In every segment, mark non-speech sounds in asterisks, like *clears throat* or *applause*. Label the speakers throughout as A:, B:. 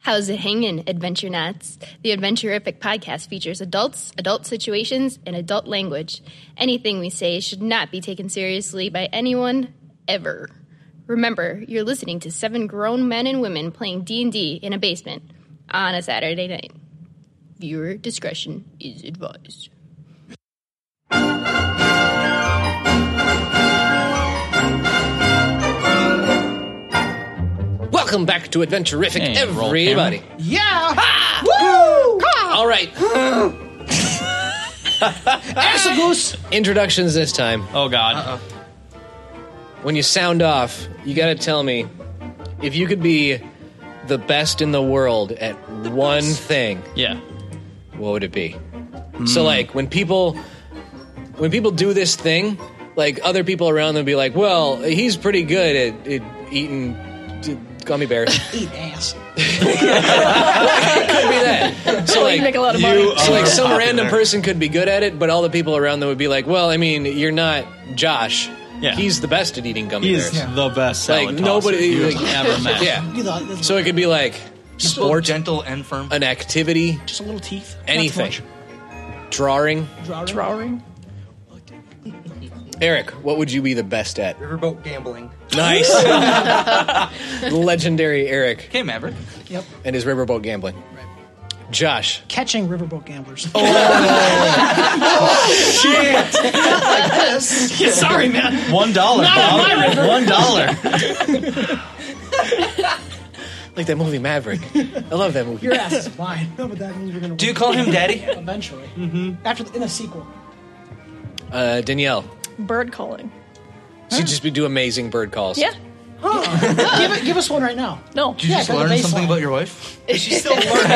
A: How's it hangin', Adventure Nuts? The Adventurific podcast features adults, adult situations, and adult language. Anything we say should not be taken seriously by anyone ever. Remember, you're listening to seven grown men and women playing D&D in a basement on a Saturday night. Viewer discretion is advised.
B: Welcome back to Adventurific,
C: Hey, roll
B: everybody.
D: Yeah!
B: All *laughs* right,
C: *laughs*
D: Ass a goose!
B: introductions this time.
C: Oh God!
B: When you sound off, you got to tell me if you could be the best in the world at one thing.
C: Yeah.
B: What would it be? So,
C: Hmm.
B: like when people when people do this thing, like other people around them be like, "Well, he's pretty good at, at eating d- gummy
C: *laughs*
B: bears."
D: Eat ass.
B: it could be that. So, like,
A: make a lot of money.
E: You
B: So
E: are
B: like
E: *laughs*
B: some
E: popular.
B: random person could be good at it, but all the people around them would be like, "Well, I mean, you're not Josh.
C: Yeah.
B: He's the best at eating gummy
E: He is
B: bears.
E: the best salad
B: Like,
E: tosser
B: nobody-
E: you
B: like-
E: have
B: *laughs*
D: *laughs*
E: ever met.
B: Yeah.
D: You thought this
B: So it could be like
E: Just a little
B: sport,
E: gentle and firm.
B: an activity,
E: just a little teeth. Not too
B: anything,
E: much.
B: drawing.
D: drawing?
B: *laughs* Eric, what would you be the best at?
F: Riverboat gambling.
B: Nice, *laughs* legendary Eric
E: Okay, Maverick.
D: Yep.
B: and his riverboat gambling.
A: *laughs*
B: Josh, *laughs*
D: Catching riverboat gamblers.
E: Oh.
B: *laughs*
C: Sorry, man. One dollar, Bob. One dollar.
B: *laughs* like that movie Maverick. I love that movie.
D: *laughs* Your ass is mine. No, but that means you're gonna
E: Do you
D: win
E: call him daddy?
D: *laughs* eventually. Mm-hmm. After the, in a sequel.
B: Uh, Danielle,
G: bird calling.
B: she'd just be do amazing bird calls.
G: Yeah.
D: give, it, give us one right now.
G: No.
E: Did you
D: Yeah,
E: just
D: go to
E: learn something
D: baseline.
E: about your wife?
F: She's still learning.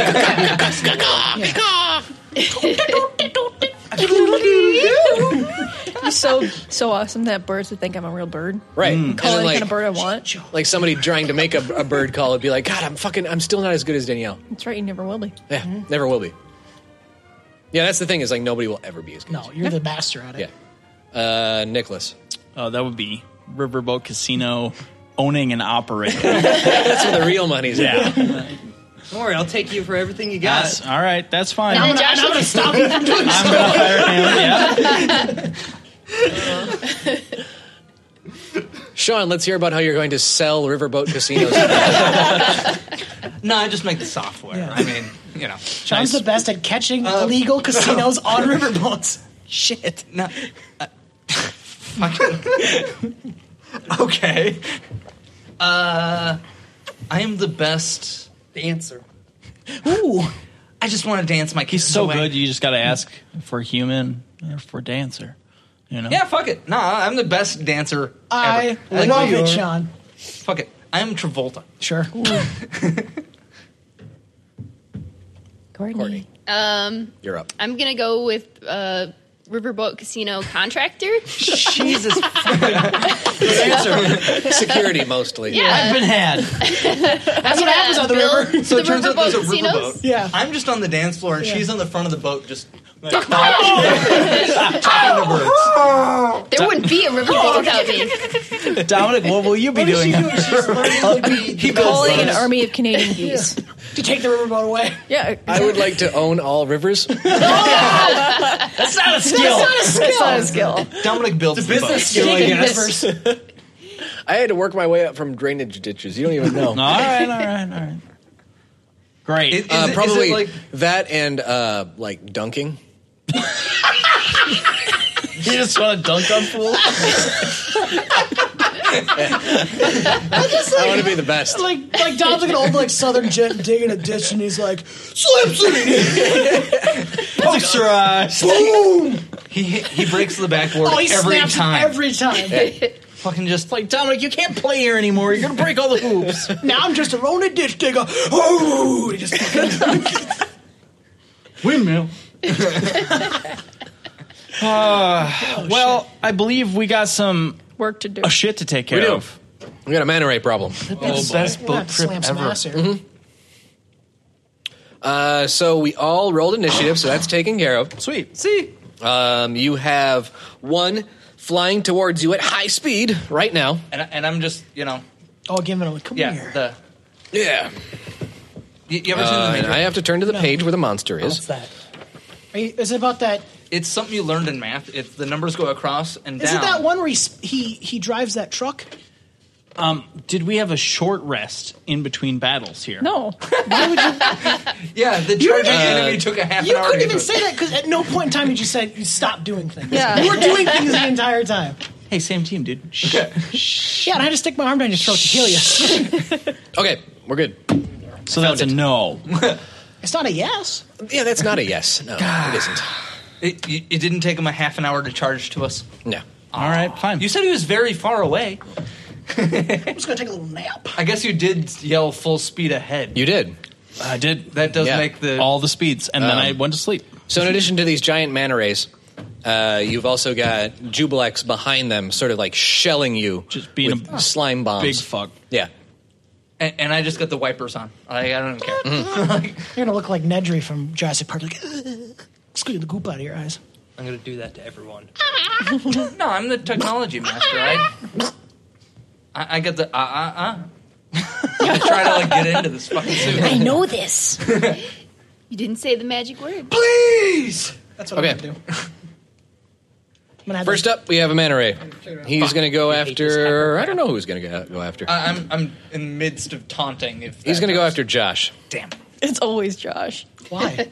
G: It's so so awesome that birds would think I'm a real bird.
B: right.
D: Mm.
B: And
G: Call
B: then,
G: any
B: like,
G: kind of bird I want.
B: *laughs* like somebody trying to make a, a bird call would be like, God, I'm fucking, I'm still not as good as Danielle.
G: That's right. You never will be.
B: Yeah,
D: Mm-hmm.
B: never will be. Yeah, that's the thing is like nobody will ever be as good. as
D: No,
B: you.
D: you're the master at it.
B: yeah. Uh, Nicholas,
C: Oh, that would be riverboat casino owning and operating.
B: *laughs* that's where the real money's at.
C: Yeah.
F: Don't worry, I'll take you for everything you got.
C: That's, all right. That's fine.
A: And
C: I'm
A: Josh would be-
C: gonna hire him. *laughs* Yeah.
B: Sean, let's hear about how you're going to sell riverboat
D: *laughs*
B: casinos. *laughs*
E: No, I *laughs* just make the software. I mean, you know. *laughs*
D: John's the best at catching illegal casinos on riverboats.
E: Uh, Shit. *laughs* No. Uh, fucking- okay. Uh, I am the best.
F: Dancer.
D: Ooh.
E: I just want to dance my
C: He's
E: kisses
C: so
E: away.
C: good. You just gotta ask for human or for dancer. You know.
E: Yeah, fuck it. Nah, I'm the best dancer
D: I
E: ever. Like,
D: love
F: you.
D: it, Sean.
E: Fuck it. I am Travolta. *laughs*
D: Sure.
G: Courtney.
B: Courtney, you're up.
A: Um, I'm gonna go with uh, Riverboat Casino
B: *laughs*
A: Contractor.
E: Jesus.
A: *laughs*
B: Security mostly.
A: Yeah,
C: Been had.
D: That's what happens on the river.
E: So it
A: The
E: turns out there's a
A: riverboat casinos?
E: riverboat.
D: Yeah.
E: I'm just on the dance floor, and
D: Yeah. Oh!
E: she's on the front of the boat, just like,
D: *laughs*
E: talking to birds.
A: there wouldn't be a
B: Oh,
A: riverboat without me.
C: Dominic, what will you be *laughs*
D: What is she
C: doing?
D: doing? She's learning to be-
E: He
G: Calling an army of
D: *laughs*
G: Canadian geese.
D: to take the riverboat away.
G: Yeah.
B: *laughs* I would like to own all rivers.
C: That's not a skill.
D: Not a skill.
G: That's not a skill.
E: Dominic builds the boat.
A: Yes.
B: I had to work my way up from drainage ditches. You don't even know.
C: All right. All right. All right. Great.
E: Is- is it-
B: Uh,
E: is it
B: probably
E: like-
B: that and uh, like dunking.
E: *laughs*
C: you just want to dunk on fools.
B: I want to be the best.
D: Like, like Dom's like an old like Southern gent digging a ditch, and he's like, "Slipsy,
E: *laughs*
C: Posterized.
D: boom!"
E: he he breaks the backboard
D: Oh, he
E: every
D: snaps
E: time.
D: every time.
E: fucking just like
C: Dominic, you can't play here anymore. You're gonna break all the hoops.
D: *laughs* Now I'm just a lonely ditch digger. Oh, he just fucking
C: *laughs* Windmill. Uh, well, I believe we got some
G: Work to do.
C: uh, shit Oh, to take care
B: do.
C: of.
B: We got a manta ray problem.
E: the best boat trip
D: *laughs* slams
E: ever.
D: ass here.
B: Uh, so we all rolled initiative, so that's taken care of.
C: Sweet.
E: See,
B: Um, you have one flying towards you at high speed right now.
E: and I- and I'm just you know
D: Oh, give it a come
E: yeah
D: here.
E: the
B: Yeah.
E: You, you ever seen
B: Uh,
E: the
B: and
E: Matrix?
B: I have to turn to the page where the monster
D: What's
B: is.
D: that? Are you- Is it about that?
E: It's something you learned in math. It's the numbers go across and
D: Is
E: down.
D: it that one where he sp- he he drives that truck?
C: Um, Did we have a short rest in between battles here?
G: No.
E: Yeah, the
D: You were
E: charging
D: just-
E: enemy took a half
D: You
E: an hour.
D: couldn't
E: to
D: even
E: do it.
D: say that because at no point in time did you say you stop doing things.
G: Yeah.
D: you were doing things the entire time.
C: Hey, same team, dude. Shh.
D: Yeah, and I just stick my arm down your throat to kill you.
B: Okay, we're good.
C: So that's a
B: Oh.
E: *laughs*
C: no.
D: It's not a yes.
B: Yeah, that's not a yes. No,
C: *sighs*
B: it isn't.
E: It, you- it didn't take him a half an hour to charge to us.
B: No.
C: All right, fine.
E: You said he was very far away.
D: *laughs* I'm just gonna take a little nap.
E: I guess you did yell full speed ahead.
B: You did.
C: I did
E: that does
B: Yeah.
E: make the
C: all the speeds, and then
B: Um,
C: I went to sleep.
B: So, in addition to these giant manta rays, uh, you've also got Jubilex behind them, sort of like shelling you
C: Just being
B: with
C: a
B: slime bombs.
C: Big fuck.
B: Yeah. Mm-hmm.
E: and, and I just got the wipers on. Like, I don't even care.
D: *laughs* You're gonna look like Nedry from Jurassic Park, like squeezing the goop out of your eyes.
F: *laughs* I'm gonna do that to everyone.
E: *laughs* No, I'm the technology master. I, I, I got the uh uh *laughs* uh. I try to like get into this fucking
B: *laughs*
G: *gasps*
E: suit.
G: I know this.
A: You didn't say the magic word.
E: Please.
D: That's what
B: Okay.
D: I'm gonna do. I'm gonna have
B: First
D: the-
B: up, we have a manta ray. He's going to go
F: I hate this
B: after. I don't know who's going to go go after.
E: I, I'm I'm in the midst of taunting. If
B: He's
E: that
B: going to go
E: helps.
B: after Josh.
E: Damn.
G: It's always Josh.
D: why?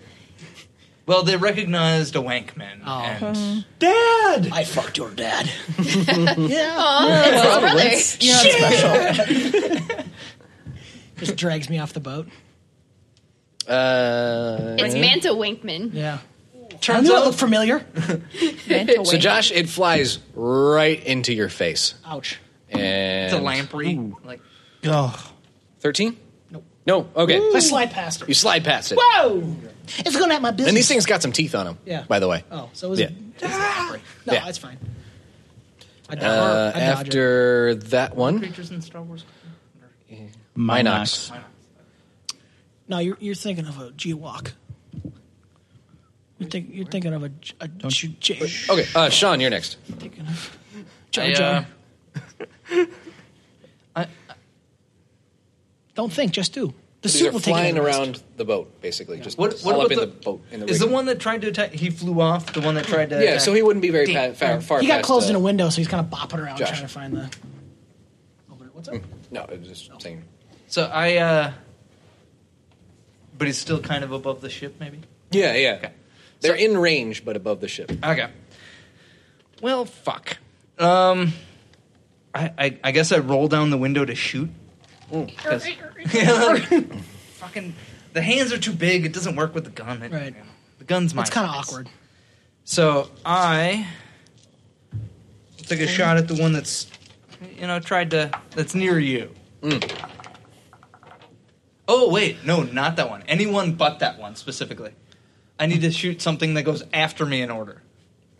E: Well, they recognized a wankman.
F: Oh.
C: Hmm.
E: And
D: Dad, I fucked your dad. yeah,
A: His brother.
D: you're not special. just drags me off the boat.
B: Uh,
A: *laughs* It's Manta Winkman.
D: Yeah, I
E: turns
D: knew it
E: out *laughs*
D: looked familiar.
G: Mental
B: so,
G: weight.
B: Josh, it flies right into your face.
D: Ouch.
B: And
E: it's a lamprey. Like
B: 13? No. No, okay.
D: I slide past her.
B: You slide past it.
D: Whoa! It's going to at my business.
B: And these things got some teeth on them,
D: Yeah.
B: by the way.
D: Oh, so it was.
B: Yeah.
D: *laughs* No,
B: Yeah.
D: it's fine. I dodge,
B: Uh,
D: I dodge it.
B: after that one,
E: creatures in Star Wars.
B: Minox.
D: No, you're, you're thinking of a G Walk. You're, think, you're thinking of a, J- a Don't you, J.
B: Okay, uh, Sean, you're next.
D: Thinking of
E: I,
D: JoJo.
E: uh,
D: Don't think, just do. The
B: These
D: suit
B: are
D: will take you to
B: flying
D: the rest.
B: around the boat, basically. Just
E: what what
B: all up
E: about
B: in
E: the,
B: the, boat. In the
E: is the
B: rigging.
E: one that tried to attack? He flew off. The one that tried to.
B: Yeah,
E: attack-
B: so he wouldn't be very pa- far, far.
D: He got
B: past,
D: closed in
B: uh,
D: a window, so he's kind of bopping around
B: Josh.
D: trying to find the. Oh, but What's up?
B: No, I was
D: Oh.
B: just saying.
E: So I. uh But he's still kind of above the ship, maybe.
B: Yeah, yeah.
E: Okay.
B: They're in range, but above the ship.
E: Okay. Well, fuck. Um, I, I I guess I roll down the window to shoot.
B: Mm.
E: *laughs*
D: *laughs*
E: 'Cause- fucking, the hands are too big. It doesn't work with the gun. It-
D: Right.
E: The gun's mine.
D: It's kind of awkward.
E: So I took a shot at the one that's, you know, tried to that's near you.
B: Mm.
E: Oh wait, no, not that one. Anyone but that one specifically. I need to shoot something that goes after me in order.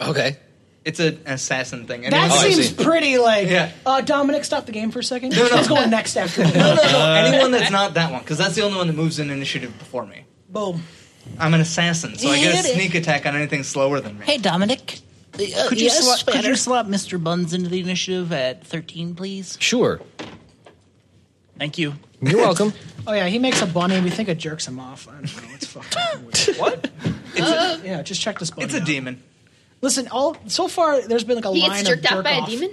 B: Okay. Oh,
E: It's an assassin thing.
D: That
E: Anyone-
B: I
D: seems
B: see.
D: pretty like.
E: Yeah.
D: Uh, Dominic, stop the game for a second.
E: no.
D: Who's going next after me?
E: no, no, no.
B: *laughs*
E: Anyone that's not that one, because that's the only one that moves in initiative before me.
D: Boom.
E: I'm an assassin, so I get a
H: Hit it.
E: sneak attack on anything slower than me.
H: Hey, Dominic. Uh, could, you
D: yes,
H: slot, could
D: Spanner?
H: you slot Mr. Buns into the initiative at 13, please?
B: Sure.
C: Thank you.
B: You're
D: *laughs*
B: welcome.
D: Oh yeah, he makes a bunny. We think it jerks him off. I don't know. It's
B: *laughs*
D: fucked up.
E: What? It's
A: Uh,
E: a,
D: Yeah, just check this bunny.
E: it's a
D: out.
E: demon.
D: Listen, all so far there's been like a
A: He
D: line
A: gets jerked
D: of
A: out
D: jerk
A: by a
D: off.
A: demon?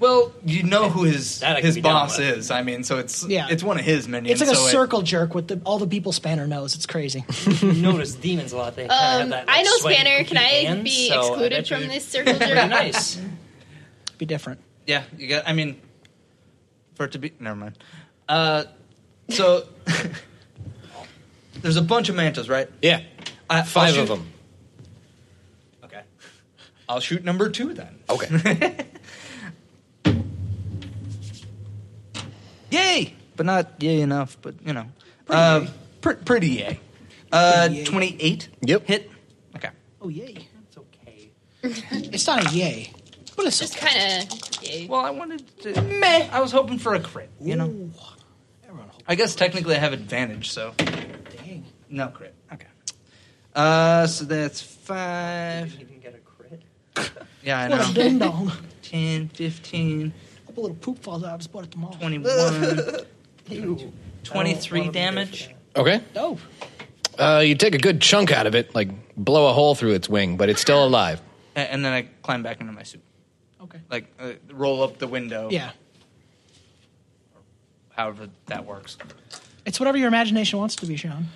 E: Well, you know who his
F: That I could
E: his
F: be down
E: boss
F: with.
E: is. I mean, so it's
D: Yeah.
E: it's one of his minions.
D: It's like a
E: so it-
D: circle jerk with the, all the people Spanner knows. It's crazy.
F: You *laughs* notice demons a lot. They kinda have
A: Um,
F: that, like,
A: I know
F: sweaty,
A: Spanner. Can
F: poopy
A: I
F: hands,
A: be
F: so I
A: excluded
F: bet
A: from
F: you're
A: this circle
F: Pretty
A: jerk?
F: nice.
D: Be different.
E: yeah, you got. I mean, for it to be never mind. Uh, so *laughs* there's a bunch of mantas, right?
B: Yeah.
E: I, I'll
B: Five
E: shoot-
B: of them.
E: Okay, I'll shoot number two then.
B: Okay.
E: *laughs* Yay! But not yay enough, but you know. Pretty uh, yay. pretty yay. Uh, 28?
B: Yep.
E: Hit? Okay.
D: Oh yay!
F: It's okay.
D: It's not a yay, but it's
A: Just
D: just
A: kind of.
E: Well, I wanted to. Meh! I was hoping for a crit, you know? I guess technically I have advantage, so.
D: dang.
E: No crit. Okay. Uh, so that's 5.
F: You didn't get a crit.
E: *laughs* Yeah, I
D: What a
E: know.
D: ding dong!
E: 10, 15,
D: Hope a *laughs* little poop falls out. I just bought it tomorrow.
E: 21,
F: I don't wanna
E: 23
F: be there for
E: damage.
F: that.
B: Okay.
D: Dope.
B: Uh, you take a good chunk out of it, like blow a hole through its wing, but it's still alive.
E: A- And then I climb back into my suit.
D: Okay.
E: Like, uh, roll up the window.
D: Yeah.
E: However that works.
D: It's whatever your imagination wants to be, Sean.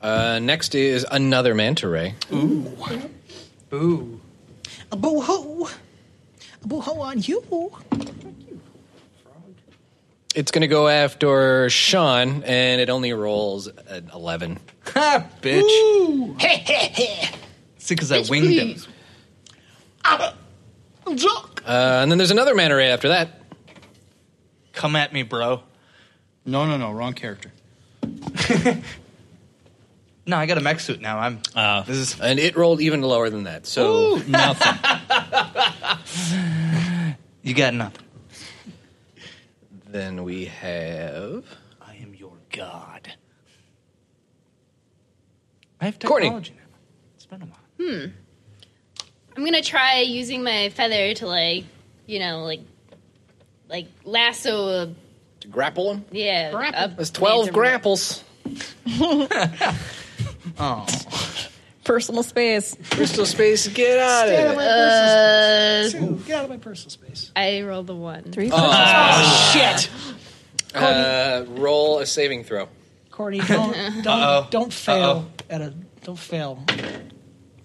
B: Uh, next is another manta ray.
F: Boo.
D: A boo hoo. A boo hoo on you.
B: It's going to go after Sean, and it only rolls an 11.
E: Ha, bitch. Sick as I
A: Bitch,
E: winged him.
A: please.
B: Ah, Uh, and then there's another manta ray after that.
E: Come at me, bro.
I: No, no, no, wrong character.
E: *laughs* No, I got a mech suit now. I'm.
C: Uh,
E: this is
B: Ah. And it rolled even lower than that. So
C: Nothing.
E: you got nothing.
B: then we have
E: I am your god. I have
B: Courtney.
E: technology now. It's been a while.
A: I'm gonna try using my feather to like, you know, like, like lasso. A,
B: to grapple him.
A: yeah, a-
B: There's 12 grapples.
E: *laughs* Oh.
G: Personal space.
B: Crystal space, get out of it.
A: Uh,
D: Two. Get out of my personal space.
A: I rolled a one.
G: Three.
D: Oh,
E: Oh,
D: Shit.
B: Oh, Uh, roll a saving throw.
D: Courtney,
A: *laughs*
D: don't don't, don't fail at a don't fail.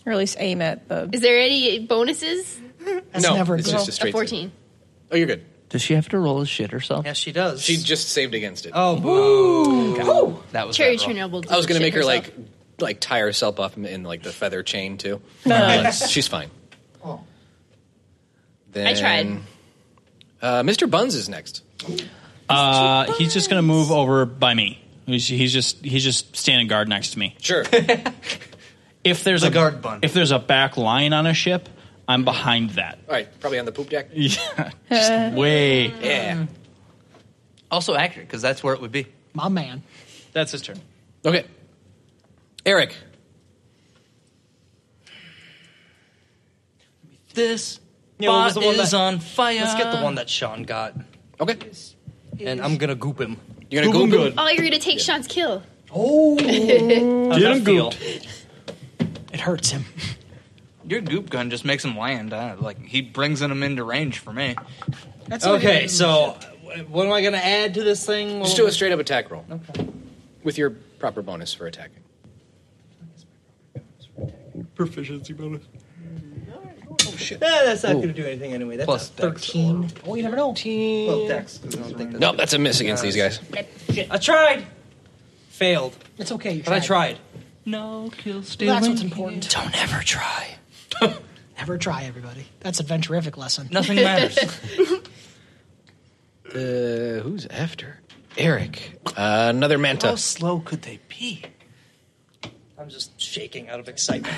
G: Or at least aim at the.
A: Is there any bonuses?
D: That's
B: no,
D: never
B: it's
D: good.
B: just a straight
A: a fourteen.
B: save. Oh, you're good.
H: Does she have to roll a shit or something?
F: Yes, she does.
B: She just saved against it.
F: Oh, boo.
E: That was
A: Cherry
E: that roll.
A: Chernobyl.
B: I was going to
A: shit
B: make her
A: herself.
B: like like tie herself up in, in like the feather chain
E: *laughs*
B: too.
G: No.
B: But she's fine.
E: Oh.
B: Then,
A: I tried.
B: Uh, Mr. Buns is next.
C: Uh, he's just gonna move over by me. He's, he's just he's just standing guard next to me.
B: Sure.
C: If there's a
E: guard bun.
C: if there's a back line on a ship, I'm behind that.
B: All right, probably on the poop deck.
C: Yeah,
A: Uh.
C: just way.
B: Yeah.
E: Also accurate because that's where it would be.
D: My man.
C: That's his turn.
B: Okay. Eric.
E: This
F: Yeah, what was
E: bot
F: the one
E: is
F: that-
E: on fire.
F: Let's get the one that Sean got.
B: Okay.
F: And I'm going to goop him.
B: You're going to go good.
A: Oh, you're gonna take Sean's kill.
D: Oh. *laughs*
F: How's that feel?
D: It hurts him.
E: Your goop gun just makes him land. Uh, like he brings him into range for me.
D: That's
F: Okay, so uh, what am I going to add to this
E: Mm.
F: thing?
B: Just do a straight up attack roll. Okay. With your proper bonus for attacking.
E: Proficiency bonus.
B: Oh, shit.
F: Yeah, that's not going to do anything anyway. That's
E: Plus
F: a
E: dex.
F: 13.
D: Oh, you never know.
F: Well, dex. 'cause I don't think that's
B: Nope, that's a miss against these guys.
F: Shit, I tried. Failed.
D: It's okay. You
F: But I tried.
E: No kill stealing.
D: That's what's important.
E: Don't ever try.
D: Never try, everybody. That's a venturific lesson. *laughs*
E: Nothing matters.
B: Uh, who's after? Eric. Uh, another manta.
E: How slow could they be?
F: I'm just shaking out of excitement.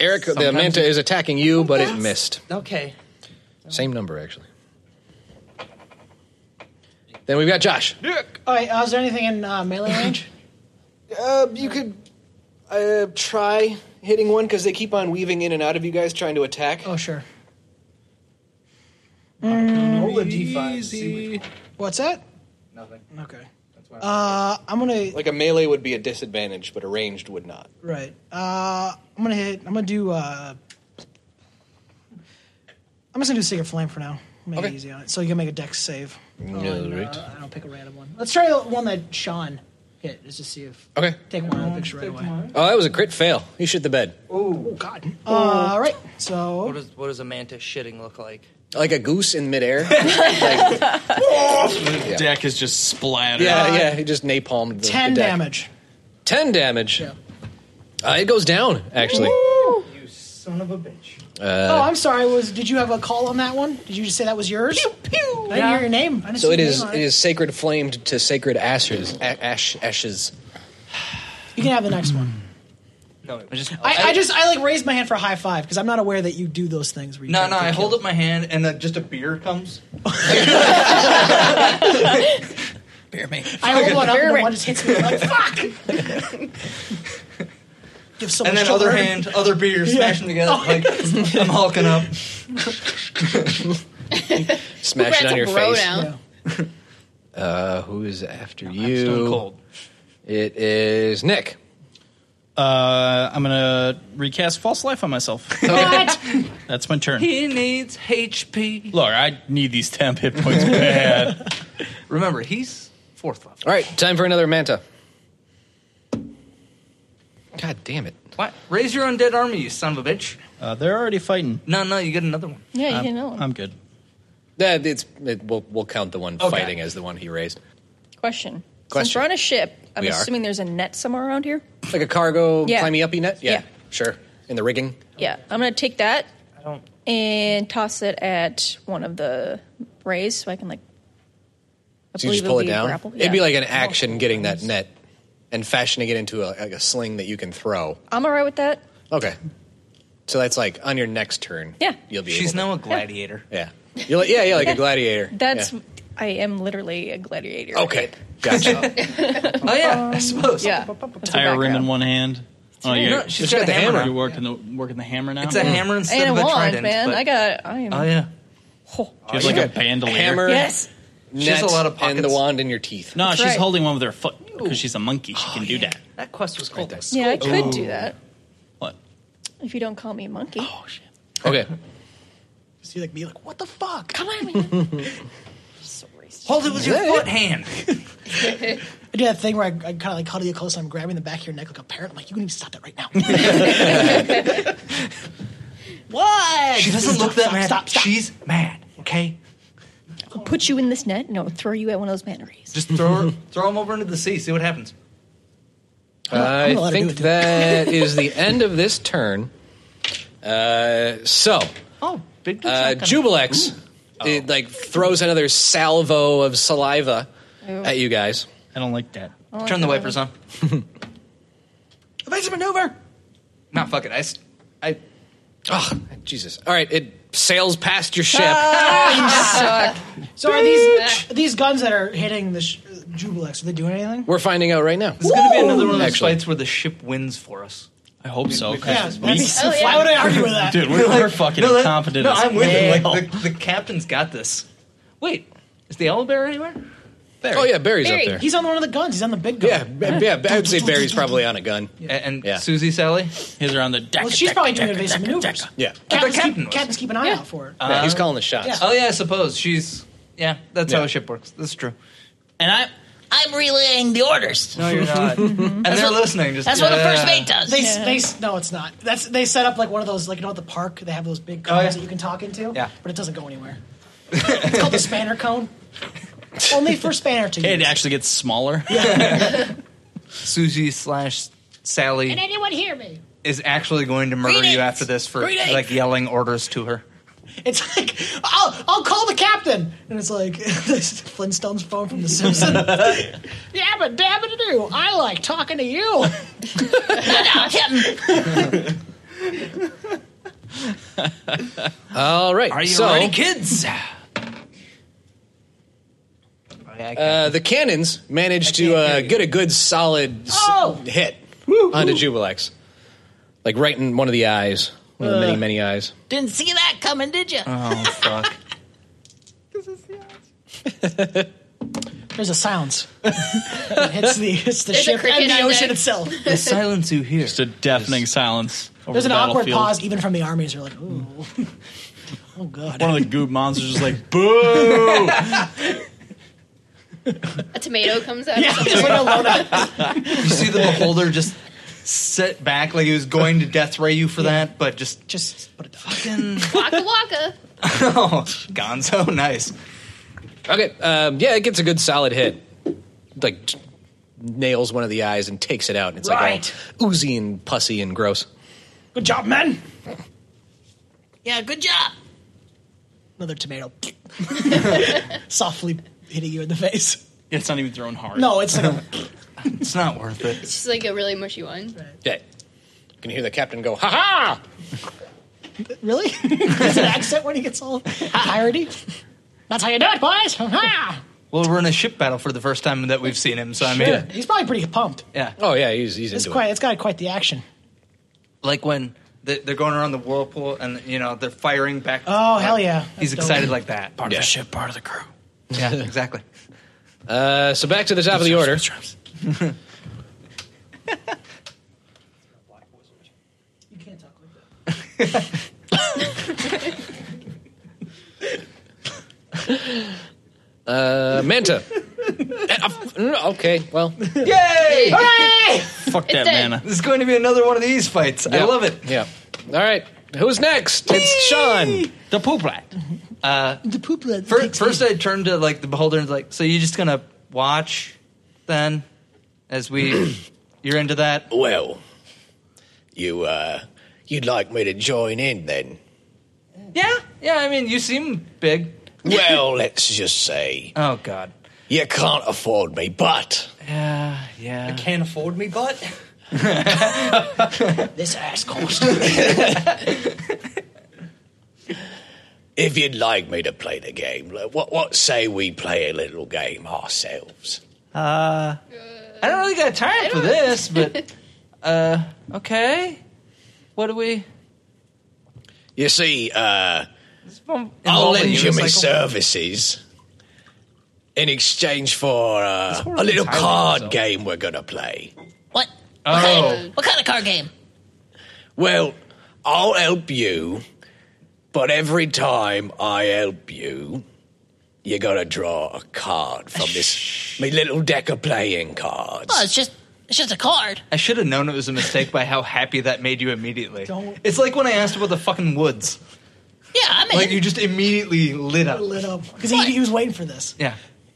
B: Eric, the Uh, manta is attacking you, but it missed.
F: Okay.
B: Same number, actually. Then we've got Josh.
D: All right. Uh, is there anything in
B: *laughs*
D: uh, melee range?
B: Uh, you could uh, try hitting one because they keep on weaving in and out of you guys trying to attack.
D: Oh, sure.
F: Roll a d5. See which
D: Mm. What's that?
F: Nothing.
D: Okay.
F: That's why
D: Uh, I'm gonna
B: Like a melee would be a disadvantage, but a ranged would not.
D: right. Uh, I'm gonna hit. I'm gonna do. Uh, I'm just gonna do Sacred Flame for now. Make
B: Okay.
D: it easy on it. So you can make a Dex save.
B: Yeah,
D: and,
B: right.
D: uh, I don't pick a random one. Let's try the one that Sean hit. Just to see if
B: Okay.
D: take one out of the picture right away.
B: Oh, that was a crit fail. You shit the bed.
D: Oh God. Uh, all right.
F: What
D: So
F: does what does a mantis shitting look like?
B: Like a goose in *laughs* midair. Like-
C: The deck is just splattered.
B: yeah, yeah. He just napalmed the,
D: ten
B: the deck.
D: damage.
B: Ten damage. Uh, it goes down actually. Uh,
F: You son of a bitch.
D: oh, I'm sorry. Was did you have a call on that one? Did you just say that was yours? Pew pew. I didn't hear your name. I didn't
B: So
D: see
B: it
D: your
B: is
D: name on
B: it is sacred flamed to sacred ashes. A- ash ashes.
D: You can have the next one.
F: No, it
E: I just,
D: I, I just I like raised my hand for a high five because I'm not aware that you do those things. Where you
E: no,
D: try
E: no.
D: to
E: I
D: kill.
E: hold up my hand and then just a beer comes.
D: *laughs* I hold one up and the one just hits me. I'm like fuck. Give so
E: and
D: much
E: then
D: to
E: other
D: learn.
E: hand, other beer, smash them
D: *laughs*
E: together. Like I'm hulking up.
B: Smash
A: Congrats,
B: it on
A: a
B: your
A: bro
B: face.
A: now.
D: Yeah.
B: *laughs* Uh, who is after
I: I'm
B: you?
I: stone cold.
B: It is Nick.
C: Uh, I'm gonna recast false life on myself.
B: What?
C: That's my turn.
E: He needs HP.
C: Laura, I need these temp hit points bad.
E: Remember, he's fourth level.
B: All right, time for another Manta. God damn it.
E: What? Raise your undead army, you son of a bitch.
C: Uh, they're already fighting.
E: No, no, you get another one.
G: Yeah, you
C: I'm,
G: can know. him.
C: I'm good.
B: That it's it, we'll we'll count the one
E: Okay.
B: fighting as the one he raised.
G: Question. Since
B: Question.
G: we're on a ship, I'm
B: We are.
G: assuming there's a net somewhere around here.
B: Like a cargo
G: Yeah.
B: climbing uppy net? Yeah,
G: Yeah.
B: Sure. In the rigging.
G: Yeah, I'm gonna take that and toss it at one of the rays so I can like. I
B: So you
G: believe
B: just pull
G: would
B: it
G: be a
B: down.
G: grapple.
B: It'd be
G: Yeah.
B: like an action getting that net and fashioning it into a, like a sling that you can throw.
G: I'm all right with that.
B: Okay. So that's like on your next turn.
G: Yeah.
B: You'll be
E: She's
B: able
E: now a gladiator.
B: to, *laughs* Yeah. You're like, yeah, yeah, like
G: Yeah.
B: a gladiator.
G: *laughs* That's
B: Yeah.
G: I am literally a gladiator. *laughs* Um,
B: Okay. Gotcha.
E: Oh yeah, I suppose.
G: Yeah. That's my
C: Tire rim in
G: background.
C: one hand. Oh, you're,
E: No, she's
B: She's
E: got,
B: got
E: a
B: the
E: hammer.
B: hammer.
C: you're working the working the hammer now. Mm.
E: It's a hammer instead
G: And a
E: of a
G: wand,
E: trident.
G: man.
E: but-
G: I got. I am.
E: Oh yeah.
G: Oh,
C: She has like a
B: got
C: bandolier.
B: Hammer.
G: yes.
E: She has
B: net,
E: a lot of
B: And the
E: pockets.
B: wand in your teeth.
C: No,
G: That's
C: she's
G: right.
C: holding one with her foot because she's a monkey. She can do that.
E: Oh, That quest
C: *laughs*
E: was cool.
G: Yeah, I could do that
C: What?
G: if you don't call me a monkey.
B: Oh, Okay.
D: *laughs* See, like *laughs* be like, what the fuck?
G: Come on, man. so racist.
E: Hold it with your foot hand.
D: I do that thing where I, I kind of like cuddle you close and I'm grabbing the back of your neck like a parrot. I'm like, you need to stop that right now.
G: *laughs*
D: what?
E: She doesn't
D: Stop,
E: look that
D: stop,
E: mad.
D: Stop, stop.
E: She's mad. Okay.
G: I'll put you in this net. No, throw you at one of those man rays.
E: Just
C: *laughs*
E: throw her, throw him over into the sea. See what happens.
D: I'm not allowed
B: I
D: to do
B: think
D: it, dude.
B: that is the end of this turn. Uh, so,
E: Oh, big dude's
B: uh,
E: not gonna-
B: Jubilex,
E: Hmm. Oh.
B: it, like throws another salvo of saliva at you guys.
C: I don't like that.
E: Turn the wipers on.
D: Evasive maneuver.
E: No, fuck it. I, s- I-
B: Oh, Jesus! All right, it sails past your ship.
D: Ah! *laughs* So are these are these guns that are hitting the sh- uh, Jubilex? Are they doing anything?
B: We're finding out right now.
E: This is going to be another one of those
B: Actually.
E: fights where the ship wins for us.
C: I hope so. 'cause
D: Yeah,
C: it's
D: that'd
C: me.
D: be so- why would I argue with that?
C: Dude, we're, we're fucking
E: that-
C: incompetent.
E: No,
C: as
E: I'm with
C: hell.
E: him. Like the, the captain's got this. Wait, is the owl bear anywhere?
B: Oh yeah, Barry's
A: Barry.
B: up there.
D: He's on one of the guns. He's on the big gun.
B: Yeah, b- yeah. I would say Barry's probably on a gun.
E: A- And,
B: Yeah.
E: Susie Sally.
C: His are on the deck.
D: Well, she's
C: deck,
D: probably doing
C: deck,
D: evasive
C: deck,
D: maneuvers.
C: deck.
B: Yeah,
D: Captain's,
E: captain
D: keep,
E: was.
D: captain's keep an eye out for it.
B: Yeah, he's calling the shots.
D: yeah.
E: Oh yeah, I suppose she's. Yeah, that's how
B: Yeah.
E: a ship works. That's true.
C: And I
H: I'm relaying the orders.
E: No, you're
H: *laughs*
E: not. and they're listening. Just
H: That's what a
E: yeah.
H: first mate does.
D: They, they no, it's not. That's they set up like one of those like you know at the park they have those big
C: Oh,
D: cones
E: yeah.
D: that you can talk into.
E: Yeah.
D: but it doesn't
C: *laughs*
D: go anywhere. it's called the spanner cone. Only for spanner to
C: it
D: use.
C: actually
E: *laughs*
C: gets smaller.
E: Susie slash Sally
A: anyone hear me?
E: is actually going to murder
H: Greetings.
E: you after this for
H: Greetings.
E: like yelling orders to her.
D: It's like I'll I'll call the captain, and it's like *laughs* this Flintstones phone from
C: *laughs*
D: The Simpsons. yeah, but damn it, do I like talking to you?
E: *laughs*
B: All right.
E: Are you
B: so,
E: ready, kids?
B: Uh, the cannons managed to uh, get a good solid s-
D: Oh!
B: hit onto Jubilex, like right in one of the eyes, one of the many many eyes.
H: Didn't see that coming, did you?
B: Uh-huh.
E: oh fuck!
D: *laughs* There's a silence. it hits the hits the
A: There's a
D: ship
A: cricket
D: and the
A: on
D: ocean
A: deck. *laughs*
D: itself.
E: The silence you hear.
C: It's a deafening silence. Over
D: There's
C: the
D: an awkward
C: battlefield.
D: pause, even from the armies. They're like, ooh, *laughs* oh god.
C: One of the goob monsters is
E: *laughs*
C: like, boo!
A: *laughs* A tomato comes out.
D: yeah,
A: *laughs*
D: there's like a load
E: *laughs*
D: of-
E: You see the beholder just sit back like he was going to death ray you for that, but just
D: just put it down.
E: fucking
A: Waka waka.
E: oh, Gonzo, nice.
B: Okay, um, yeah, it gets a good solid hit, like t- nails one of the eyes and takes it out, and it's
D: Right.
B: like all oozy and pussy and gross.
D: Good job, man.
H: Yeah, good job.
D: Another tomato, *laughs* softly hitting you in the face.
C: it's not even thrown hard.
D: *laughs* No, it's like a,
E: It's not worth it.
A: She's like a really mushy one.
B: Yeah, you can hear the captain go, "Ha ha!"
D: really. There's an accent when he gets all tired. That's how you do it, boys. *laughs* Ah. Ha!
E: Well, we're in a ship battle for the first time that we've seen him, so I mean,
B: Yeah.
D: He's probably pretty pumped.
E: yeah.
B: Oh yeah, he's he's
D: It's
B: into
D: quite.
B: it.
D: It's got quite the action.
E: Like when they- they're going around the whirlpool and you know they're firing back.
D: Oh hell yeah!
E: He's
D: That's dope.
E: excited like that.
B: Yeah.
C: Ship part of the crew.
E: Yeah, *laughs* exactly.
B: Uh, so back to the top of the order.
D: You can't talk like that.
B: *laughs*
D: *laughs*
B: Uh,
E: *laughs*
B: Manta. okay, well,
E: Yay!
C: Fuck that
A: dead.
C: mana.
E: This is going to be another one of these fights. I
B: Yeah.
E: love it.
B: yeah. All right, who's next? It's Sean.
C: The poop rat.
D: The poop lid
E: First,
D: takes
E: Uh, first
D: me.
E: I turned to like the beholder and was like, so you're just gonna watch then,
B: *clears throat*
E: as we, you're into that.
B: Well, Oh. you uh, you'd like me to join in then?
E: Yeah, yeah. I mean, you seem big.
B: *laughs* Well, let's just say
E: Oh God.
B: you can't afford me,
E: *laughs*
B: but
E: Yeah, yeah.
F: Can't afford me, but
D: This ass cost.
B: if you'd like me to play the game, like, what what say we play a little game ourselves?
F: Uh,
E: I don't really got time for this,
D: *laughs*
E: but uh, okay. What do we?
B: You see, uh, I'll
E: involve a
B: lend you my
E: unicycle?
B: services in exchange for uh,
E: horrible
B: a little
E: timing,
B: card
E: so.
B: game we're gonna play.
H: What?
E: Oh,
H: What kind of card game?
B: Well, I'll help you, but every time I help you, you gotta draw a card from this me little deck of playing cards.
H: Oh, it's just it's just a card.
E: I should have known it was a mistake by how happy that made you immediately.
D: Don't-
E: It's like when I asked about the fucking woods.
H: Yeah, I mean,
E: Like you just immediately lit up.
D: lit up because he, he was waiting for this.
E: Yeah.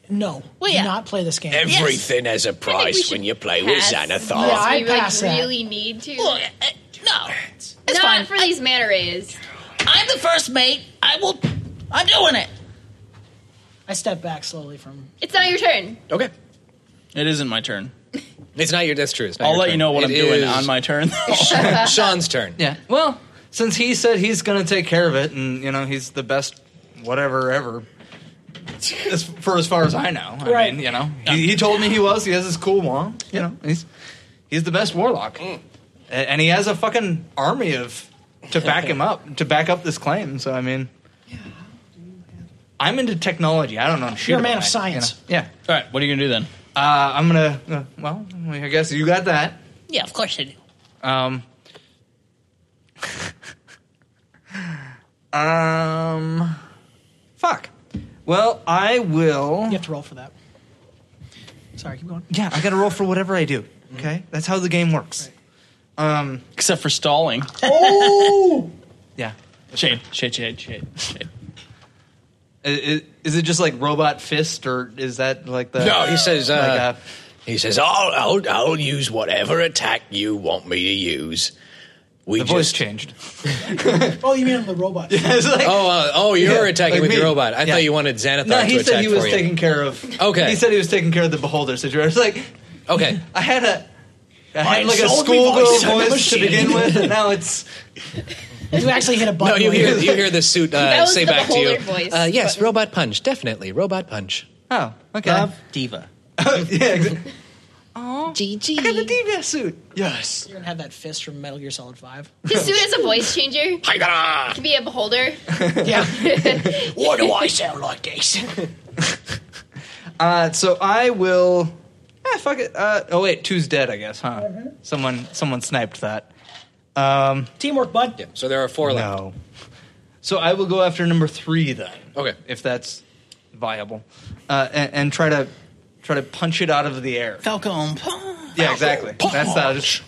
D: No,
H: Well,
D: do
H: yeah.
D: not play this game.
B: Everything has a price
A: should
B: when you play
A: pass.
B: with Xanathar.
D: Yeah, I
A: we *laughs*
H: *laughs*
A: like
D: pass that.
A: really need to.
H: look, uh, no, it's
A: Not
H: fine.
A: for these manta rays.
H: I'm the first mate. I will. I'm doing it.
D: I step back slowly from.
A: It's not your turn.
B: Okay.
C: It isn't my turn.
B: It's not your. That's true. It's not
C: I'll
B: your
C: let
B: turn.
C: you know what
B: It
C: I'm doing
B: is
C: on my turn.
E: *laughs*
B: Sean's turn.
E: Yeah. Well, since he said he's going to take care of it, and you know he's the best, whatever ever. As, for as far as I know, I
D: Right.
E: mean, you know, he, he told me he was. He has his cool mom. You know, he's he's the best warlock, A- and he has a fucking army of to back him up to back up this claim. So I mean, I'm into technology. I don't know shit.
D: You're a man
E: about
D: of
E: that,
D: science.
E: you know? Yeah.
C: All right, what are you gonna do then?
E: Uh, I'm gonna. Uh, well, I guess you got that.
H: Yeah, of course I do.
E: Um. *laughs* um. Fuck. Well, I will.
D: You have to roll for that. Sorry, keep going. Mm-hmm.
E: Yeah, I gotta roll for whatever I do. Okay, that's how the game works. Um. Oh!
C: Except
E: *laughs*
C: for stalling.
E: Yeah.
C: Shade, shade, shade, shade, shade.
E: I- I- Is, it just like robot fist, or is that like the?
B: No, he says. Uh,
E: like uh,
B: he says, I'll, "I'll I'll use whatever attack you want me to use." We
E: the
B: just
E: voice changed.
D: *laughs* Oh, you mean on the robot?
E: *laughs* It's like-
B: Oh, uh, oh, you're
E: Yeah,
B: attacking
E: like
B: with
E: me.
B: your robot. I
E: Yeah.
B: thought you wanted Xanathar
E: no, he
B: to
E: said
B: attack
E: he was
B: for you.
E: taking care of.
B: Okay.
E: He said he was taking care of the beholder situation. It's like
B: okay,
E: I had a. I
B: I
E: had like a
B: sold me
E: schoolgirl
B: voice
E: voice,
B: on the
E: to
B: machine.
E: begin
B: *laughs*
E: with, and now it's
D: You actually hit a
B: no,
D: button.
B: you
D: when
B: hear you hear the
D: *laughs*
B: suit
A: That
B: uh,
A: was
B: say
A: the
B: back to you.
A: beholder voice,
B: uh, yes, robot punch, definitely robot punch.
E: oh okay. Oh,
H: Love
E: *laughs*
H: diva.
E: yeah, exactly. I got the
A: GG.
E: DBS suit. Yes.
D: You're gonna have that fist from Metal Gear
E: *laughs*
D: Solid Five.
A: His suit is a voice
H: *laughs*
A: changer.
B: Hi-da!
A: To be a beholder. *laughs*
D: yeah,
B: Why do I sound like this?
E: Uh, so I will. Ah, fuck it. Uh, oh wait, two's dead. I guess, huh?
B: Mm-hmm.
E: Someone, someone sniped that. Um,
D: teamwork, bud.
B: So there are four left.
E: no. So I will go after number three then.
B: Okay.
E: If that's viable, uh, and, and try to try to punch it out of the air.
H: Falcon.
E: Yeah, exactly. That's that. Just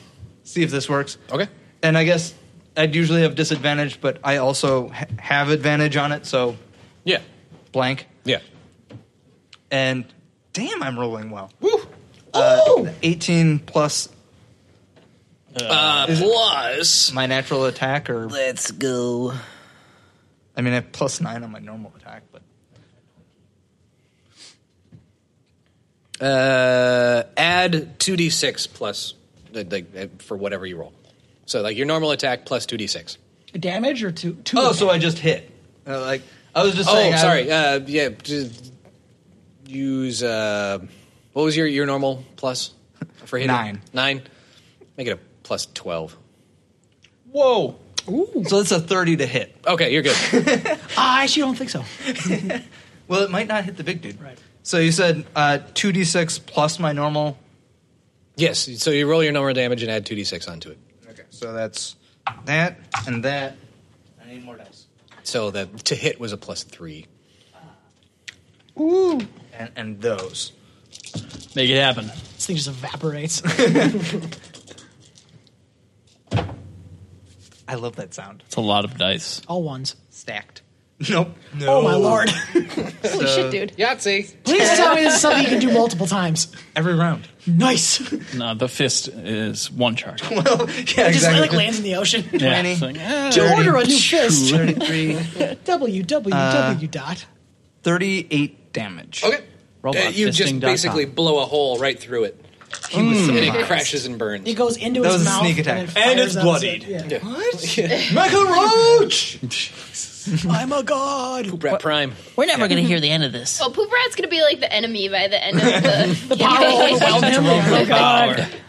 E: see if this works.
B: Okay.
E: and I guess I'd usually have disadvantage, but I also ha- have advantage on it, so
B: Yeah.
E: blank.
B: Yeah.
E: And damn, I'm rolling well. Woo! Uh, 18 plus
B: Uh, plus,
E: my natural attack, or
H: Let's go.
E: I mean, I have plus nine on my normal attack, but
B: uh, add two d six plus, uh, like uh, for whatever you roll. So like your normal attack plus two d six.
D: Damage or two? two
E: oh,
D: attack?
E: so I just hit. Uh, like I was just
B: Oh,
E: saying. I-
B: sorry. Uh, yeah. d- Use uh, what was your your normal plus for hitting
E: Nine.
B: Nine. Make it a plus twelve.
E: Whoa! So that's a 30 to hit.
B: Okay, you're good. *laughs*
D: I Ah, actually don't think so.
E: *laughs* Well, it might not hit the big dude.
D: Right.
E: So you said uh, 2d6 plus my normal.
B: Yes, so you roll your normal damage and add 2d6 onto it.
E: Okay. So that's that and that. I need more dice.
B: So the to hit was a plus three.
E: And, and those.
C: Make it happen.
D: This thing just evaporates.
E: I love that sound.
C: It's a lot of dice.
D: All ones.
E: Stacked. Nope.
D: Oh
C: *laughs*
D: my lord! *laughs*
G: Holy shit, dude.
B: Yahtzee.
D: Please tell me this is something
E: *laughs*
D: you can do multiple times.
E: Every *laughs* round.
D: Nice.
C: *laughs* No, the fist is one *laughs* charge.
E: yeah,
D: It just
E: exactly.
D: like lands in the ocean.
C: Yeah,
E: *laughs* Twenty.
C: it's like, eh.
D: To order a new fist. *laughs*
E: 33.
D: www dot.
E: 38 Uh, damage.
B: Okay. Uh,
C: Robot
B: you just
C: fisting dot com.
B: basically blow a hole right through it,
E: He was
B: and
E: surprised.
B: it crashes and burns.
D: It goes into
E: That
D: its
E: was a
D: mouth
E: sneak attack.
D: it
F: And
D: fires
F: it's
D: out its-
F: bloodied.
D: yeah.
E: Michael Roach!
D: I'm a god.
B: Brett Prime.
H: We're never going to hear the end
E: *laughs*
H: of this.
A: Oh, Poop Rat's gonna be like the enemy by the end of
H: *laughs*
A: the. *laughs*
E: Oh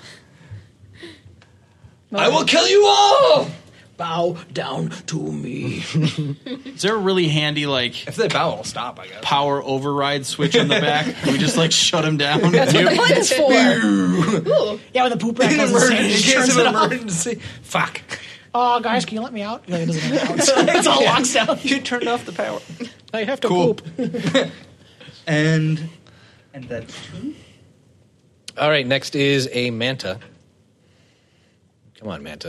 E: I will kill you all!
D: Bow down to me.
C: Is there a really handy like
E: If they bow, I'll stop, I guess.
C: power override switch in the *laughs* back? Can we just like shut him *laughs* down?
D: *laughs*
G: What's for?
D: Yeah, when the poop rack goes
E: Emergency.
D: insane, it just
E: In
D: turns
E: case
D: it
E: of
D: off.
E: emergency. Fuck.
D: Oh, guys, can you let me out? Yeah, it doesn't let me out. So *laughs* it's
E: *laughs*
D: all locked down.
E: You turned off the power.
D: *laughs* I have to
E: poop. *laughs* And. And then.
B: All right, next is a manta. Come on, manta.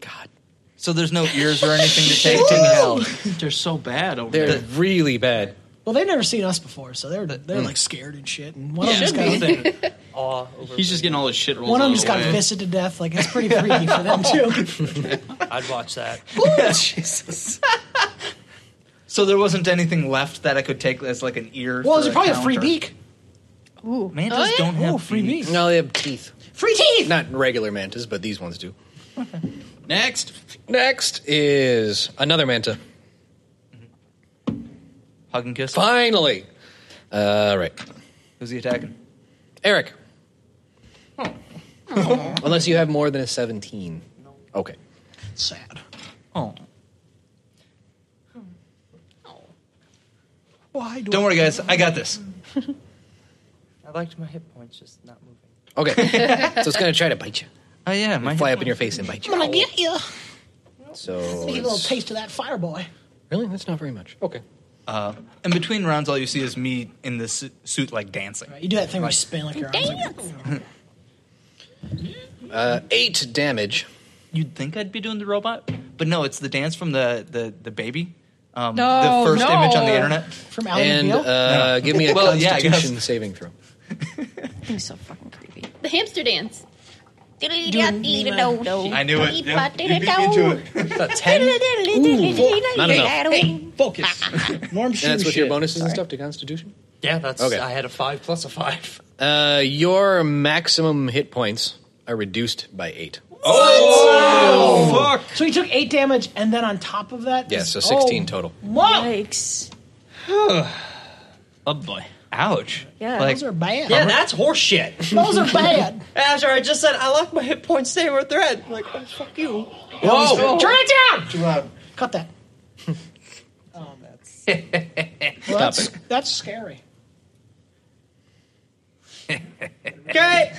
B: God,
E: So there's no ears or anything to take to hell.
I: They're so bad over
B: they're
I: there.
B: really bad.
D: Well, they've never seen us before, so they're they're like scared and shit. And one of them just got
C: He's just getting all his shit rolled.
D: *laughs* one of them just
C: out
D: got
C: of the way.
D: fisted to death. Like it's pretty freaky for
E: *laughs*
D: them too.
F: *laughs* I'd watch that.
E: Jesus. so there wasn't anything left that I could take as like an ear.
D: Well,
E: for
D: it's probably a
E: count
D: free
E: or-
D: beak.
E: Mantas
A: Oh, yeah.
E: don't have
D: Oh, free
E: beaks.
D: beak.
B: No, they have teeth.
D: Free teeth.
B: Not regular mantas, but these ones do.
C: Next,
B: Next is another manta.
E: Hug and kiss.
B: Finally. All right,
E: Who's he attacking?
B: Eric. *laughs* Unless you have more than a seventeen. Okay.
D: Sad.
E: Oh.
D: Why do
E: Don't worry, guys. I got this.
F: *laughs* I liked my hit points just not moving.
D: *laughs*
B: Okay. so it's gonna try to bite you,
E: Oh yeah, my
B: fly up in your face and bite
D: I'm gonna
B: you.
D: get you?
B: So
D: Give you a little
B: it's-
D: taste of that fire boy.
B: really, that's not very much. Okay.
E: Uh, in between rounds, all you see is me in this su- suit, like dancing.
D: Right, you do that thing where you spin like your arms. Like,
B: Uh, eight damage.
E: You'd think I'd be doing the robot, but no, it's the dance from the the the baby. Um,
G: No,
E: the first
G: no.
E: image on the internet.
D: Oh, from Ally
B: And
D: McBeal?
B: uh, give me a
E: Well, yeah, I guess.
B: Constitution saving throw.
G: He's so fucking creepy.
A: the hamster dance.
E: I knew it. Yep. You beat me to it.
B: ten. Not enough.
F: Focus.
I: Norm
B: And that's
I: shoe
B: with your
I: shit.
B: bonuses and stuff to Constitution.
F: yeah, that's.
B: Okay.
F: I had a five plus a five.
B: Uh, your maximum hit points are reduced by eight.
D: so he took eight damage, and then on top of that,
B: Oh, Yeah,
D: is-
B: so
D: oh,
B: 16 total.
D: Whoa,
G: Yikes.
C: oh boy.
E: Ouch.
G: Yeah.
E: Like,
D: those are bad.
F: Yeah, that's horseshit.
D: Those
F: *laughs*
D: are bad.
F: Asher, I just said I like my hit points. They were thread. Like, oh fuck you.
B: Whoa!
D: Turn it down.
H: *laughs*
D: Cut that.
H: Oh,
B: *laughs*
D: Well, that's, that's scary.
E: *laughs*
F: Okay.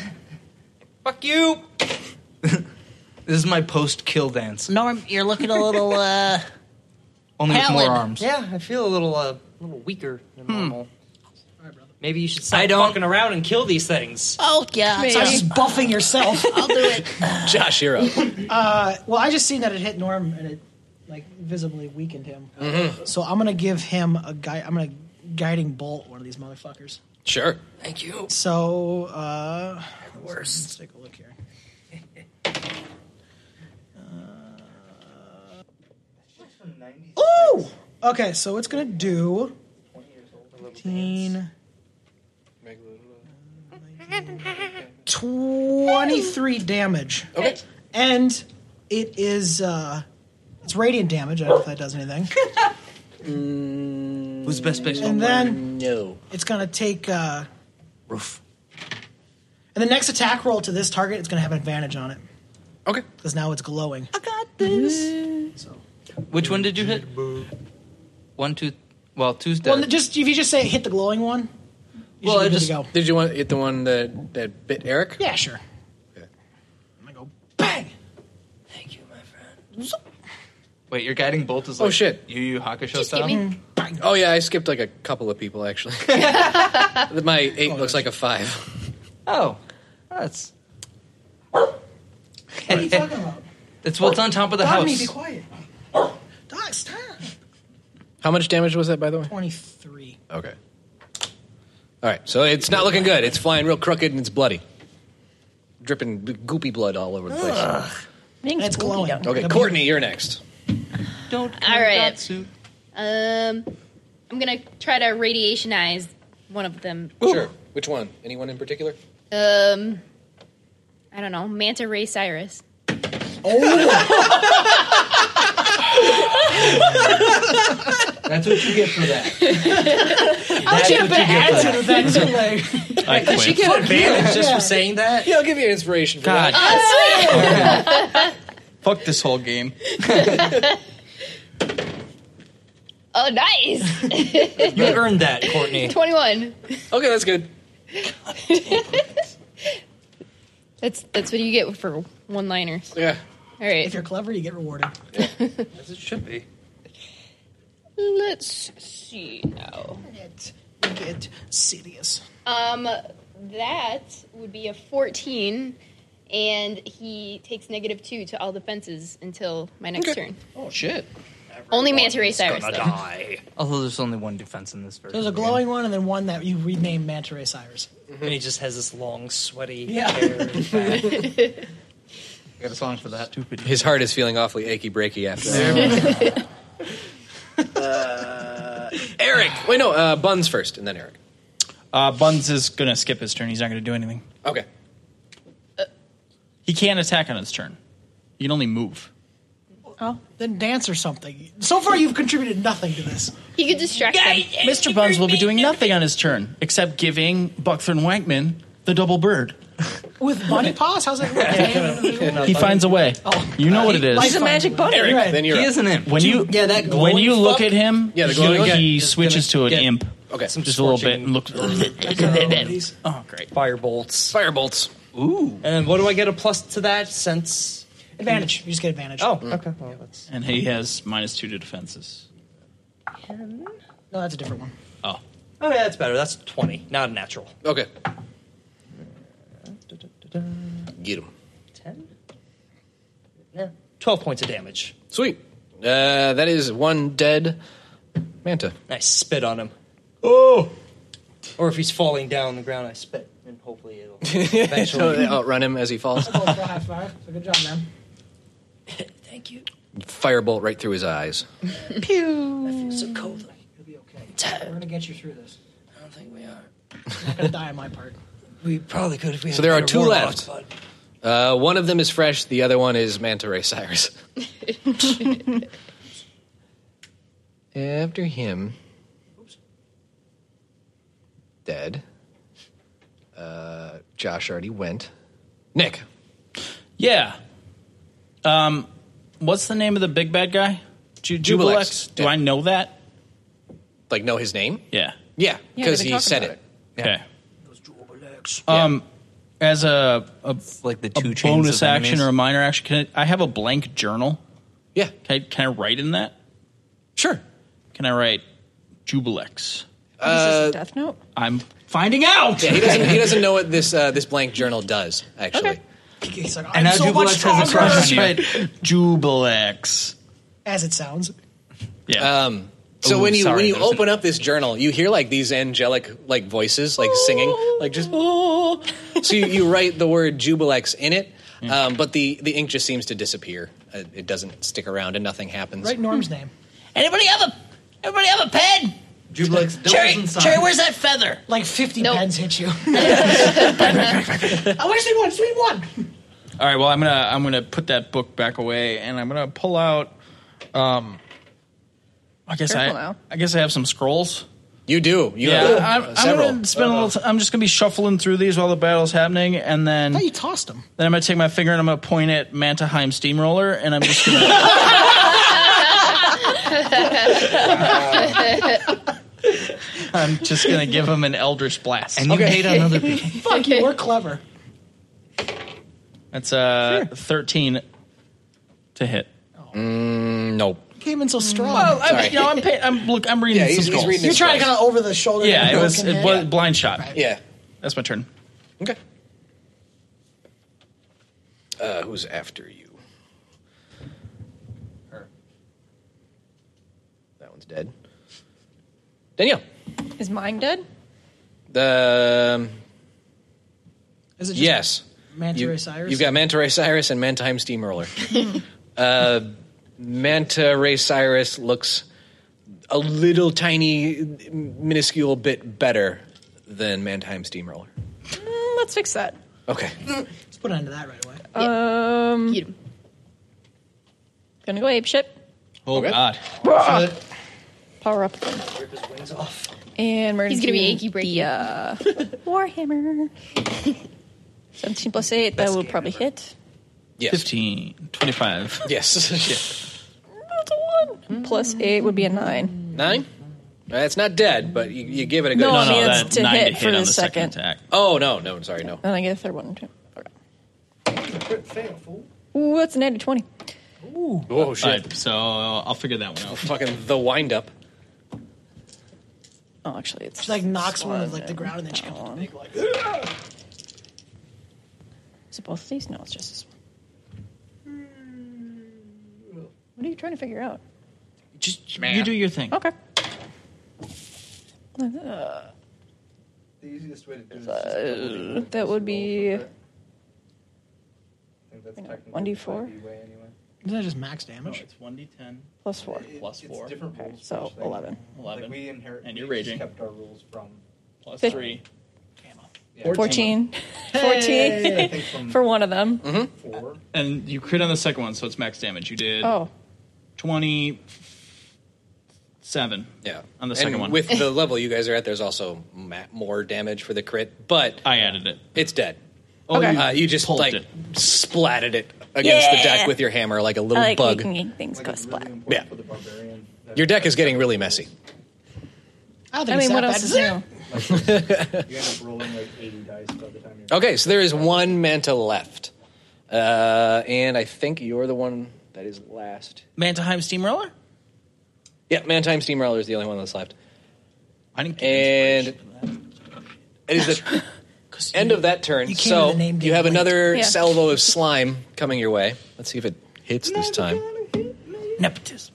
F: fuck you.
E: this is my post kill dance.
H: Norm, you're looking a little, uh,
E: Only with more
H: Helen.
E: arms.
F: Yeah, I feel a little uh, a little weaker than normal. Maybe you should stop
H: I don't-
F: fucking around and kill these things.
H: oh, yeah.
D: So just buffing yourself.
H: *laughs*
D: Uh,
H: I'll do
D: *laughs*
H: it.
B: Josh, you're up.
D: well, I just seen that it hit Norm and it like visibly weakened him.
B: Mm-hmm.
D: So I'm gonna give him a guy. I'm gonna guiding bolt one of these motherfuckers.
B: Sure.
F: Thank you.
D: So, uh, let's take a look here. Uh, ooh! Okay, so it's gonna do 15, 23 damage.
B: Okay.
D: And it is, uh, it's radiant damage. I don't know if that does anything.
E: Who's the best baseball
D: And
E: player?
D: then
B: No.
D: it's gonna take, uh,
E: Roof.
D: and the next attack roll to this target, it's gonna have an advantage on it.
B: Okay. Mm-hmm.
D: Because now it's glowing.
E: Which one did you hit? One, two. Well, two's dead.
D: Well, just if you just say hit the glowing one, You
B: well,
D: should
B: I
D: be
B: just
D: good to go.
B: did you want to hit the one that that bit Eric?
D: Yeah, sure. I'm gonna go bang.
F: Thank you, my friend.
E: Wait, your guiding bolt is
B: Oh,
E: like
B: shit.
E: Yu Yu Hakusho
A: Just
E: style. Mm-hmm.
A: give me.
B: Oh yeah, I skipped like a couple of people actually. My eight looks like a five.
E: Oh, that's
D: What are you talking about?
E: that's what's on top of the
D: Dog me, be
E: house.
D: quiet. Dog, stop.
B: How much damage was that, by the way?
D: Twenty-three.
B: Okay. All right, so it's not looking good. It's flying real crooked and it's bloody, dripping b- goopy blood all over the place.
G: Things
D: It's
G: will be
D: glowing.
G: done.
B: Okay,
D: That'd be-
B: Courtney, you're next.
H: Don't.
A: All right.
H: Datsu.
A: Um, I'm gonna try to radiationize one of them.
B: Sure. Which one? Anyone in particular?
A: Um, I don't know, Manta Ray Cyrus.
D: Oh!
F: That's what you get
B: *laughs*
F: for that.
D: I'll chip an attitude with that too. Like,
C: I quit.
F: She get advantage just for saying that.
B: Yeah, I'll give you an inspiration for
C: God.
B: that.
I: Fuck this whole game.
A: *laughs* Oh,
D: *laughs*
A: nice! *laughs*
F: You earned that, Courtney.
A: Twenty-one.
B: Okay, that's good.
A: That's that's what you get for one-liners.
B: Yeah.
A: All
D: if
A: right,
D: you're clever, you get rewarded.
A: *laughs*
E: As it should be.
A: let's see now.
D: Get, get serious.
A: Um, that would be a fourteen, and he takes negative two to all defenses until my next turn.
I: Oh shit.
A: Only Manta Ray Cyrus. Though.
E: *laughs*
F: die.
E: Although there's only one defense in this version.
D: There's a glowing one, and then one that you renamed Manta Ray Cyrus.
F: And he just has this long, sweaty
D: Yeah.
F: hair. in his back.
E: I got a song for that. Stupid.
B: His heart is feeling awfully achy breaky after that. *laughs* Uh, Eric! Wait, no, uh, Buns first, and then Eric.
C: Uh, Buns is going to skip his turn. He's not going to do anything.
B: Okay.
C: He can't attack on his turn. He can only move.
G: Oh.
D: Then dance or something. So far, you've contributed nothing to this.
A: He could distract them.
C: Mr. Buns will be doing nothing on his turn except giving Buckthorn Wankman the double bird.
D: With
G: *laughs*
D: bunny paws, how's that? work?
C: He finds a way. You know what it
D: Like-
C: is.
G: He's a magic bunny.
B: Oh, Eric,
D: Right.
B: then you're
E: He
B: up.
E: is an imp.
C: When you
F: Yeah, that
C: when you
F: glowing
C: look
F: fuck
C: at him,
B: Yeah, the glowing
C: he,
B: guy
C: he
B: is
C: switches to
F: gonna
C: an
F: get
C: imp
B: Okay. Some
C: just a little bit and looks. *laughs* oh, great.
F: Fire bolts.
B: fire bolts.
F: And what do I get a plus to that since?
D: advantage. You just get advantage.
F: Oh,
B: Mm.
F: okay. Well, that's
C: And he has minus two to defenses.
D: no, that's a different one.
C: Oh.
F: oh yeah, that's better. That's twenty, not a natural.
B: Okay. Get him.
F: Ten. Yeah. Twelve points of damage.
B: Sweet. Uh, that is one dead manta.
F: I
B: *laughs*
F: spit on him. Oh. Or if he's falling down on the ground, I spit, and hopefully it'll
B: So
F: eventually.
B: they outrun him as he falls.
D: Go for a high five. So good job, man.
F: *laughs* Thank you.
B: Firebolt right through his eyes.
F: I feel so cold.
D: You'll be okay. We're gonna get you through this.
F: I don't think we are.
D: You're not gonna die on
F: *laughs*
D: my part.
F: *laughs* We probably could if we.
B: So
F: had
B: there are
F: better
B: two
F: warlock,
B: left.
F: but-
B: Uh, one of them is fresh. The other one is Manta Ray Cyrus. After him, dead. Uh, Josh already went. Nick,
C: Yeah. Um, what's the name of the big bad guy? Ju-
B: Jubilex.
C: Jubilex. Do
B: Yeah.
C: I know that?
B: like, know his name?
C: Yeah.
G: Yeah,
B: Yeah, because
G: we've been
B: he
G: talking
B: said it.
G: about
C: Okay. Um, as a, a,
E: Like the
C: a
E: two chains
C: bonus
E: of
C: action
E: enemies.
C: or a minor action, can I, I have a blank journal?
B: Yeah,
C: Can I, can I write in that?
B: sure.
C: Can I write Jubilex?
G: Is
E: Uh,
G: this a death note?
C: I'm finding out.
B: Yeah, he doesn't. he doesn't know what this uh, this blank journal does. Actually,
D: He's like,
E: And
D: I'm
E: now
D: so
E: Jubilex
D: much
E: has a
D: stronger.
E: crush on you.
C: Jubilex.
D: As it sounds.
C: Yeah.
B: Um, so
C: Ooh,
B: when you
C: sorry,
B: when you
C: there's an-
B: open up this journal, you hear like these angelic like voices like singing, like just *laughs* oh. so you, you write the word Jubilex in it, um, but the the ink just seems to disappear. Uh, It doesn't stick around and nothing happens.
D: Write Norm's name.
H: Anybody have a? Everybody have a pen?
E: Jubilex
H: Cherry,
E: doesn't
H: Cherry, where's that feather?
D: Like 50
A: Nope.
D: pens hit
H: *laughs*
D: you. I wish they won. Sweet one.
C: All right. Well, I'm gonna I'm gonna put that book back away, and I'm gonna pull out. Um, I guess I
G: Careful now.
C: I guess I have some scrolls.
B: You do. You have,
C: Yeah,
B: uh,
C: I'm, I'm
B: several.
C: gonna spend a little. T- I'm just gonna be shuffling through these while the battle's happening, and then
D: I thought you tossed him.
C: then I'm gonna take my finger and I'm gonna point at Mantaheim Steamroller, and I'm just gonna. I'm just gonna give him an Eldritch Blast.
E: And you
B: Okay.
E: hate on
D: *laughs*
E: other people.
D: *laughs* Fuck you, we're clever.
C: That's uh, 13 to hit.
B: Nope.
D: Came in so strong.
C: Oh,
B: Sorry.
C: I'm, you know, I'm, pay- I'm look, I'm reading
B: Yeah,
C: some
B: he's- he's
C: scrolls.
B: reading
D: You're trying to kind of over the shoulder.
C: yeah, it was
D: Broken
C: it
D: head.
C: was blind shot.
B: Yeah.
C: That's my turn.
B: Okay. Uh, who's after you? Her. That one's dead. Danielle.
G: Is mine dead?
B: The um,
D: Is it just
B: yes.
D: Manta
B: You,
D: Ray Cyrus?
B: have got Manta Ray Cyrus and Mantime
D: *laughs*
B: Steamroller. uh, Manta Ray Cyrus looks a little tiny, minuscule bit better than Mantime Steamroller.
G: Mm, let's fix that.
B: Okay.
D: Let's put an end to that right away.
G: Um,
A: Eat 'em.
G: gonna go ape shit.
C: Oh God.
G: Power up again. And we're
A: He's gonna
G: gonna
A: be
G: do
A: achy breaky.
G: the, *laughs* uh, *laughs* Warhammer. 17 plus 8, that will probably hit.
B: Yes.
C: 15, 25. *laughs*
B: Yes.
G: That's a 1. Plus 8 would be a 9.
B: Nine. Uh, it's not dead, but you, you give it a good.
G: No,
C: No,
G: I
C: no,
G: mean,
C: that
G: it's to
C: nine
G: hit
C: to
G: for
C: hit on
G: the
C: the second,
G: second.
C: attack.
B: Oh no, no, I'm sorry, no.
G: And I get a third one, too. Okay. Ooh, that's an 80 20.
B: Oh shit!
C: All right, so I'll figure that one out.
B: Fucking the wind up.
G: Oh, actually, it's.
D: She like knocks
G: this
D: one of like the
G: and
D: ground and then she
G: that
D: comes
G: one.
D: big like.
G: *gasps* Is it both of these? No, it's just this one.
D: Hmm.
G: What are you trying to figure out?
H: Just you do your thing.
G: Okay.
D: Uh,
E: The easiest way to do this.
G: That would be.
E: Is
G: Hang on, 1d4
D: Isn't that just max damage?
I: It's 1d10
G: plus 4.
I: Plus it's four.
E: different
G: Okay, so 11.
I: 11
E: inherit,
I: And you're we just raging.
E: kept our rules from.
I: plus
G: Fif-
I: 3.
G: 14. 14 *laughs* for one of them.
E: four.
I: And you crit on the second one, so it's max damage. You did
G: Oh,
I: 27.
B: Yeah.
I: On the second
B: and
I: one.
B: With
I: *laughs*
C: *laughs*
B: the level you guys are at, there's also ma- more damage for the crit, but
I: I added it.
B: it's dead.
I: Oh,
G: Okay.
I: you,
B: Uh, you just
I: pulped
B: like
I: it.
B: splatted it against the
G: Yeah.
B: deck with your hammer like a
G: I
B: little
G: like
B: bug.
G: making things go splat.
B: Yeah.
E: For the barbarian. that-
B: Your deck is getting really messy.
D: I don't
G: I
D: think it's
G: mean,
D: that
G: what
D: bad.
G: else is new?
E: You end up rolling like 80 dice by the time you're.
B: Okay, so there is one manta left, uh, and I think you're the one that is last.
H: Mantaheim Steamroller?
B: Yeah, Mantime Steamroller is the only one that's left.
I: I didn't
B: And it is the end of that turn.
D: You came
B: so
D: to the name
B: you have
D: game late.
B: another
G: Yeah.
B: salvo of slime coming your way. Let's see if it hits this time.
H: Nepotism.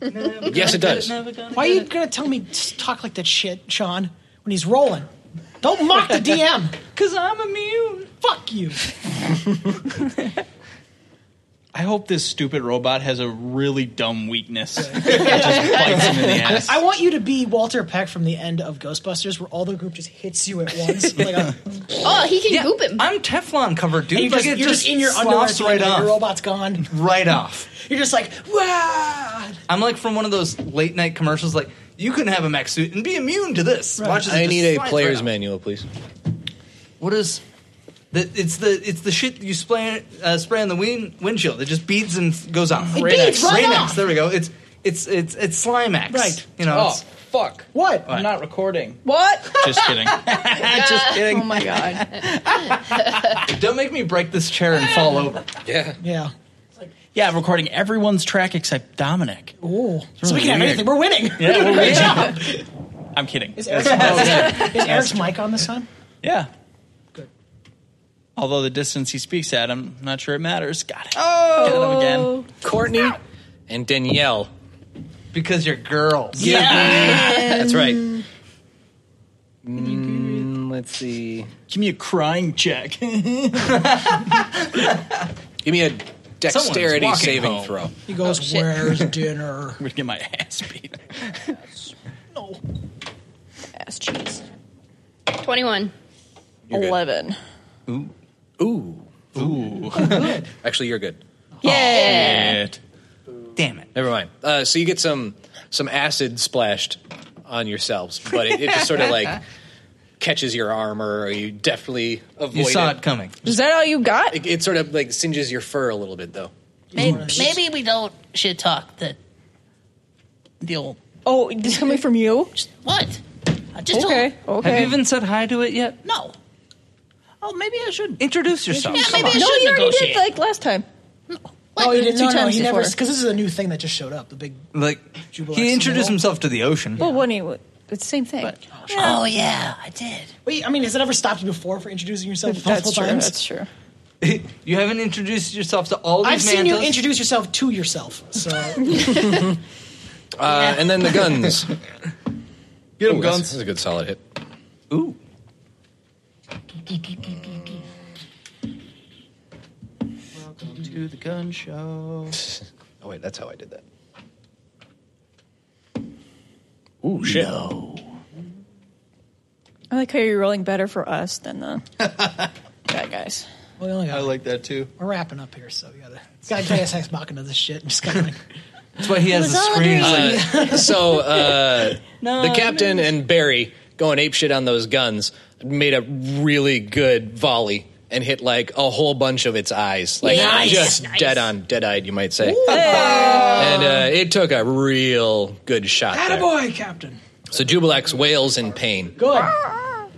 B: Yes, it does.
D: Why are you gonna tell me to talk like that shit, Sean? When he's rolling, don't mock the DM. Cause I'm immune. Fuck you.
I: I hope this stupid robot has a really dumb weakness. that just bites him in the ass.
D: I want you to be Walter Peck from the end of Ghostbusters, where all the group just hits you at once. like a,
A: Oh, he can goop him.
E: I'm Teflon covered, dude.
D: you're just,
E: Like, it
D: you're just in your underwear. at
E: sloughs
D: the
E: right
D: end and Your
E: off.
D: robot's gone.
E: Right off.
D: You're just like, wow.
E: I'm like from one of those late night commercials. Like you couldn't have a mech suit and be immune to this. Watch this
B: I
E: just
B: need a
E: slide
B: player's
E: right out.
B: manual, please.
E: What is? The, it's the it's the shit you spray uh, spray on the win, windshield. It just beads and f- goes off. It
D: beads right off!
E: There we go. It's it's it's it's Slimex.
D: Right.
E: You know.
I: Oh,
E: it's-
I: fuck.
D: What?
I: I'm not recording. *laughs*
G: What?
C: Just
G: *laughs*
C: kidding.
E: just
G: Oh
E: kidding.
G: my god.
E: Don't make me break this chair and fall over.
B: Yeah.
D: Yeah.
C: Yeah, I'm recording everyone's track except Dominic.
D: Ooh. so we can have
C: weird.
D: anything. We're winning. we're doing a great job.
C: I'm kidding.
D: Is Eric's, is Eric's mic on this time?
C: Yeah. Although the distance he speaks at, I'm not sure it matters. Got it.
E: Oh,
C: Got him again.
B: Courtney and Danielle.
E: because you're girls.
B: That's right. Mm, let's see.
C: Give me a crying check.
B: Give me a *laughs* dexterity
E: walking
B: saving
E: home.
B: throw.
D: He
C: Oh, *laughs*
D: goes, where's dinner?
C: would get my ass beat.
G: Ass cheese.
A: 21.
B: You're good.
G: 11.
B: Ooh. Ooh. *laughs* Actually, you're good. Oh,
G: Yeah.
E: Damn it.
B: Never mind. Uh, so you get some some acid splashed on yourselves, but it, it just sort of
G: *laughs*
B: like catches your armor, or you definitely avoid
E: You saw
B: it.
E: it coming.
G: Is that all you got?
B: It, it sort of like singes your fur a little bit, though.
H: Maybe, maybe we don't should talk the the old
G: Oh, this is coming from you?
H: What? I just
G: Okay,
H: Told,
G: okay.
E: Have you even said hi to it yet?
H: no. Oh, maybe I should.
E: Introduce yourself.
H: Yeah, maybe I
G: no,
H: should
G: you already
H: negotiate.
G: did like last time.
D: Oh, he did
G: Two
D: no, no,
G: times
D: he never.
G: before.
D: Because this is a new thing that just showed up. The big.
E: Like
D: Jubilex
E: he introduced
D: symbol.
E: himself to the ocean.
G: Well, when he w- it's the same thing.
H: Oh yeah, I did.
D: Wait, I mean, has it ever stopped you before for introducing yourself multiple
G: that's true.
D: times?
G: That's true.
E: *laughs* you haven't introduced yourself to all these
D: I've seen you
E: mantas.
D: introduce yourself to yourself. So
B: Uh, and then the
G: *laughs*
B: guns. Ooh,
E: Get him,
B: that's,
E: guns.
B: that's a good solid hit.
E: Ooh.
H: Welcome to the gun
D: *laughs*
H: show.
B: Oh wait, that's how I did that. Ooh shit!
G: I like how you're rolling better for us than the bad guys. *laughs*
D: we only
I: I
D: got,
I: like that too.
D: we're wrapping up here, so we gotta gotta Deus Ex Machina this shit. and just kind of like,
E: That's why he has the screen. He's like,
B: *laughs* So uh, the captain and Barry going ape shit on those guns made a really good volley and hit like a whole bunch of its eyes, like
H: Nice.
B: just
A: Nice.
B: dead on, dead eyed, you might say. *laughs* And uh, it took a real good shot. there.
D: attaboy, Captain.
B: So Jubilex wails in pain.
D: Good.
B: I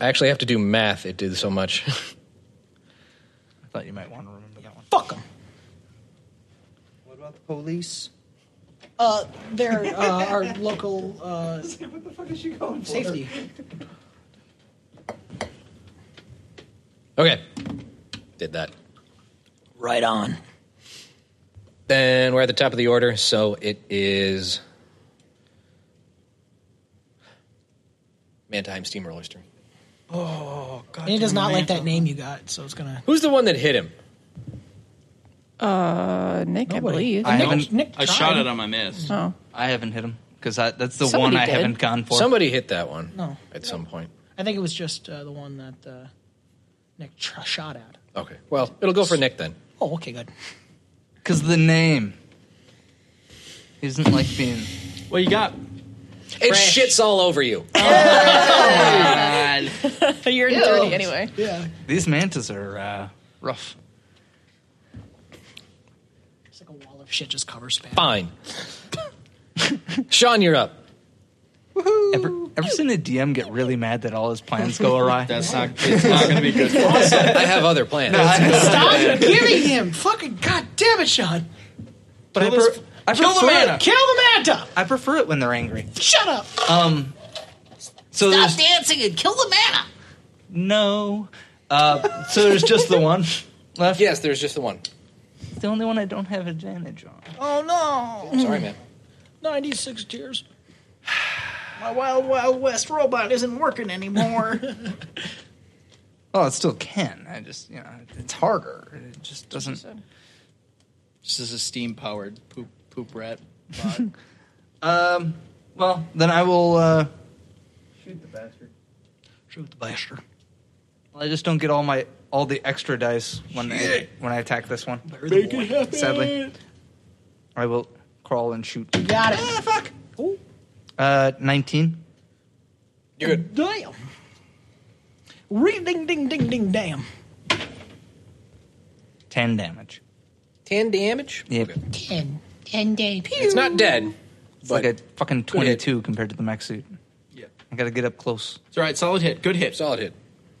B: actually have to do math. It did so much. *laughs*
E: I thought you might want to remember that one.
D: Fuck them.
F: What about the police?
D: Uh, they're uh, our local uh,
F: What the fuck is she going for?
D: safety.
B: Okay, did that.
H: Right on.
B: Then we're at the top of the order, so it is Manheim Steamroller's turn.
I: Oh,
D: And he does not like that name you got, so it's gonna.
B: Who's the one that hit him?
G: Uh, Nick, I
D: Nobody.
G: believe.
E: I haven't.
D: Nick, Nick
I: I
D: tried.
I: shot it on my miss.
G: oh,
E: I haven't hit him because that's the
G: Somebody
E: one I
G: did.
E: haven't gone for.
B: Somebody hit that one.
D: No.
B: At some point.
D: I think it was just uh, the one that uh, Nick tr- shot at.
B: Okay. Well, it'll go for Nick then.
D: Oh, okay, good.
E: Because the name. He doesn't like being.
I: Well, you got
B: It shits all over you.
E: Oh
G: *laughs* you're dirty anyway.
D: Yeah.
E: These mantas are uh, rough.
D: It's like a wall of shit just covers spam.
B: Fine. Sean, you're up.
E: Ever, ever seen a DM get really mad that all his plans go *laughs* awry?
I: that's not. It's not going to be
B: *laughs*
I: good. For us.
B: I have other plans.
D: *laughs* *laughs* Stop giving him! Fucking goddamn it, Sean!
E: but I,
I: this-
E: pre- I
D: Kill the
E: prefer
D: man!
E: it.
D: Kill the manta!
E: I prefer it when they're angry. Um,
D: Shut up!
E: So
H: Stop
E: there's
H: dancing and kill the mana.
E: no. Uh, so there's just the one left.
B: yes, there's just the one.
E: It's the only one I don't have advantage on.
D: Oh,
B: Sorry, man.
D: 96 tears. *sighs* My Wild Wild West robot isn't working *laughs* anymore.
E: Oh, it still can. I just you know it's harder. It just doesn't.
I: This is a steam powered poop poop rat. bot.
E: *laughs* Um. Well, then I will. Uh, Shoot the bastard.
D: Shoot the bastard.
E: I just don't get all my all the extra dice when I, when I attack this one.
D: Make it happen.
E: Sadly, I will crawl and shoot.
D: Got it. Ah, fuck.
E: Uh, nineteen.
B: You're good.
D: Damn. Re ding ding ding ding damn. *laughs*
E: 10 damage.
B: Ten damage?
E: Yep.
D: Ten.
B: It's not dead.
E: It's like a fucking
B: Good hit.
E: 22 compared to the mech suit.
I: yeah.
E: I gotta get up close.
I: It's all right. Solid hit. Good hit.
B: Solid hit.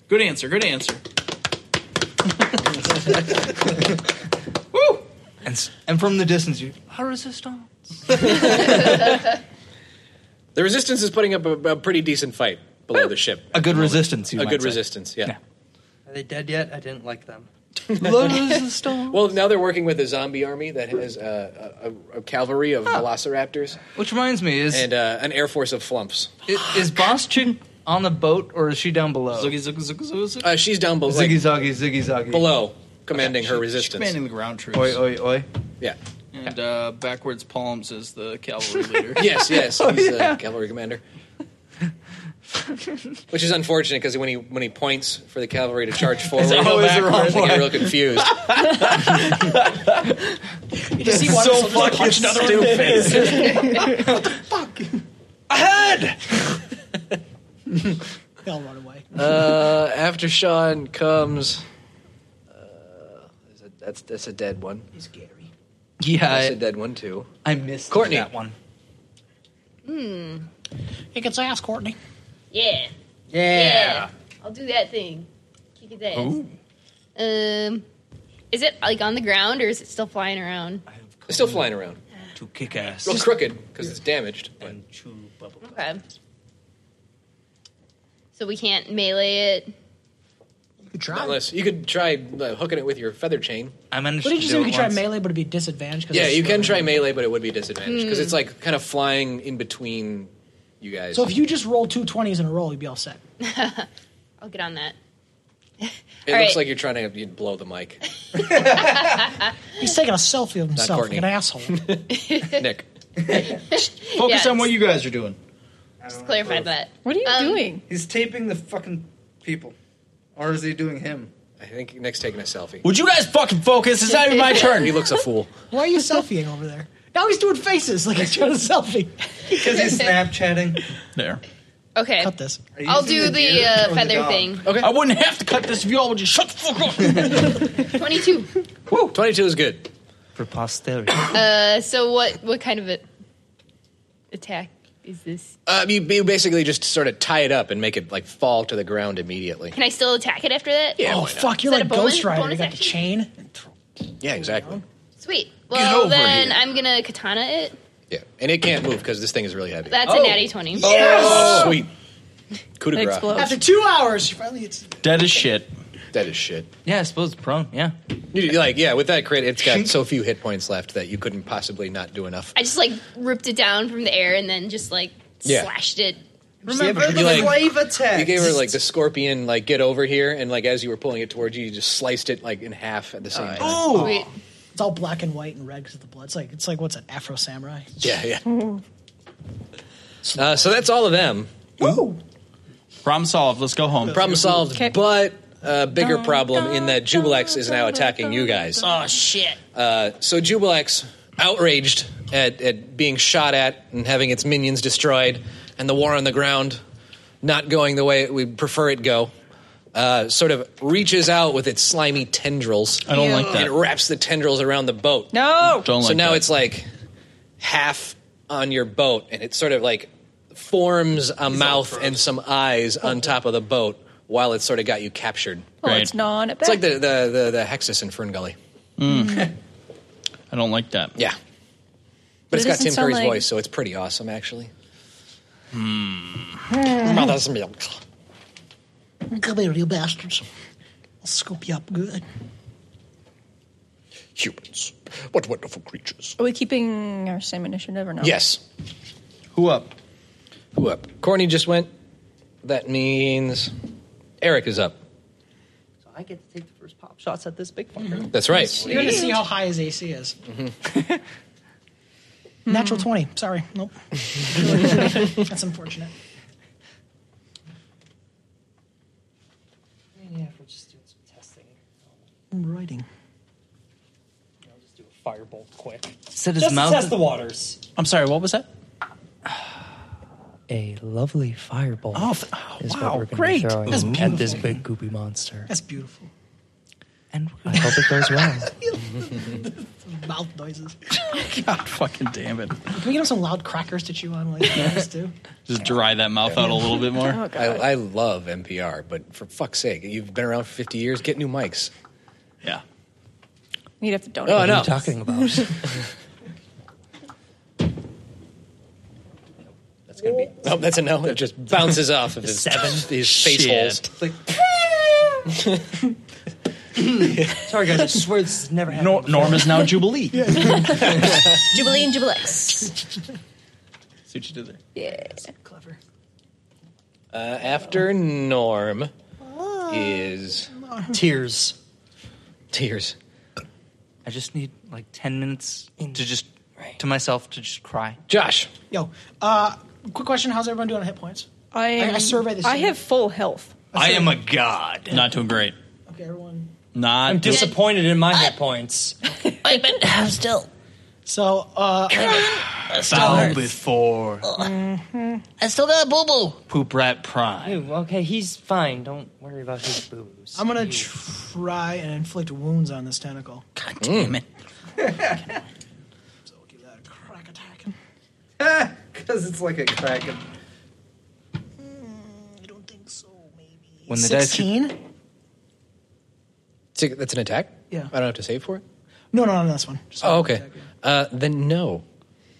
I: Good answer. Good answer.
E: And, s- and from the distance, you. I resist all.
B: The resistance is putting up a, a pretty decent fight below the ship.
E: A good resistance, you
B: A
E: might
B: good
E: say.
B: resistance, yeah.
E: Yeah.
F: Are they dead yet? I didn't like them.
E: resistance.
B: Well, now they're working with a zombie army that has uh, a, a, a cavalry of velociraptors
E: Which reminds me, is,
B: and uh, an air force of flumps.
E: i- is Boss Chick on the boat or is she down below?
I: Zoogie, zoogie, zoogie, zoogie, zoogie.
B: Uh, she's down below,
E: Ziggy
B: like,
E: zoggy, ziggy zoggy.
B: below, commanding her
I: She's
B: resistance.
I: commanding the ground troops.
E: Oi, oi, *laughs* oi.
B: Yeah.
I: And uh, backwards palms is the cavalry leader.
B: *laughs* Yes,
E: *laughs*
B: yes.
E: Oh,
B: He's the cavalry commander. Which is unfortunate because when he when he points for the cavalry to
E: *laughs*
B: charge forward,
E: always the wrong
B: I get
E: one.
B: real confused.
E: *laughs*
D: You just see one so punch another
E: *laughs*
D: one. They'll run away.
B: *laughs* Uh, after Sean comes, uh, that's that's a dead one.
E: Yeah,
B: That's a
E: I,
B: dead one too.
E: I missed
B: Courtney.
E: that one.
D: Hmm. Kick its ass, Courtney.
A: *laughs* Yeah.
F: Yeah.
A: I'll do that thing. Kick his ass. Um, is it like on the ground or is it still flying around?
B: It's still flying around.
E: To kick ass.
B: Real crooked because it's damaged. But
F: And chew bubble.
A: Okay. So we can't melee it.
D: You could try.
B: unless you could try uh, hooking it with your feather chain.
E: I managed
D: What did
E: to
D: you
E: do
D: say?
E: it
D: We could try
E: once.
D: melee, but it'd be disadvantaged. 'cause
B: Yeah,
D: it's
B: you
D: slow.
B: can try melee, but it would be disadvantaged because it's like kind of flying in between you guys.
D: Hmm. So if you just roll two 20s in a roll, you'd be all set.
A: I'll get on that.
B: it
A: all
B: looks
A: right.
B: like you're trying to you'd blow the
E: *laughs*
B: mic,
D: He's taking a selfie of himself like
B: Courtney. *laughs*
D: an asshole.
B: Nick.
I: Focus
A: Yeah,
I: on what you guys are doing.
A: Just clarify that.
G: What are you
A: Um,
G: doing?
E: He's taping the fucking people. Or is he doing him?
B: I think Nick's taking a selfie.
I: Would you guys fucking focus? It's not even my turn.
B: He looks a
E: *laughs*
B: fool.
D: Why are you selfieing over there? Now he's doing faces like he's trying
E: *laughs*
D: to selfie.
E: Because he's Snapchatting.
I: *laughs*
D: *laughs*
I: There.
A: Okay.
D: Cut this.
E: Are you
A: I'll
E: using
A: do
E: deer
A: the
C: Oh,
E: or
A: uh, feather
E: dog?
A: thing.
I: I wouldn't have to cut this if you all would just shut the fuck up.
D: Oh.
A: 22.
B: Twenty-two is good.
E: For posterity.
A: Uh, so what what kind of a attack is this?
B: Uh, you, you basically just sort of tie it up and make it like fall to the ground immediately.
A: Can I still attack it after that?
B: Yeah, why
D: Oh
B: not?
D: fuck! You're
A: Is that
D: like
A: a bonus-
D: Ghost Rider. You
A: bonus
D: got the
A: action?
D: chain.
B: Yeah, exactly.
A: Sweet. Well
I: over
A: then
I: here.
A: I'm gonna katana it.
B: Yeah, and it can't move because this thing is really heavy.
A: That's a natty twenty.
B: oh, sweet. Coup de
G: It
B: grace.
G: explodes.
D: After two hours, she finally gets.
B: Oh,
I: Dead as shit.
B: That is shit.
E: yeah, I suppose it's prone. Yeah.
B: You- Like, yeah, with that crit, it's got so few hit points left that you couldn't possibly not do enough.
A: I just like ripped it down from the air and then just like
B: Yeah.
A: slashed it.
F: Remember the
B: like-
F: wave attack.
B: You gave her like the scorpion, like get over here, and like as you were pulling it towards you, you just sliced it like in half at the
D: Oh.
B: same time.
A: Sweet.
D: It's all black and white and red because of the blood. It's like it's like what's an Afro samurai.
B: Yeah,
D: *laughs*
B: yeah. Uh, so that's all of them.
D: Woo!
I: Problem solved. Let's go home.
B: Problem solved,
G: Okay.
B: but uh, bigger problem in that Jubilex is now attacking you guys.
G: Oh shit!
B: Uh, So Jubilex, outraged at, at being shot at and having its minions destroyed, and the war on the ground not going the way we prefer it go, uh, sort of reaches out with its slimy tendrils.
I: I don't like
B: And it
I: that.
B: wraps the tendrils around the boat.
G: No.
I: Don't like
B: so now
I: that.
B: it's like half on your boat, and it sort of like forms a mouth and some eyes on top of the boat while it's sort of got you captured.
G: Oh. Well,
I: Great.
G: it's not. At
B: It's like the the the, the Hexus in Ferngully.
D: Mm.
I: *laughs* I don't like that.
B: Yeah.
G: But
B: But,
G: it
B: it's got
G: doesn't
B: Tim
G: sound
B: Curry's
G: like-
B: voice, so it's pretty awesome, actually.
D: Uh-huh.
B: Hmm. Mother's milk.
D: Come here, you bastards! I'll scoop you up good.
B: Humans. What wonderful creatures.
G: Are we keeping our same initiative or not?
B: Yes.
I: Who up?
B: Who up? Corny just went. That means Eric is up.
F: *laughs* So I get to take the first pop shots at this big fucker.
B: That's right.
D: You're gonna see how high his AC is. Mm-hmm. *laughs* Natural twenty. Sorry, nope. That's unfortunate.
F: Yeah, if we're just doing some testing,
D: I'm writing.
F: I'll just do a firebolt quick.
E: Set his
F: Just to
E: mouth.
F: test the waters.
I: I'm sorry. What was that?
J: A lovely fireball
I: Oh, th- oh,
J: is
I: wow,
J: what we're going
I: great.
J: to be throwing
I: That's
J: at this big goopy monster.
D: That's beautiful.
E: and we're
J: I hope it goes
D: *laughs*
J: well.
D: Mouth noises.
I: God fucking damn it.
D: Can we get him some loud crackers to chew on like this too?
I: Just dry that mouth out a little bit
G: Oh,
I: more.
B: I, I love NPR, but for fuck's sake, you've been around for 50 years. Get new mics.
I: Yeah.
G: You'd have to donate.
B: Oh,
J: What are
B: no.
J: you talking about?
B: That's going to be. Nope, Oh, that's a no. It just bounces off
I: *laughs*
B: of his, *laughs* his face
I: Shit.
B: holes.
F: *laughs* Sorry, guys. I swear this has never happened.
I: Nor- Norm is now
F: *laughs*
I: Jubilee.
G: *laughs* Jubilee and Jubilex.
I: See what you did there.
G: yeah.
D: Clever.
B: Uh, after Norm is
F: Tears.
B: tears.
E: I just need like 10 minutes to just, to myself, to just cry.
B: Josh.
D: Yo, uh, quick question: How's everyone doing on hit points?
G: I, am,
D: I survey this
G: I
D: unit.
G: have full health.
E: I am a god.
I: Not doing great.
D: Okay, everyone.
I: Not doing
F: Disappointed in my hit points.
H: Still,
D: So, uh,
E: Bow before
H: I still got a boo boo.
E: poop rat prime.
F: Ew, Mm-hmm. okay, he's fine. Don't worry about his booze.
D: I'm gonna try and inflict wounds on this tentacle.
I: God
E: *laughs*
I: damn it.
D: So we'll give that a crack attack.
E: because it's like a kraken.
B: When
E: the dice-
D: 16?
B: Sig- That's an attack?
D: Yeah.
B: I don't have to save for it?
D: No, no, no, this one.
B: oh, okay. Uh, then no.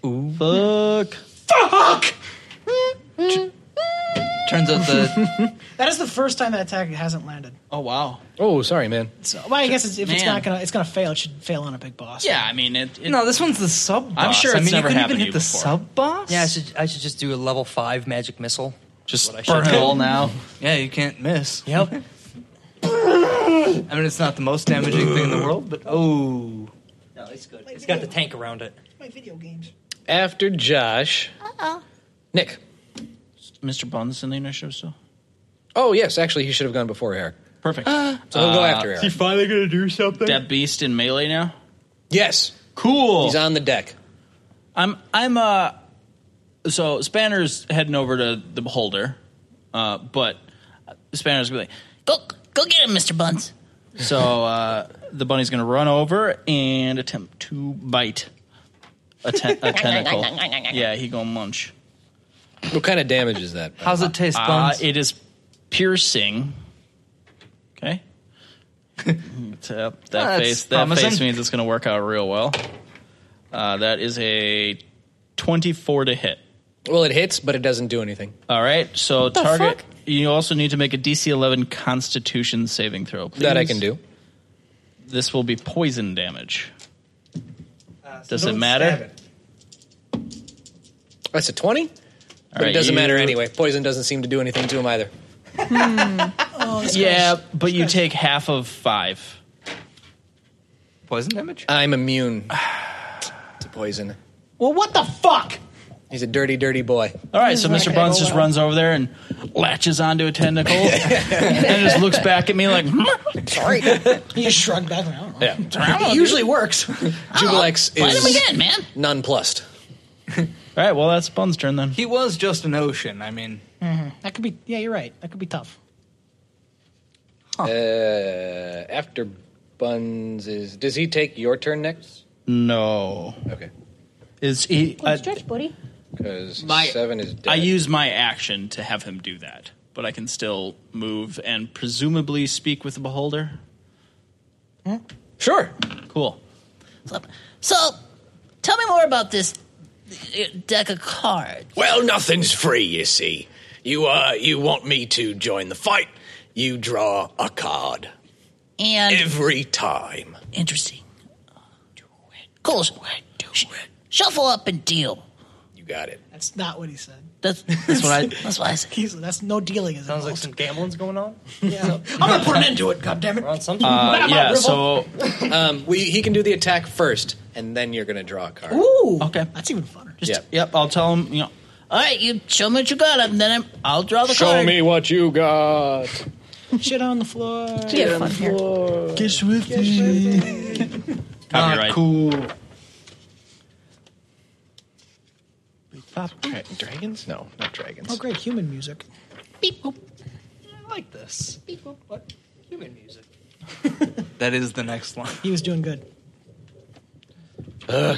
B: Ooh.
C: Fuck.
D: Fuck!
E: Turns out the.
D: That is the first time that attack hasn't landed.
C: Oh wow.
B: Oh, sorry, man.
D: So, well, I guess it's, if it's
C: Man.
D: not gonna, it's gonna fail. It should fail on a big boss.
C: Yeah, I mean, it, it-
E: No, this one's the sub.
C: I'm sure it's never
E: couldn't
C: happened to you before.
E: boss.
F: Yeah, I should, I should just do a level five magic missile.
C: Just
E: burn it all
F: *laughs*
E: now. Yeah, you can't miss. Yep. I mean, it's not the most damaging thing in the world, but oh,
F: No, it's good. It's got the tank around it.
D: My video games.
B: *laughs* After Josh. Nick.
C: Mr. Bond's in the initiative still.
B: Oh, yes. Actually, he should have gone before Eric.
C: Perfect.
B: So we'll go
C: Uh,
B: after Eric.
E: finally gonna do something.
C: That beast in melee now.
B: Yes.
C: Cool.
B: He's on the deck.
C: I'm I'm uh so Spanner's heading over to the beholder, uh, but Spanner's gonna be like,
H: Go, go get him, Mr. Buns.
C: so uh, the bunny's gonna run over and attempt to bite a, ten- a tentacle. yeah, he gonna munch.
B: What kind of damage is that?
E: How's it taste,
C: Uh,
E: Bones?
C: it is piercing. Okay. It's, uh, that
E: That's
C: face that
E: promising.
C: face means it's gonna work out real well. Uh, that is a twenty-four to hit.
B: Well, it hits, but it doesn't do anything.
C: All right. So target. You also need to make a DC 11 Constitution saving throw. Please.
B: That I can do.
C: This will be poison damage. Does it
E: Uh, don't
C: matter?
E: stab it.
B: That's a 20? But
C: All
B: it
C: right,
B: doesn't
C: you-
B: matter anyway. Poison doesn't seem to do anything to him either.
E: Hmm. Oh,
C: Yeah, but you take half of five.
E: poison damage.
B: I'm immune to poison.
D: Well, what the fuck?
B: He's a dirty, dirty boy.
C: All right, so Mr. Buns
D: go
C: just
F: uh,
D: well.
C: runs over there and latches onto a
B: *laughs*
C: tentacle and just looks back at me like, "Hmm?" *laughs*
D: *laughs* He just shrugged back. I don't know.
B: Yeah.
D: It usually works. *laughs*
B: Jubilex
H: Fight him
B: is
H: again, man.
B: nonplussed.
C: *laughs* All right, well, that's Buns' turn then.
E: He was just an ocean. I mean,
D: Mm-hmm. that could be. Yeah, you're right. That could be tough.
B: Uh, after Buns is. Does he take your turn next?
C: No.
B: Okay.
C: Is he, I,
G: Stretch, buddy.
B: Because
C: My-
B: seven is dead.
C: I use my action to have him do that, but I can still move and presumably speak with the beholder.
B: sure.
C: Cool.
H: So, tell me more about this uh, deck of cards.
B: Well, nothing's free, you see. You uh, you want me to join the fight? You draw a card
H: And
B: every time.
H: interesting. Cool. Sh- Shuffle up and deal.
B: You got it.
D: That's not what he said.
H: That's, *laughs* that's what I. That's what I said.
D: He's, that's no dealing. Is
F: Sounds like some gambling's going on.
D: *laughs* yeah. I'm gonna put an end to it. God damn it.
F: We're on something.
C: Uh, yeah. So
D: *laughs*
B: Um, we, he can do the attack first, and then you're going to draw a card.
D: Ooh.
C: Okay.
D: That's even funner.
C: just,
B: Yeah.
C: yep, I'll tell him. You know,
H: All right, you show me what you got, and then I'm, I'll draw the card.
B: what you got.
D: Shit on the floor.
G: Get fun
H: *laughs*
G: here.
C: copyright.
E: cool.
B: dragons? No, not dragons.
D: Oh, great. Human music.
E: I like this.
F: What? Human music.
E: That is the next one.
D: He was doing good.
B: Uh,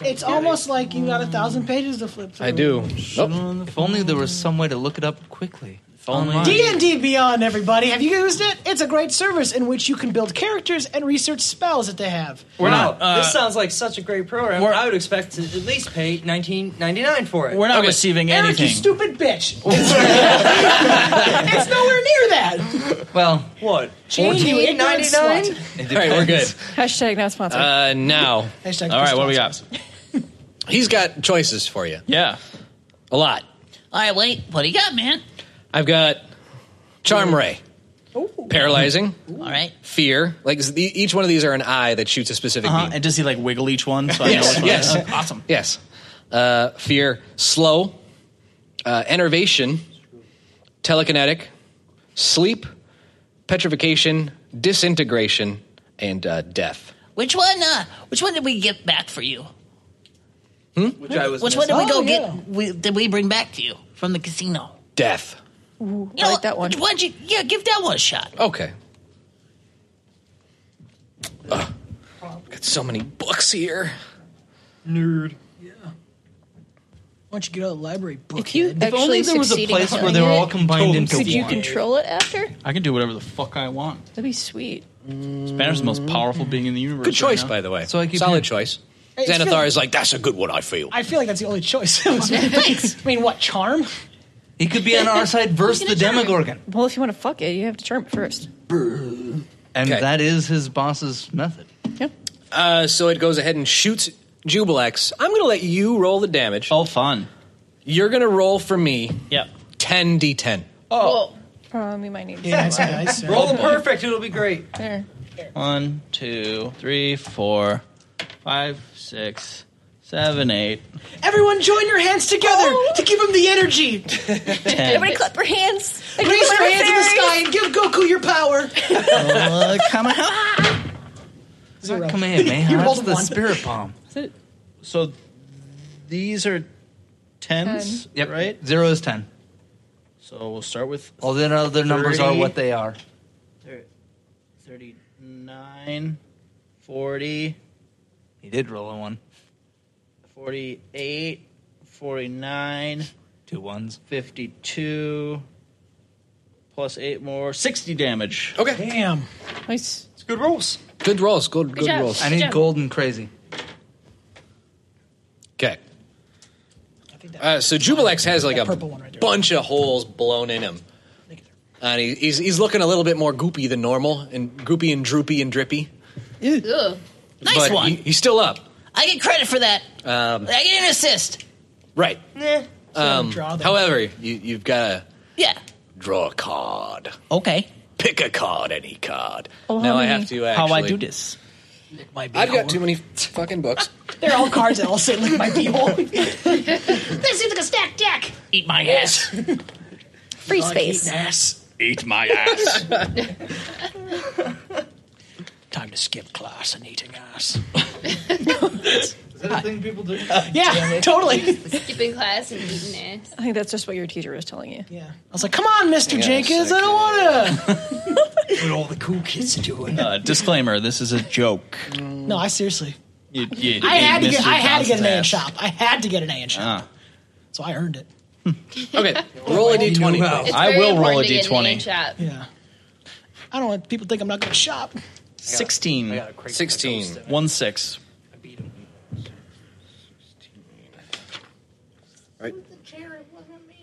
D: It's almost like you got a thousand pages to flip through.
B: I do. Oh,
E: If only there was some way to look it up quickly. If
C: only-
D: D&D Beyond, everybody. Have you used it? It's a great service in which you can build characters and research spells that they have.
F: We're not.
C: uh,
F: this sounds like such a great program. I would expect to at least pay nineteen ninety nine for it.
C: we're not
B: Okay.
C: receiving
D: Eric, you
C: anything. *laughs*
D: stupid bitch. it's nowhere near that.
E: Well,
F: what?
D: Jane, you
F: Fourteen
D: ignorant
F: ninety nine.
D: slut.
E: it
B: all right, we're good.
G: Hashtag not sponsored. *laughs*
B: Uh, now
D: Hashtag
C: All right, what do we got?
B: *laughs* he's got choices for you.
C: Yeah.
B: A lot.
H: All right, wait. What do you got, man?
B: I've got charm ray, paralyzing,
H: All right.
B: fear. Like s- e- each one of these are an eye that shoots a specific
C: Uh-huh.
B: beam.
C: And does he like wiggle each one? So I know
B: Yes,
C: which one
B: yes.
C: it is? Oh, Awesome.
B: Yes. Uh, fear, slow, uh, enervation, telekinetic, sleep, petrification, disintegration, and uh, death.
H: Which one? Uh, which one did we get back for you?
B: Hmm?
E: Which I was.
H: Which one did we go
D: Oh, yeah.
H: get? We, did we bring back to you from the casino?
B: Death.
H: You know
G: like
H: what?
G: that one.
H: Why don't you? Yeah, give that one a shot.
B: Okay. Ugh. Got so many books here.
F: Nerd.
D: Why don't you get out of the library,
G: If you
D: bookhead?
G: actually succeeded in killing it, could you
C: one.
G: control it after?
C: I can do whatever the fuck I want.
G: That'd be sweet.
C: Banner's the most powerful being in the universe.
B: Good choice,
C: right now.
B: by the way. Solid choice.
D: Hey, it's
B: Xanathar
D: still-
B: is like, that's a good one, I feel.
D: I feel like that's the
G: *laughs*
D: only choice. Thanks. I mean, what charm?
E: He could be
B: *laughs*
E: on our side versus the
G: Who's gonna charm
E: Demogorgon.
G: Well, if you want to fuck it, you have to charm it first.
E: And that is his boss's method.
B: Uh, so it goes ahead and shoots Jubilex. I'm going to let you roll the damage. Oh,
C: fun.
B: You're going to roll for me.
C: Yep.
B: 10 d10.
G: Oh. um, you might need
B: Yeah,
G: some
B: that's
G: more.
B: nice.
F: Roll the perfect. It'll be great.
G: There.
C: One, two, three, four, five, six, seven, eight,
D: Everyone, join your hands together to give him the
G: *laughs*
D: energy.
C: ten.
G: Oh. clap your hands.
D: Raise your hands in the sky and give Goku your power.
C: uh, come on.
D: *laughs* Zero.
E: Come in, man.
D: You
E: That's
D: rolled
E: the
D: one.
E: spirit bomb.
C: So these are tens,
E: Yep.
C: right?
E: Zero is ten.
C: So we'll start with
E: All the other numbers are
C: Thirty.
E: what they are.
C: thir- 39, 40,
E: He did roll a one.
C: 48, 49,
E: Two ones.
C: 52, plus eight more, 60 damage.
B: Okay.
D: Damn.
G: Nice.
E: It's good rolls.
B: Good rolls. Good, good
G: job.
B: rolls.
E: I
G: Good
E: need
G: job.
E: gold and crazy.
B: Okay. Uh, so Jubilex has like a bunch of holes blown in him, and he, he's he's looking a little bit more goopy than normal, and goopy and droopy and drippy.
G: Ugh.
H: Nice
B: but
H: one.
B: he- he's still up.
H: I get credit for that.
B: Um,
H: I get an assist.
B: right.
H: Nah.
B: Um,
D: draw them.
B: however, you, you've got to
H: Yeah.
B: draw a card.
H: Okay.
B: Pick a card, any card.
G: Oh,
B: now
G: how
B: I
G: many-
B: have to actually.
C: How I do this?
B: I've got too many fucking books.
D: *laughs* They're all cards that all say lick my beehole. this seems like a stack deck.
H: Eat my *laughs* ass.
G: Free space.
C: *laughs*
D: Ass.
I: Eat my ass.
J: Time to skip class and eating
A: *laughs*
J: ass.
E: Is that a thing people do?
D: Uh, Yeah, totally.
A: Skipping class and eating ass.
G: I think that's just what your teacher was telling you.
D: Yeah. I was like, come on, Mr. Jenkins, I don't want to.
J: What all the cool kids are doing.
C: Uh, disclaimer: This is a joke.
D: No, I seriously.
C: You, you
D: I had to
C: ate
D: get.
C: Mr.
D: I had to get
C: Johnson's
D: an A in
C: ass.
D: shop. I had to get an A in shop,
C: Ah.
D: so I earned it.
A: Hmm.
B: Okay, roll a d20.
A: It's
C: I
A: very
C: will roll
A: important
C: a
A: to get an
C: D20.
A: A shop.
D: Yeah. I don't want people to think I'm not going to shop.
C: Sixteen.
B: Sixteen.
C: One six.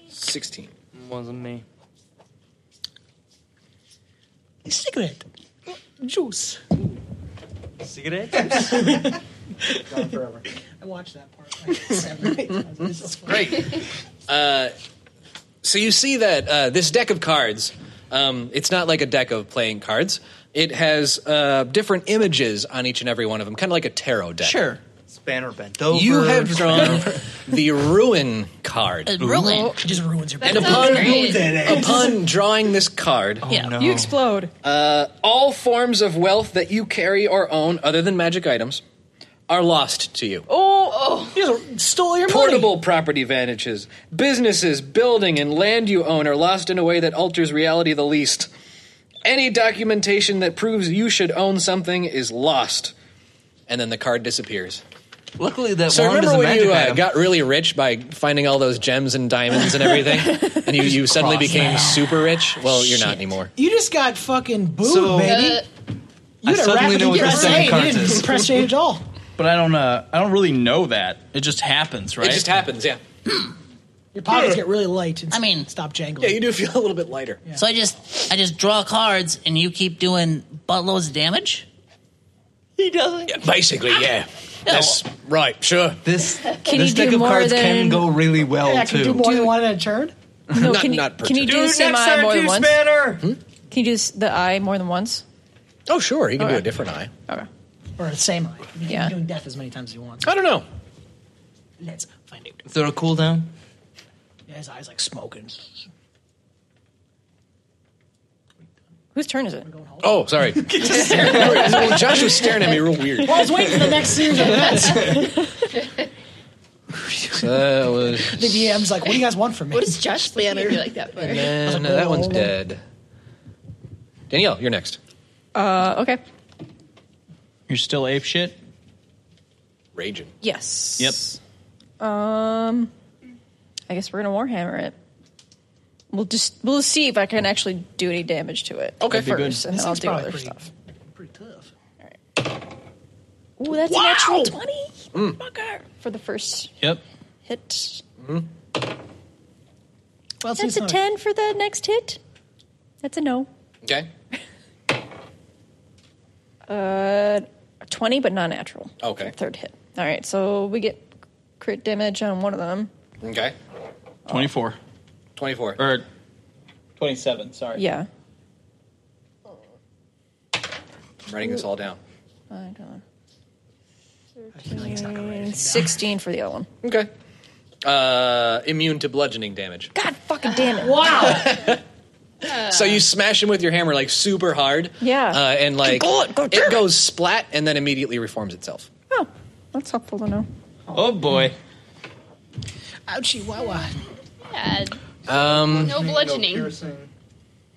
B: Sixteen.
F: Wasn't me.
D: Cigarette.
E: *laughs*
D: Juice.
F: Cigarette?
D: *laughs* Gone forever. I watched that part. Like seven, eight times. It's just funny.
B: Great. Uh, so you see that uh, this deck of cards, um, it's not like a deck of playing cards. It has uh, different images on each and every one of them, kind of like a tarot deck.
C: Sure.
E: Spanner bent over.
B: You have drawn the ruin card.
H: Uh, Ruin.
D: It just ruins eh? your.
A: That
B: And
A: sounds
B: upon,
A: great.
G: Oh,
B: upon drawing this card,
H: yeah.
E: Oh,
G: You explode.
B: Uh, all forms of wealth that you carry or own, other than magic items, are lost to you.
G: Oh,
D: You just stole your money.
B: Portable property vanishes. Businesses, building, and land you own are lost in a way that alters reality the least. Any documentation that proves you should own something is lost. And then the card disappears.
E: Luckily, that
B: So
E: wand is
B: remember
E: a
B: when
E: magic
B: you uh,
E: item.
B: got really rich by finding all those gems and diamonds
G: *laughs*
B: and everything, and you, you suddenly became super rich? Well, you're not anymore.
D: You just got fucking booed,
E: So-
A: Uh,
D: baby.
E: I
D: You had a
E: suddenly know
D: rapidly
E: what the
D: press
E: second
D: A. You
E: card
D: didn't
E: is.
D: press A at all.
C: But I don't. Uh, I don't really know that. It just happens, right?
B: It just happens, yeah.
D: Your pockets get really light. And
H: I mean-
D: stop jangling.
B: Yeah, you do feel a little bit lighter.
H: So I just I just draw cards and you keep doing buttloads of damage.
G: he doesn't.
B: Basically, yeah. That's right, sure.
E: this.
G: Can
E: this
G: you do
E: deck of
G: more
E: cards
G: than-
E: can go really well
D: yeah, I
E: too.
D: can
E: *laughs*
D: do more than one at a turn.
G: *laughs* No,
B: Not-
G: can you,
B: not per
G: can you
B: turn.
G: do
B: Hmm?
F: Dude,
G: the
F: next
G: same eye
F: time,
G: more than
F: do
G: once?
F: Spanner.
G: Can you do s- the eye more than once?
B: Oh, sure, you can do
G: Okay.
B: a different eye.
G: Okay.
D: Or the same eye.
G: Yeah.
D: You yeah. doing death as many times as you want.
B: I don't know.
D: Let's find out.
E: Is there a cooldown?
D: Yeah, his eyes like smoking.
G: Whose turn is
B: *laughs*
G: it? *laughs*
B: Oh, sorry. No, Josh was staring at me real weird.
D: I was waiting for the next series of
B: *laughs*
D: events.
B: That was.
D: *laughs* The DM's like, what do you guys want from me?
A: What is Josh Spanner? You like that for?
B: And
E: uh,
B: that one's dead. Danielle, you're next.
G: Uh, okay.
C: You're still ape shit.
B: Raging.
G: Yes.
C: Yep.
G: Um. I guess we're gonna warhammer it. We'll just we'll see if I can actually do any damage to it.
D: Okay,
G: first, and
D: This
G: then I'll
D: thing's
G: do
D: probably
G: other
D: pretty-
G: stuff.
D: Pretty tough.
G: Ooh, that's
D: Wow!
G: an actual twenty, fucker, for the first
C: Yep.
G: hit.
D: Well, it's-
G: that's
D: it's
G: a
D: not a-
G: ten for the next hit. That's a no.
B: Okay.
G: Uh, twenty, but not natural.
B: Okay.
G: Third hit. All right, so we get crit damage on one of them.
B: Okay.
C: 24.
B: 24.
C: Or 27, sorry.
G: Yeah.
B: I'm writing this all down.
G: I don't. know. Sixteen for the other one.
B: Okay. Uh, immune to bludgeoning damage.
G: God fucking damn it!
D: Wow.
B: So you smash him with your hammer like super hard.
G: Yeah.
B: Uh, and like
G: God, God damn
B: it
G: it.
B: goes splat and then immediately reforms itself.
G: Oh, that's helpful to know.
C: Oh boy.
D: *laughs* Ouchie, wow, wow.
A: Yeah,
E: Mm-hmm.
B: Um,
A: no bludgeoning.
E: No piercing,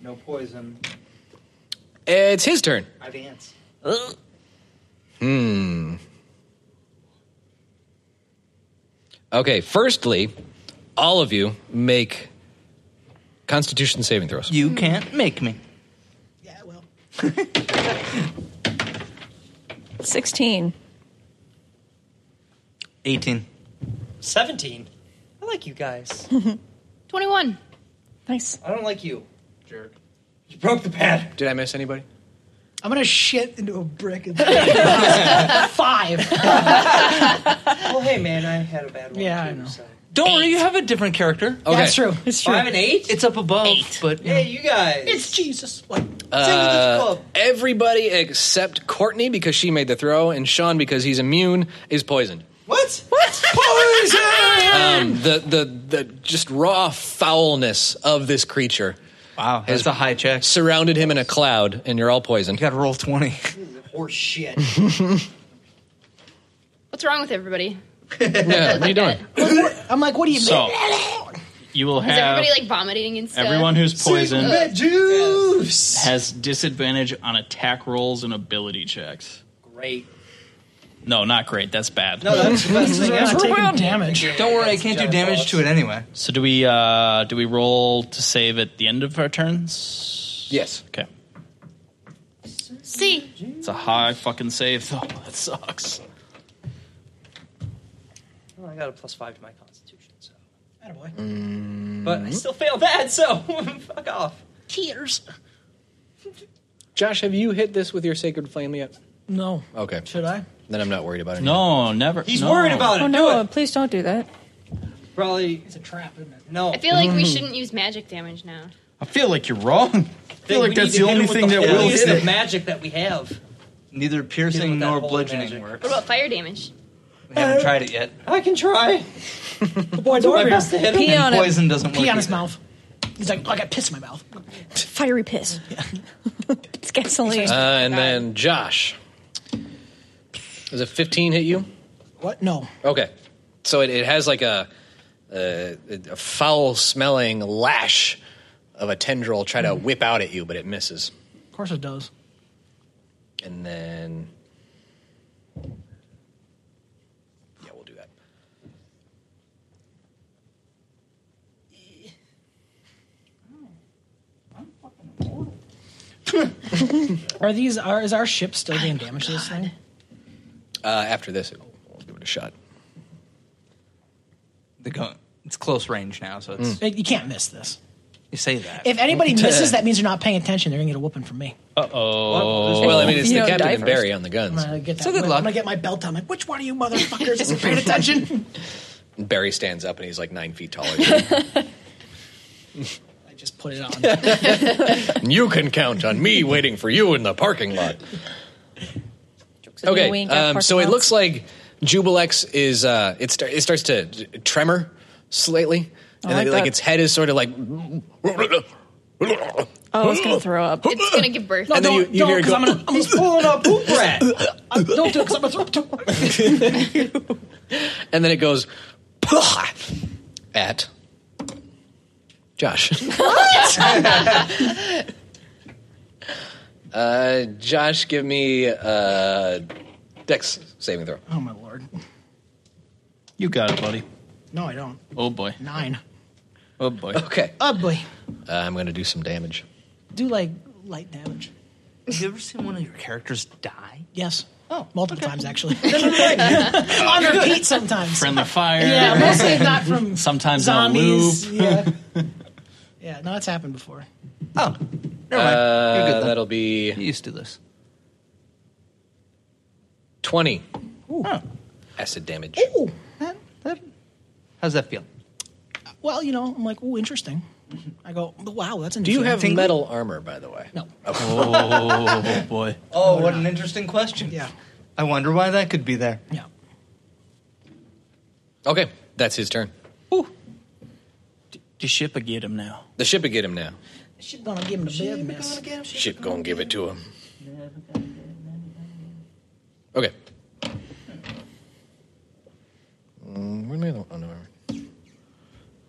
E: no poison.
B: it's his turn.
E: I dance.
B: Hmm. Okay. Firstly, all of you make Constitution saving throws.
E: You can't make me.
D: Yeah, well.
G: Sixteen. *laughs*
E: 18.
F: 17. I like you guys.
A: 21.
G: Nice.
F: I don't like you.
E: Jerk.
F: You broke the pad.
B: Did I miss anybody?
D: I'm gonna shit into a brick. And *laughs* Five.
F: Well, hey, man, I had a bad one.
D: Yeah,
F: too,
D: I know.
F: So.
E: Don't worry, you have a different character.
B: Okay.
D: That's true. It's true.
F: Five and eight?
E: It's up above, but
F: Hey, you guys.
D: It's Jesus. What?
B: Uh,
F: club.
B: everybody except Courtney because she made the throw, and Sean because he's immune is poisoned.
F: what? What?
B: Um, the, the the just raw foulness of this creature
E: wow, that's a high check.
B: surrounded him in a cloud, and you're all poisoned.
E: You got to roll 20.
F: Horse shit.
A: What's wrong with everybody?
B: Yeah, what are you doing?
D: I'm like, what do you
C: So
D: mean?
C: you will
A: Is
C: have
A: everybody like vomiting and stuff?
C: everyone who's poisoned
F: Juice.
C: has disadvantage on attack rolls and ability checks.
F: Great.
C: No, not great. That's bad.
F: No, that's the best thing
D: Not
F: ever.
D: taking damage.
E: Don't worry, I can't do
F: Giant
E: damage
F: boss.
E: to it
F: *laughs*
E: anyway.
C: So do we uh do we roll to save at the end of our turns?
B: Yes.
C: Okay.
A: See,
C: It's a high fucking save though. *laughs* That sucks.
F: Well, I got a plus five to my constitution, so.
D: Attaboy.
E: Mm.
F: But I still failed that, so *laughs* fuck off.
D: Tears.
B: Josh, have you hit this with your sacred flame yet?
D: No.
B: Okay,
D: Should I?
B: then I'm not worried about it.
C: No, never.
F: He's
C: no.
F: worried about it.
G: Oh
F: Do
G: no!
F: it.
G: Please don't do that.
F: Probably
D: It's a trap, isn't it?
F: no.
A: I feel like
C: Mm.
A: we shouldn't use magic damage now.
C: I feel like you're wrong. I feel like that's the only thing that will
F: is
C: hit
F: the
C: it.
F: magic that we have.
E: Neither
F: Hit it
E: piercing
F: with that
E: nor
F: holy
E: bludgeoning
F: magic.
E: works.
A: What about fire damage?
E: We haven't tried it yet.
F: I can *laughs* try.
D: boy,
F: Do
D: over
F: my
D: here.
F: best to hit him.
G: Pee on
E: And
G: it.
E: poison doesn't work.
D: Pee on his
E: either.
D: mouth. He's like, I got piss in my mouth.
G: Fiery piss. *laughs* it's gasoline.
B: Uh, and then Josh, does a 15 hit you?
D: What? No.
B: Okay, so it, it has like a, a, a foul-smelling lash of a tendril try
D: Hmm.
B: to whip out at you, but it misses.
D: Of course
G: *laughs*
D: it does.
B: And then. Yeah, we'll do that.
D: Are these? Are is our ship still being damaged to this thing?
B: Uh, after this, it- we'll give it a shot.
E: The gun. It's close range now, so
B: Mm.
E: it's,
D: Like, You can't miss this.
E: you say that.
D: If
B: *laughs*
D: anybody
E: *laughs*
D: misses, that means you're not paying attention. They're gonna get a whooping from me.
C: Oh,
B: Well, I mean, it's
G: You
B: the
G: don't
B: captain
G: die
B: and
G: first.
B: Barry on the
D: I'm
B: guns.
D: gonna get that.
E: So good
D: I'm
E: luck.
D: gonna get my belt on. I'm like, which one of you motherfuckers isn't
B: *laughs*
D: paying attention?
B: And Barry stands up and he's like nine
D: *laughs*
B: feet taller. than you.
D: I just put it on.
B: And you can count on me waiting for you in the parking lot. Okay, um, so it looks like Jubilex is uh, it, star- it starts to d- tremor slightly, and
G: like
B: then, like
G: that.
B: its head is sort of like.
G: Oh, it's gonna throw up.
A: It's gonna give birth.
B: and then you, you hear it go.
D: I'm gonna,
F: *laughs*
D: I'm
F: He's pulling up poop rat.
D: gonna, don't do it 'cause I'm gonna throw it. to-
B: and then it goes *laughs* at Josh. *laughs* uh, Josh, give me uh, Dex saving throw.
D: Oh my lord!
C: you got it, buddy.
D: No, I don't.
C: Oh boy.
D: Nine.
C: Oh boy.
B: Okay.
D: Oh boy.
B: Uh, I'm going to do some damage.
D: Do like light damage.
E: Have you ever seen one of your characters
C: *laughs*
E: die?
D: Yes. Oh, multiple times actually.
E: On
D: On *laughs* repeat sometimes.
C: Friendly fire.
D: Yeah, mostly not from
C: Sometimes in a
D: zombies.
C: loop.
D: Yeah. Yeah, no, that's happened before.
B: Uh, that'll be
E: You used to this.
B: 20
D: Huh.
B: acid damage.
D: Ooh. That, that,
E: How's that feel?
D: well, you know, I'm like, ooh, interesting. I go, wow, that's interesting.
B: Do you have metal armor, by the way?
D: No.
C: Oh boy.
E: *laughs* Oh, what an interesting question.
D: Yeah.
E: I wonder why that could be there.
D: Yeah.
B: Okay, that's his turn.
C: The ship will get him now.
B: The ship would get him now.
D: Shit gonna give him the bed mess.
B: Ship gonna give it to him. Okay. Mm, where am I? Oh, no, where-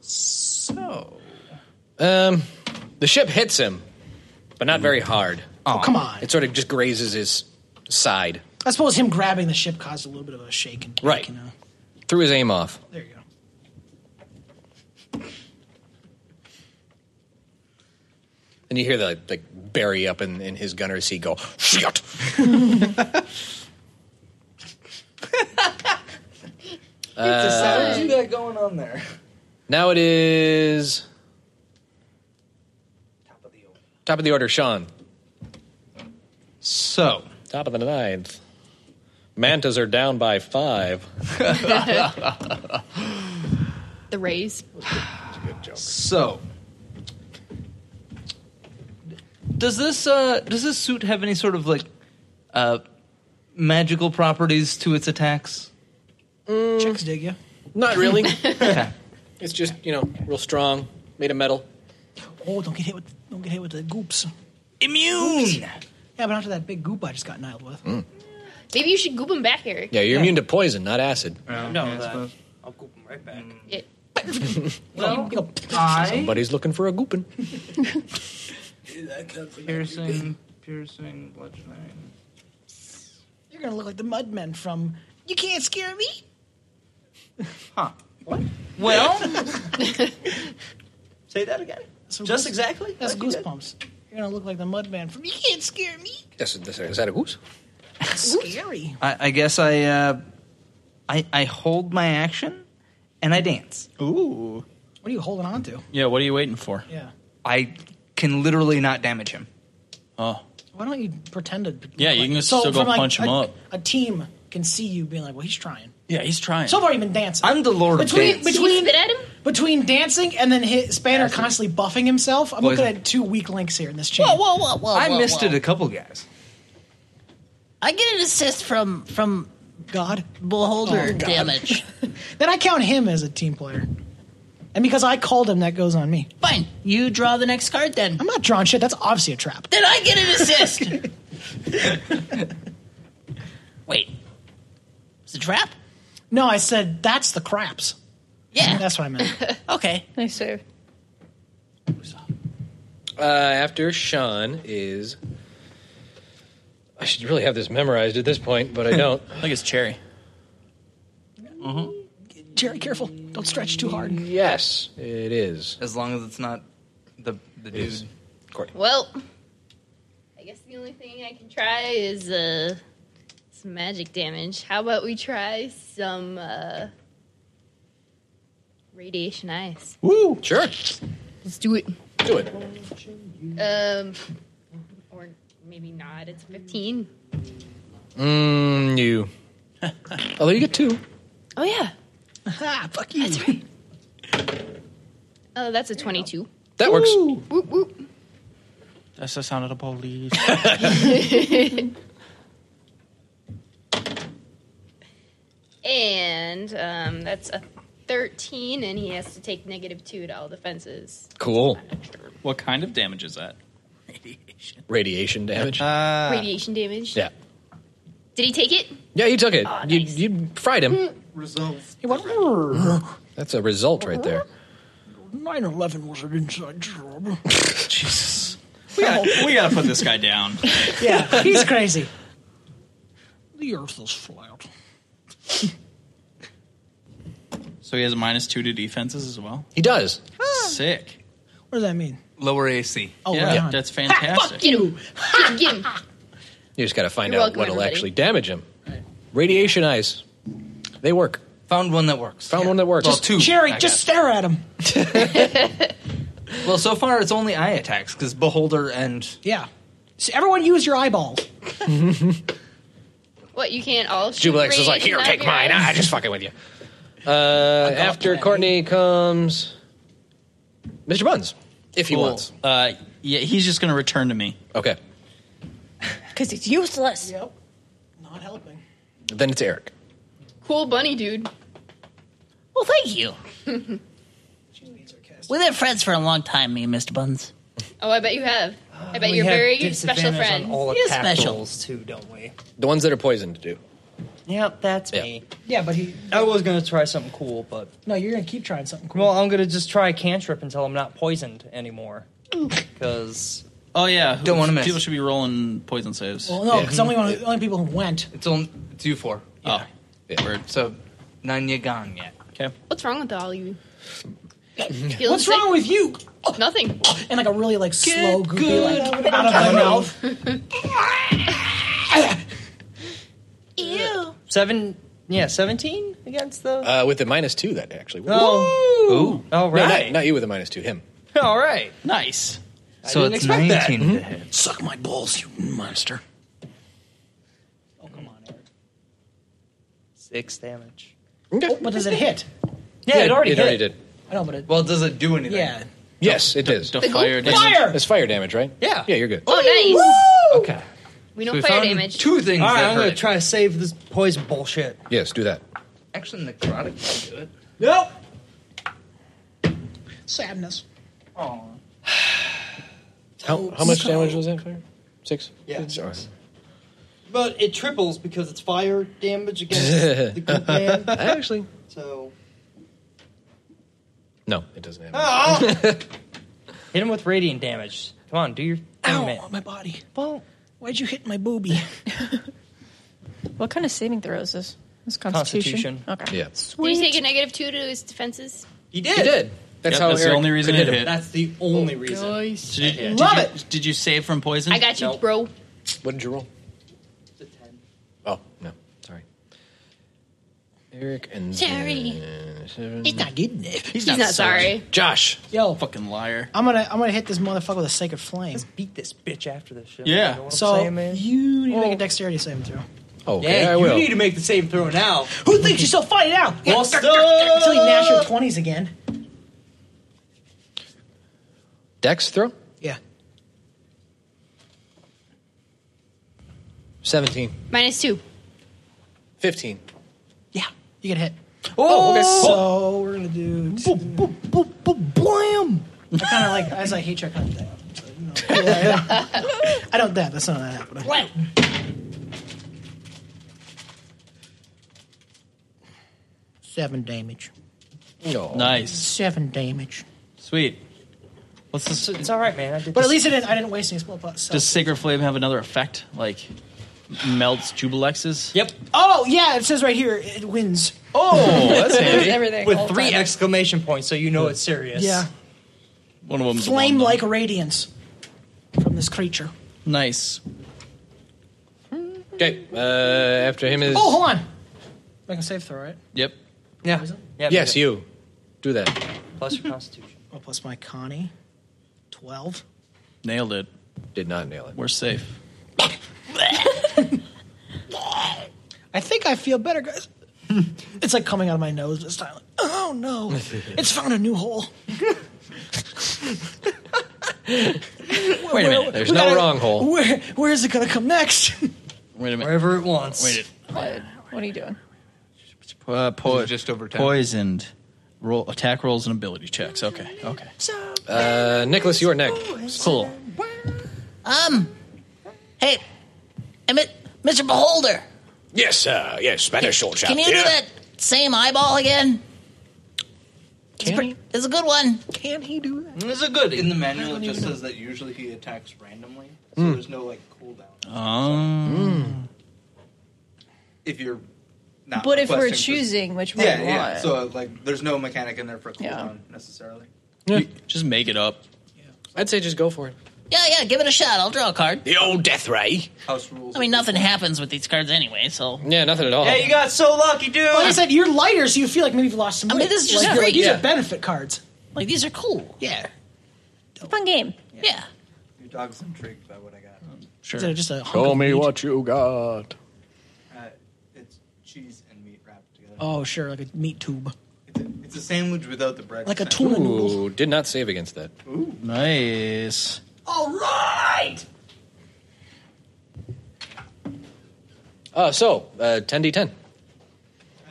B: So, um, the ship hits him, but not very hard.
D: Oh, come on.
B: It sort of just grazes his side.
D: I suppose him grabbing the ship caused a little bit of a shake and
B: Right.
D: You know.
B: Threw his aim off.
D: There you go.
B: And you hear the like Barry up in, in his gunner's seat go, shit.
E: Uh,
B: Uh,
E: What you got going on there?
B: Now it is top of the order, Sean.
E: So,
B: Top of the ninth. Mantas are down by five.
A: The
F: *sighs*
A: rays.
E: so. Does this uh does this suit have any sort of like uh magical properties to its attacks?
D: Chicks dig you.
B: Not really. *laughs* It's just you know real strong, made of metal.
D: Oh, don't get hit with don't get hit with the goops.
E: Immune.
D: Yeah, but after that big goop I just got nailed with.
A: Maybe you should goop him back, Eric.
B: Mm. Yeah, you're immune to poison, not acid.
F: No, that, I'll go right back.
A: Yeah.
D: Well, you go,
E: I
B: But he's looking for a goopin.
E: piercing piercing bludgeoning.
D: you're gonna look like the mudmen from You Can't Scare Me.
E: Huh. What? Well,
F: *laughs* Say that again.
D: So
F: Just
D: goose-
F: exactly.
D: That's
F: like you did.
D: goosebumps. You're gonna look like the mudman from *laughs* You Can't Scare Me.
B: That's, that's, is that a goose?
D: Scary.
E: I, I guess I, uh, I I hold my action and I dance.
C: Ooh.
D: What are you holding on to?
C: Yeah, what are you waiting for?
D: Yeah.
E: I can literally not damage him.
C: Oh.
D: Why don't you pretend to? look
C: Yeah, you can
D: like-
C: still go
D: from, like,
C: punch him
D: a-
C: up.
D: A team can see you being like, "Well, he's trying."
C: Yeah, he's trying.
D: So far, you've been dancing.
E: I'm the lord of
D: between
E: dance.
A: Between
D: between
A: spit at him.
D: between dancing and then hit Spanner constantly buffing himself. I'm
E: Boys-
D: looking at two weak links here in this chain.
H: Whoa, whoa, whoa, whoa!
E: I
H: whoa,
E: missed
H: whoa.
E: it a couple guys.
H: I get an assist from from
D: God.
H: beholder
D: Oh, God.
H: damage.
D: Then I count him as a team player, and because I called him, that goes on me.
H: Fine, you draw the next card then.
D: I'm not drawing shit. That's obviously a trap.
H: Then I get an
D: *laughs*
H: assist. Wait, it's a trap.
D: No, I said that's the craps.
H: Yeah.
D: *laughs* That's what I meant.
H: *laughs* Okay.
G: Nice save.
B: Uh, after Sean is, I should really have this memorized at this point, but I don't.
C: *laughs*
B: Mm-hmm.
C: I think it's Cherry.
D: Jerry, careful! Don't stretch too hard.
B: yes, it is.
E: As long as it's not the the dude.
B: Is. Courtney.
A: Well, I guess the only thing I can try is uh, some magic damage. How about we try some uh, radiation ice?
B: Woo! Sure.
A: Let's do it.
B: Do it.
A: Um, or maybe not. It's fifteen.
B: Mm, you.
C: *laughs*
B: Although you get two.
A: Oh yeah.
D: Ah, fuck you.
A: Oh, that's a twenty-two.
B: That works.
A: Whoop whoop. *laughs*
C: That's the sound of the police.
A: And um, that's a thirteen, and he has to take negative two to all defenses.
B: *laughs* Cool.
C: what kind of damage is that? Uh,
B: Radiation damage.
A: Radiation damage.
B: yeah.
A: Did he take it?
B: Yeah, you took it. you
A: Oh, nice.
B: you fried him.
D: He went, "Rrr,
B: That's a result right there.
A: Oh,
D: 9/11 was an
H: *laughs*
D: inside job.
C: Jesus. *laughs* We gotta, we gotta put this guy down.
D: Yeah, he's crazy. The earth is flat.
C: So he has minus two to defenses as well.
B: He does.
C: Sick.
D: What does that mean?
E: Lower AC.
C: Oh,
B: right
C: yeah,
B: on.
C: that's fantastic.
A: Fuck you. Get him.
B: You just got to find
A: You're
B: out
A: welcome,
B: what'll
A: everybody.
B: actually damage him. Radiation eyes. They work.
E: Found one that works.
B: Found one that works.
E: Just two.
D: Jerry,
E: I
D: just stare at him.
E: Well, so far it's only eye attacks because Beholder and
D: Yeah. So everyone use your eyeballs.
E: *laughs*
A: What you can't all. shoot
B: Jubilex is like,
A: radiation
B: here,
A: out
B: take
A: of your
B: mine. Ah, *laughs*
A: eyes?"
B: just fucking with you. Uh, after Courtney comes Mr. Buns, if he
C: Cool.
B: wants.
C: Uh, yeah, he's just going to return to me.
B: Okay.
G: Because it's useless.
D: Yep. Not helping.
B: Then it's Eric.
A: Cool bunny, dude.
H: Well, thank you.
D: Sarcastic.
H: We've been friends for a long time, me and Mr. Buns.
A: Oh, I bet you have. I bet
F: Uh, We
A: you're
F: have
A: very special
F: disadvantage
A: friends.
F: On all
H: He is
F: attack
H: special.
F: rolls too, don't we?
B: The ones that are poisoned do.
F: Yep, that's
B: Yeah.
F: me.
D: Yeah, but he.
F: I was gonna try something cool, but
D: No, you're gonna keep trying something cool.
F: well, I'm gonna just try a cantrip until I'm not poisoned anymore. Because
C: Oh, yeah.
E: Don't wanna miss.
C: People should be rolling poison saves.
D: Well, no, because only
E: *laughs*
D: one, only people who went.
E: it's only it's you four.
C: Oh,
B: Yeah.
E: So none you gone yet.
C: okay.
A: What's wrong with all you? Feeling
D: What's
A: sick?
D: wrong with you?
A: Nothing.
D: And like a really like slow, goopy like out of my mouth.
A: Ew.
F: seven, yeah, seventeen against the.
B: Uh, with the minus two, that actually works.
F: oh,
E: Ooh.
F: all
B: No,
F: right,
B: not, not you with the minus two, him.
F: *laughs* all right.
C: Nice.
E: So
F: didn't
E: it's
F: expect that.
E: nineteen to
B: Mm-hmm.
E: hit.
J: Suck my
B: Uh,
J: balls, you monster.
D: Oh come on, Eric.
F: Six damage.
B: Okay.
D: But does it hit?
F: Yeah, it already hit.
B: did.
D: I know, but it.
E: Well, does it do anything?
D: yeah.
B: Yes, it is.
C: The fire damage.
D: Fire.
B: It's fire damage, right?
F: Yeah.
B: Yeah, you're good.
A: Oh, nice.
E: Okay.
A: We
E: So
A: know
E: we
A: fire
E: found
A: damage.
E: Two things.
F: All right,
E: that
F: I'm
E: hurt
F: gonna
E: it.
F: try to save this poison bullshit.
B: Yes, do that.
E: Actually, necrotic. would do it.
F: Nope.
D: Sadness.
B: How, how much damage was that fire? Six?
F: Yeah.
B: Oh, Sorry.
F: But it triples because it's fire damage against the good man.
B: Actually,
F: So
B: no, it doesn't have.
F: ah! hit him with radiant damage. Come on, do your thing,
D: Ow!
F: man.
D: on my body.
F: Well,
D: Why'd you hit my booby?
G: What kind of saving throw is this? This Constitution.
F: Constitution.
G: Okay.
B: Yeah.
A: Did you take a negative two to his defenses?
F: he did.
B: He did. That's
C: Yep,
B: how
C: that's
B: Eric
C: the only reason
B: could
C: it
B: hit him.
C: hit.
F: That's the only reason.
C: Did you, did
D: Love
C: you-
D: it.
C: Did you save from poison?
A: I got you,
F: Nope.
A: bro.
B: What did you roll?
F: It's a ten.
B: Oh, no. Sorry. Eric and
A: Sorry.
B: Seven.
D: He's not good enough.
A: He's not sorry.
B: Josh.
D: Yo,
C: Fucking liar.
D: I'm gonna I'm gonna hit this motherfucker with a sacred flame.
F: Beat this bitch after this shit.
C: Yeah.
F: You know what I'm
D: So
F: saying, man? Oh.
D: you need to make
F: Well-
D: a dexterity saving throw.
B: Okay,
F: yeah,
B: I
F: you
B: will.
F: need to make the same throw now.
D: Who thinks you're so funny now?
F: *laughs* Well,
D: Until you mash your
F: stuff.
D: twenties again.
B: Dex throw?
D: Yeah.
B: 17.
A: Minus two.
B: 15.
D: Yeah. You get hit.
B: Oh, okay.
D: So we're gonna do.
F: Blam!
D: I kind of like as I hate you, I kind of dab. So, you know,
F: *laughs*
D: I don't- I don't dab. That's not that happening. Seven damage.
B: No.
C: Nice.
D: Seven damage.
C: Sweet. What's this?
F: It's all right, man. I did
D: But at
F: this.
D: least I didn't. I didn't waste any spell pots. So.
C: Does Sacred Flame have another effect? Like melts Jubilexes?
F: Yep.
D: oh yeah, it says right here it wins.
F: Oh,
D: *laughs*
F: that's
G: everything, all
F: With three
G: time.
F: exclamation points, so you know it's serious.
D: Yeah.
C: One of them's a
D: Flame
C: wand.
D: like radiance from this creature.
C: Nice.
B: Okay, uh, after him is.
D: Oh, hold on. I can save throw, right?
C: Yep.
F: Yeah. yeah
B: Yes,
F: make
B: you. Do that.
F: it. Plus
D: *laughs*
F: your constitution.
D: Oh, plus my Connie. Twelve.
C: Nailed it.
B: Did not nail it.
C: We're safe.
D: I think I feel better, guys. it's like coming out of my nose this time. Like, oh no, it's found a new hole.
C: Wait a minute.
B: There's no wrong hole.
D: Where where is it gonna come next? *laughs*
C: Wait a minute.
F: Wherever it wants.
C: Wait
G: What are you doing?
C: a uh, po-
E: Just over ten.
C: poisoned. Roll attack rolls and ability checks. Okay. Okay.
B: Uh, Nicholas, you are next.
C: Cool.
H: Um, hey, and Mi- Mr. Beholder,
B: Yes, sir. Yes, Spanish short
H: can you do that same eyeball again? It's, pre- it's a good one.
E: It's a good. In the manual, it just says that usually he attacks randomly, so
J: Hmm.
E: there's no like cooldown.
C: Um,
E: If you're not
G: but if we're
E: requesting for-
G: choosing which one
E: yeah,
G: we
E: yeah.
G: want,
E: So like, there's no mechanic in there for cooldown
G: Yeah.
E: necessarily.
C: Just make it up.
B: I'd say just go for it.
H: Yeah, yeah, give it a shot. I'll draw a card.
B: The old death ray.
E: House rules.
H: I mean, nothing happens with these cards anyway, so.
B: Yeah, nothing at all.
H: Yeah, you
F: got so lucky, dude.
D: Well, like I said, you're lighter, so you feel like maybe you've lost some
H: I
D: weight.
H: mean, this is just
D: like,
H: great.
D: like, these
H: Yeah.
D: are benefit cards.
H: Like, these are cool.
D: Yeah.
G: It's a fun game.
H: Yeah.
E: Your dog's intrigued by what I got.
D: Sure. Is it just a hunk
J: Show
D: of
J: me
D: meat?
J: what you got.
E: Uh, it's cheese and meat wrapped together.
D: Oh, sure, like a meat tube.
E: It's a sandwich without the bread.
D: Like a tuna noodle.
B: Ooh, did not save against that.
C: Nice.
D: All right.
B: Uh, so, uh, 10d10.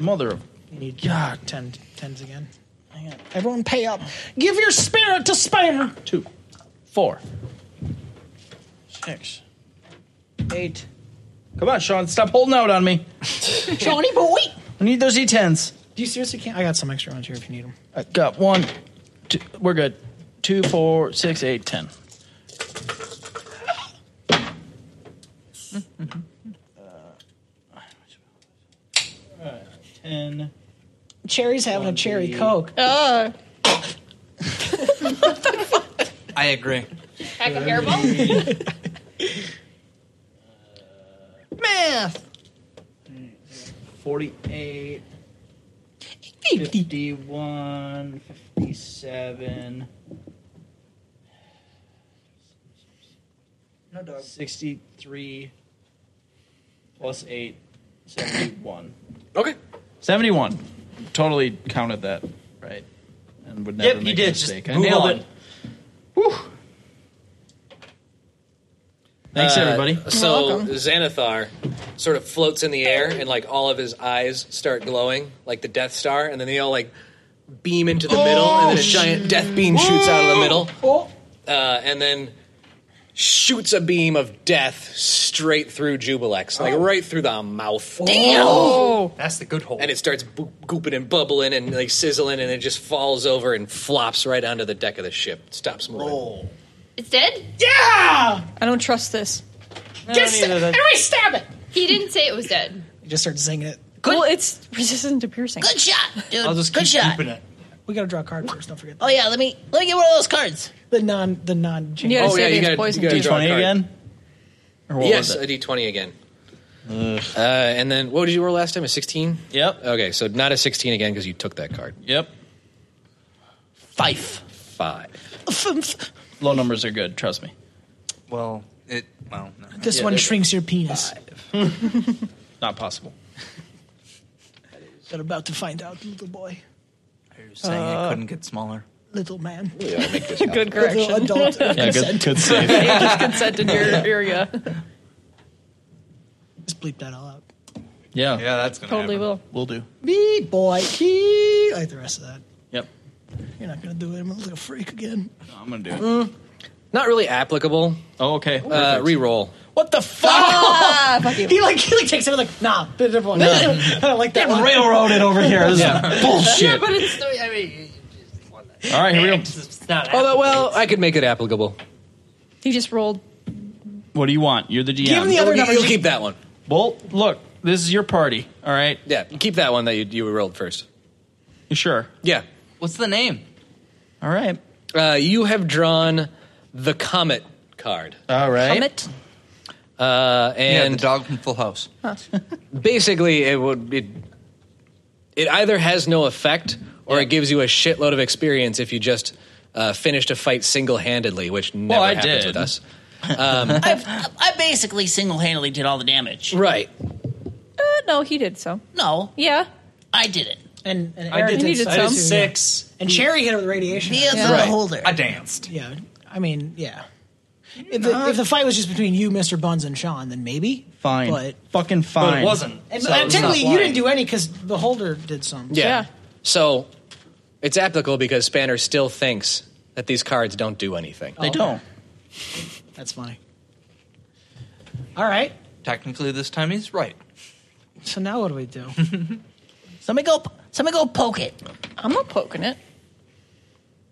C: Mother of
D: You need God. Ten, tens again. Hang on. Everyone pay up. Give your spirit to Spider.
C: two, four.
D: Six. Eight.
C: Come on, Sean, stop holding out on me.
D: Johnny boy.
C: I need those E10s.
D: Do you seriously can't? I got some extra ones here if you need them.
C: I got one, two, we're good. Two, four, six, eight, ten.
D: Mm-hmm.
C: Ten.
D: Cherry's having a cherry coke.
G: Uh,
E: I agree.
G: heck of hairball.
J: *laughs*
D: *laughs* Math.
C: 48, 51, 57,
E: No dog.
C: 63, plus 8, 71.
B: Okay.
C: 71. Totally counted that, right? And would never
F: Yep, you
C: make a
F: did. Just
C: mistake. I
F: move
C: nailed
F: on.
C: it. Whew. Thanks,
B: Uh,
C: everybody.
B: So Xanathar sort of floats in the air, and like all of his eyes start glowing like the Death Star, and then they all like beam into the middle, and then a giant death beam shoots out of the middle,
D: Oh.
B: uh, and then shoots a beam of death straight through Jubilex, like right through the mouth. Oh.
F: That's the good hole.
B: And it starts boop, gooping and bubbling and like sizzling, and it just falls over and flops right onto the deck of the ship. Stops moving.
A: It's dead?
D: Yeah.
G: I don't trust this.
D: Get sta- everybody stab it.
A: He didn't say it was dead.
D: You just start zinging it.
G: Well, it's resistant to piercing.
H: Good shot, dude.
E: I'll just
H: Good
E: keep
H: shot.
E: keeping it.
D: We gotta draw a card first. Don't forget *laughs*
H: Oh, yeah, let me let me get one of those cards.
D: the non the non.
G: You gotta
B: Oh, yeah,
G: save
B: you
G: against
B: gotta-
G: poison.
B: you gotta
G: too.
B: draw-
C: 20
B: card.
C: again? Or what
B: yes,
C: was
B: a
C: it?
B: D twenty again. Uh, and then what did you roll last time? A sixteen.
C: Yep.
B: Okay, so not a sixteen again because you took that card.
C: Yep.
H: Five.
B: Five.
C: Low numbers are good, trust me.
E: Well, it. Well, no.
D: This one shrinks your penis.
C: Not possible.
D: They're about to find out, little boy, Uh,
E: You're saying it couldn't get smaller.
D: little man, *laughs*
G: Good
D: little
G: correction.
D: *laughs* adult.
C: Yeah, good,
E: *laughs*
C: good
D: *laughs*
C: save.
G: Just consent in your area.
D: Just bleep that all out.
C: Yeah,
E: Yeah, that's gonna
G: Totally
E: happen.
G: will.
C: we'll do.
D: Me boy, key. I like the rest of that.
C: Yep.
D: You're not gonna do it. I'm gonna look like a freak again.
C: I'm going to do it.
B: Hmm. Not really applicable.
C: Oh, okay.
B: Uh,
C: perfect.
B: re-roll.
D: What the fuck?
G: Ah, fuck you.
D: *laughs* He like he like takes it and like nah, bit
C: Oh,
D: of one.
B: *laughs*
D: I don't like that one.
C: railroaded over here. This is bullshit.
F: but it's the, I mean, it's one that-
C: All right, here we go.
F: it's not.
B: Although, Oh, well, I could make it applicable.
G: He just rolled.
C: What do you want? You're the GM.
D: Give him the other
B: You'll,
D: number.
B: you'll keep that one.
C: well, look, this is your party. All right.
B: Yeah, keep that one that you, you rolled first.
C: You sure?
B: Yeah.
E: What's the name?
C: All right.
B: Uh, you have drawn the comet card,
C: All right.
G: Comet.
B: uh,
E: Yeah,
B: and
E: the dog from Full House.
B: basically it would it, it either has no effect or it gives you a shitload of experience if you just uh, finished a fight single-handedly which never
C: I
B: happens
C: did.
B: with us Um,
H: I've, I basically single handedly did all the damage.
B: right
G: Uh, no, he did so.
H: No,
G: Yeah.
H: I did it.
D: And, and Aaron
G: did
D: did
G: some. I
D: some.
G: did
D: six. And Cherry hit her with radiation.
H: Be the
G: Right.
H: holder.
E: I danced.
D: Yeah, I mean, yeah. If the, if the fight was just between you, Mr. Buns, and Sean, then maybe
C: Fine.
D: But
C: Fucking fine.
E: But it wasn't.
D: and,
E: so
D: and
E: it's not
D: technically, you
E: lying.
D: didn't do any because the holder did some.
B: yeah.
G: Yeah.
B: so it's applicable because spanner still thinks that these cards don't do anything
C: They don't.
D: Oh. that's funny. All right,
E: Technically, this time he's right.
D: so now what do
H: *laughs*
D: we do?
H: Somebody go. Somebody go poke it.
G: I'm not poking it.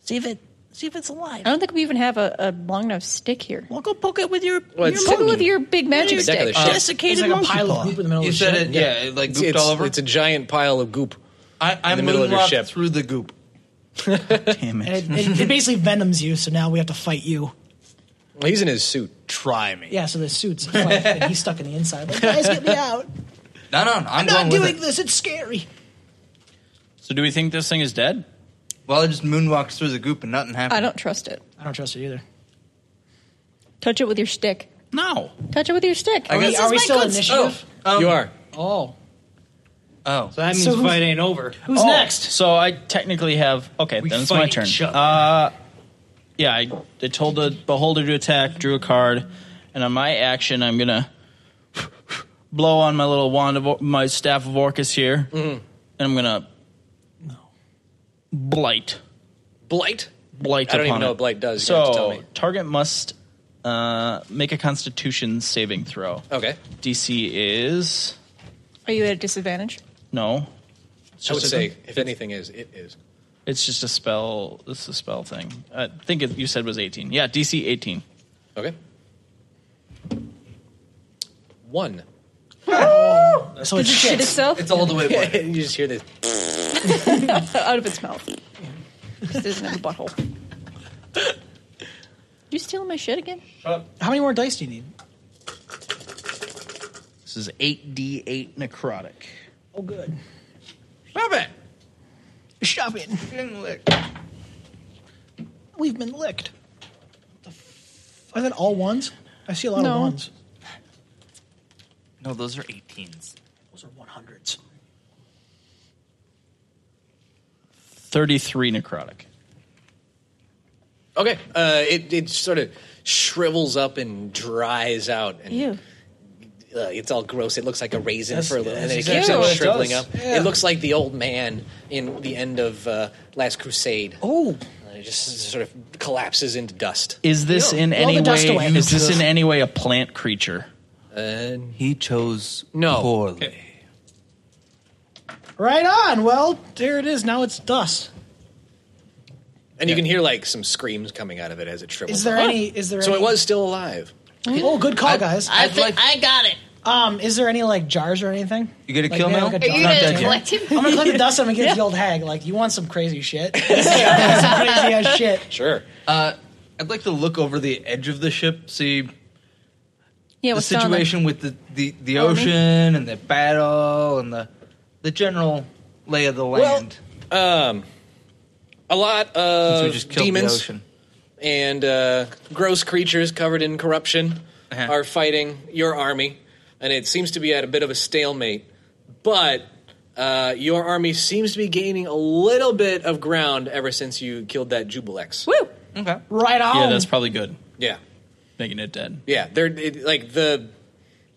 H: See if it. See if it's alive.
G: I don't think we even have a, a long enough stick here.
H: Well, go poke it with your,
B: Well,
G: your poke
B: it's
G: it
B: sticking.
G: with your big magic
B: It's a deck of
G: stick.
B: the shit.
H: desiccated monkey paw.
E: You said it, yeah, it, like
B: It's-
E: gooped
B: it's-
E: all over.
B: It's a giant pile of goop.
E: I, I'm
B: the middle of your
E: moonwalked
B: ship.
E: through
B: *laughs*
E: the goop.
C: Damn it.
D: And it, it, it basically venoms you, so now we have to fight you.
B: Well, he's in his suit.
J: Try me.
D: Yeah, so the suit's like, and he's stuck in the inside. Like, guys, get me out.
E: No, no, I'm,
D: I'm
E: going
D: not doing
E: with it.
D: this. It's scary.
C: So do we think this thing is dead?
E: Well, I just moonwalked through the goop and nothing happened.
G: I don't trust it.
D: I don't trust it either.
G: Touch it with your stick.
C: No.
G: Touch it with your stick.
E: I
D: Are we,
E: guess-
H: Oh,
D: are we
H: my
D: still
H: good
D: initiative?
E: Um,
B: you are.
D: Oh.
E: Oh,
F: So that means
D: So
F: the
D: who's-
F: fight ain't over.
D: Who's
C: Oh,
D: next?
C: So I technically have. Okay,
F: We
C: then it's
F: fight
C: my turn.
F: each other.
C: Uh, yeah, I, I told the beholder to attack, drew a card, and on my action, I'm gonna *laughs* blow on my little wand of Or- my staff of Orcus here,
B: Mm-hmm.
C: and I'm gonna blight
B: Blight?
C: blight.
B: I don't
C: upon
B: even know
C: it.
B: what blight does. You have to tell
C: So
B: me.
C: target must uh, make a Constitution saving throw.
B: Okay.
C: DC is
G: Are you at a disadvantage?
C: no.
B: I would
C: just a-
B: say, if anything is, it is.
C: It's just a spell. This is a spell thing. I think it, you said was 18. Yeah, DC 18.
B: Okay.
E: *laughs*
B: One.
D: So it's
G: Shit
D: shit.
G: itself
E: it's all the way.
B: *laughs*
E: back.
B: you just hear this.
G: *laughs* out of its mouth. This doesn't have a butthole. You stealing my shit again?
D: How many more dice do you need?
C: This is 8d8 necrotic.
D: Oh, good.
E: Stop it!
D: Stop it.
E: Getting licked.
D: We've been licked. What the f- Are that all ones? I see a lot
G: No.
D: of ones.
E: No, those are 18s.
D: Those are 100s.
C: 33 necrotic.
B: Okay. Uh, it, it sort of shrivels up and dries out. And
G: You.
B: uh, it's all gross. It looks like a raisin for a little, and then it
F: exactly
B: keeps on
F: what it
B: shriveling
F: does.
B: up. It looks like the old man in the end of uh, Last Crusade.
D: Oh,
B: Uh, it just sort of collapses into dust.
C: Is this in
D: blow
C: any
D: the dust
C: way
D: away.
C: is this in any way a plant creature?
B: And
E: He chose
B: No.
E: poorly.
D: right on. Well, there it is. Now it's dust.
B: and you can hear like some screams coming out of it as it shrivels.
D: Is there
B: up.
D: any? Is there?
B: So
D: any,
B: it was still alive.
D: Oh, good call, guys.
H: I think
E: like-
H: I got it.
D: um, is there any like jars or anything?
E: You get a
D: Like,
E: kill
D: they have,
E: now?
D: like, a
A: Are you
D: jar.
A: gonna
E: dead yet.
A: collect him?
D: I'm gonna collect the dust. I'm gonna give the old hag. Like, you want some crazy shit? some crazy ass shit.
B: Sure.
E: Uh, I'd like to look over the edge of the ship, see
G: Yeah,
E: the
G: what's down there?
E: situation with the, the, the
G: Oh, me?
E: ocean and the battle and the the general lay of the land.
B: Um, a lot
E: Since we
B: of
E: just killed
B: demons
E: the ocean.
B: and uh, gross creatures covered in corruption
E: Uh-huh.
B: are fighting your army, and it seems to be at a bit of a stalemate. But uh, your army seems to be gaining a little bit of ground ever since you killed that Jubilex.
G: Woo!
C: Mm.
E: Okay.
D: Right on.
C: Yeah, that's probably good.
B: Yeah,
C: Making it dead.
B: yeah. They're it, like the.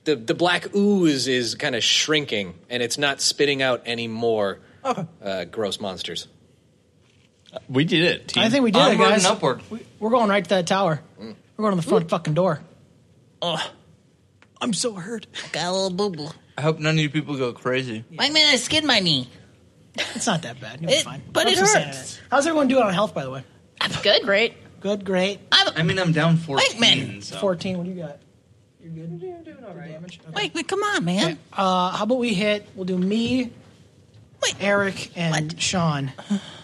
B: The, the black ooze is kind of shrinking and it's not spitting out any more uh, gross monsters.
C: We did it. Team.
D: I think we did it,
E: Onward
D: guys.
E: and upward. Mm.
D: We, we're going right to that tower. We're going to the front fucking door.
J: I'm so hurt.
H: Oh. Got a little boo boo.
E: I hope none of you people go crazy.
H: Why man, I skinned my knee.
D: *laughs* It's not that bad. You'll be
H: It-
D: fine.
H: but
D: I'm
H: it
D: just saying
H: hurts.
D: that. How's everyone doing on health, by the way?
A: Good.
G: Great.
D: Good, great.
E: I mean, I'm down 14.
H: Wait, man.
E: so-
D: 14, what do you got? You're good? You're doing all right. Damage? Okay.
H: Wait, wait, come on, man.
D: Uh, how about we hit, we'll do me,
H: Wait.
D: Eric, and Sean.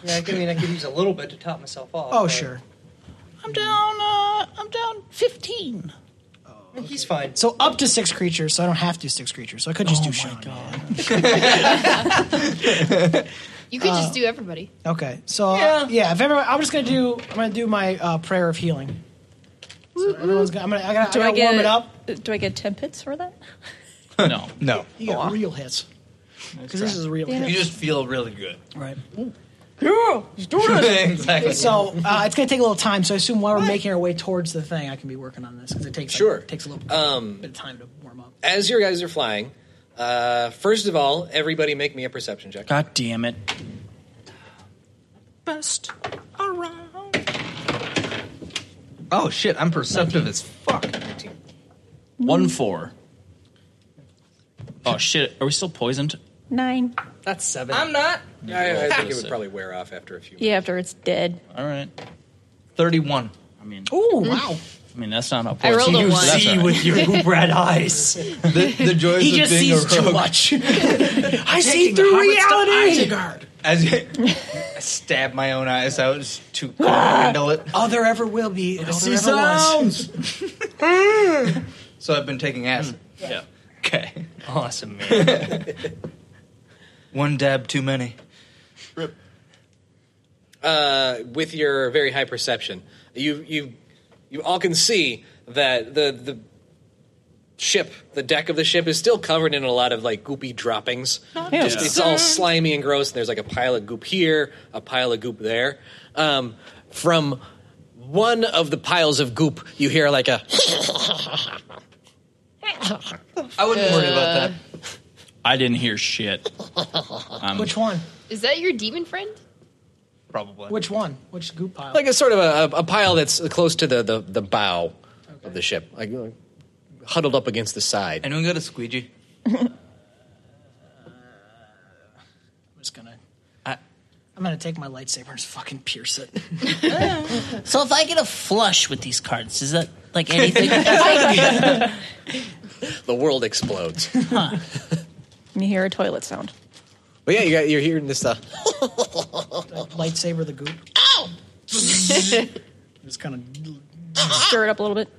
F: Yeah, I could- I mean, I could use a little bit to top myself off.
D: Oh,
F: but-
D: sure.
H: I'm down. Uh, I'm down fifteen.
F: He's fine.
D: So up to six creatures, so I don't have to do six creatures. So I could just
H: Oh
D: do Sean.
A: You could
D: Uh,
A: just do
D: *laughs*
A: everybody.
D: Okay. So uh, yeah, if everyone, I'm just gonna do I'm gonna do my uh, prayer of healing. So everyone's gonna, I'm gonna I gotta,
G: Do
D: I
G: I,
D: gotta
G: get
D: warm it up.
G: Do I get ten pits for that?
C: no.
E: *laughs* No.
D: You got real hits. Because this is real
E: You
D: hits.
E: just feel really good.
D: Right.
E: exactly.
D: So uh, it's going to take a little time. So I assume while we're making our way towards the thing, I can be working on this because it takes like,
B: Sure.
D: takes a little bit of time to warm up.
B: Um, As your guys are flying, uh, first of all, everybody make me a perception check.
C: God damn it.
H: Best around.
E: Oh, shit. I'm perceptive as fuck.
C: One four. Oh shit! Are we still poisoned?
G: Nine.
F: That's seven.
H: I'm not.
B: I, I think it would probably wear off after a few.
G: Yeah, after it's dead. Mm.
C: All right.
E: Thirty-one.
C: I mean,
E: ooh, wow.
C: I mean, that's not up.
E: I rolled a You one. see with your red eyes.
C: the,
E: the joys
C: He
E: of
C: just
E: being
C: sees
E: a
C: too
E: rogue. *laughs*
C: much.
E: I
D: see through reality.
E: As I stab my own eyes out it's too cold to handle it.
D: All there ever will be. and All there
E: See
D: ever *laughs* was.
E: So I've been taking acid.
C: Yeah.
E: Okay.
F: Awesome,
E: man. *laughs* One dab too many.
B: uh, with your very high perception, you you you all can see that the the ship, the deck of the ship, is still covered in a lot of like goopy droppings.
J: Yeah.
B: Just, it's all slimy and gross. And there's like a pile of goop here, a pile of goop there. Um, from one of the piles of goop, you hear like a. *laughs*
E: I wouldn't worry
A: about
C: that. I didn't hear shit. Um,
D: Which one?
A: Is that your demon friend?
E: Probably.
D: Which one? Which goop pile?
B: like a sort of a, a pile that's close to the the, the bow of the ship, like, like huddled up against the side.
E: Anyone got a squeegee?
D: I'm just gonna.
E: I,
D: am gonna take my lightsaber and just fucking pierce
G: *laughs*
D: it.
H: So if I get a flush with these cards,
D: *laughs*
H: is that like anything? *laughs*
B: the world *laughs* explodes.
G: And you hear a toilet sound.
B: But yeah, you got, you're hearing this stuff.
D: *laughs* lightsaber the
B: *laughs*
D: goop. just kind of
G: Stir it up a little bit.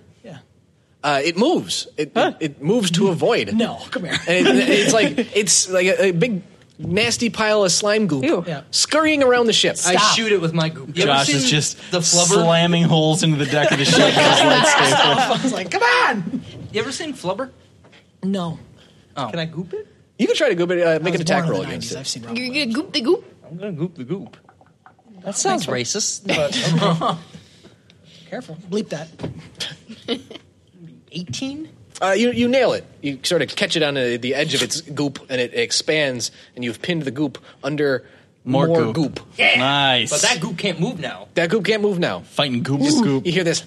B: Uh, it moves. It, it, it moves to a void.
D: No, come here.
B: And it, it's
D: *laughs*
B: like it's like a, a big nasty pile of slime goop scurrying around the ship.
E: I shoot it with my goop. You ever
C: Josh
E: seen
C: is just
E: the flubber.
C: slamming holes into the deck of
E: *laughs*
C: the ship. *laughs* with his lightsaber.
D: I was like, come on.
E: You ever seen flubber?
D: No.
E: Oh. Can
D: I goop it?
B: You can try to goop it. Uh,
D: I
B: make
D: was
B: an attack
D: born in
B: roll
D: the
B: against
D: 90s.
B: it.
D: I've seen
A: You get goop the goop.
E: I'm gonna goop the goop.
D: That
H: sounds racist.
D: *laughs* But Careful. Bleep *laughs* that.
F: 18?
B: Uh, you you nail it. You sort of catch it on the, the edge of its goop, and it expands, and you've pinned the goop under
C: More
B: more,
C: goop.
B: goop.
F: Yeah.
C: Nice.
F: But that goop can't move
D: *laughs*
F: now.
B: That goop can't move now.
C: Fighting goop to goop.
B: You hear this?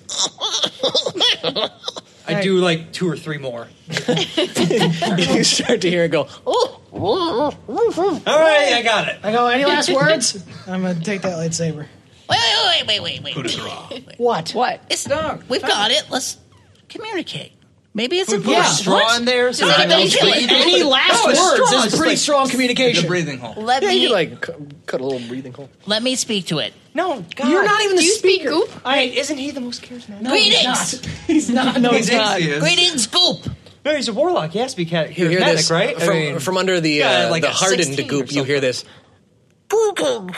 F: I do like two or three more.
B: *laughs* you start to hear it go.
D: All
F: All right, I got it.
D: I
A: Oh,
D: go.
H: *laughs*
D: Any *laughs* last words? I'm gonna take that lightsaber.
H: wait, wait, wait, wait, wait, wait.
D: What?
H: What? It's We've got it. Let's communicate. Maybe it's
F: We put a
H: important.
F: straw in there so
H: Does
F: I
H: anybody
F: don't
H: feel
F: breathe.
H: it?
F: Any last
H: No, a
F: words
H: straw
F: is
H: just
F: pretty strong communication.
E: The breathing hole.
H: Let
B: Yeah,
H: me
B: you could like cu- cut a little breathing hole.
H: let me speak to it.
F: No, God.
D: You're not even the
A: Do you speak
D: speaker.
A: goop?
F: I mean, isn't he the most charismatic?
D: No,
H: Greetings.
D: he's not. *laughs* He's not. No,
E: He
D: he's
E: thinks
D: not.
E: he is.
H: Greetings, Goop.
F: No, he's a warlock. He has to be cha-
B: You hear this
F: charismatic, right? I
B: from,
F: mean-
B: from under the
F: Yeah,
B: uh,
F: like
B: the
F: a
B: hardened
F: 16 or
B: goop. You hear this?
H: Greetings.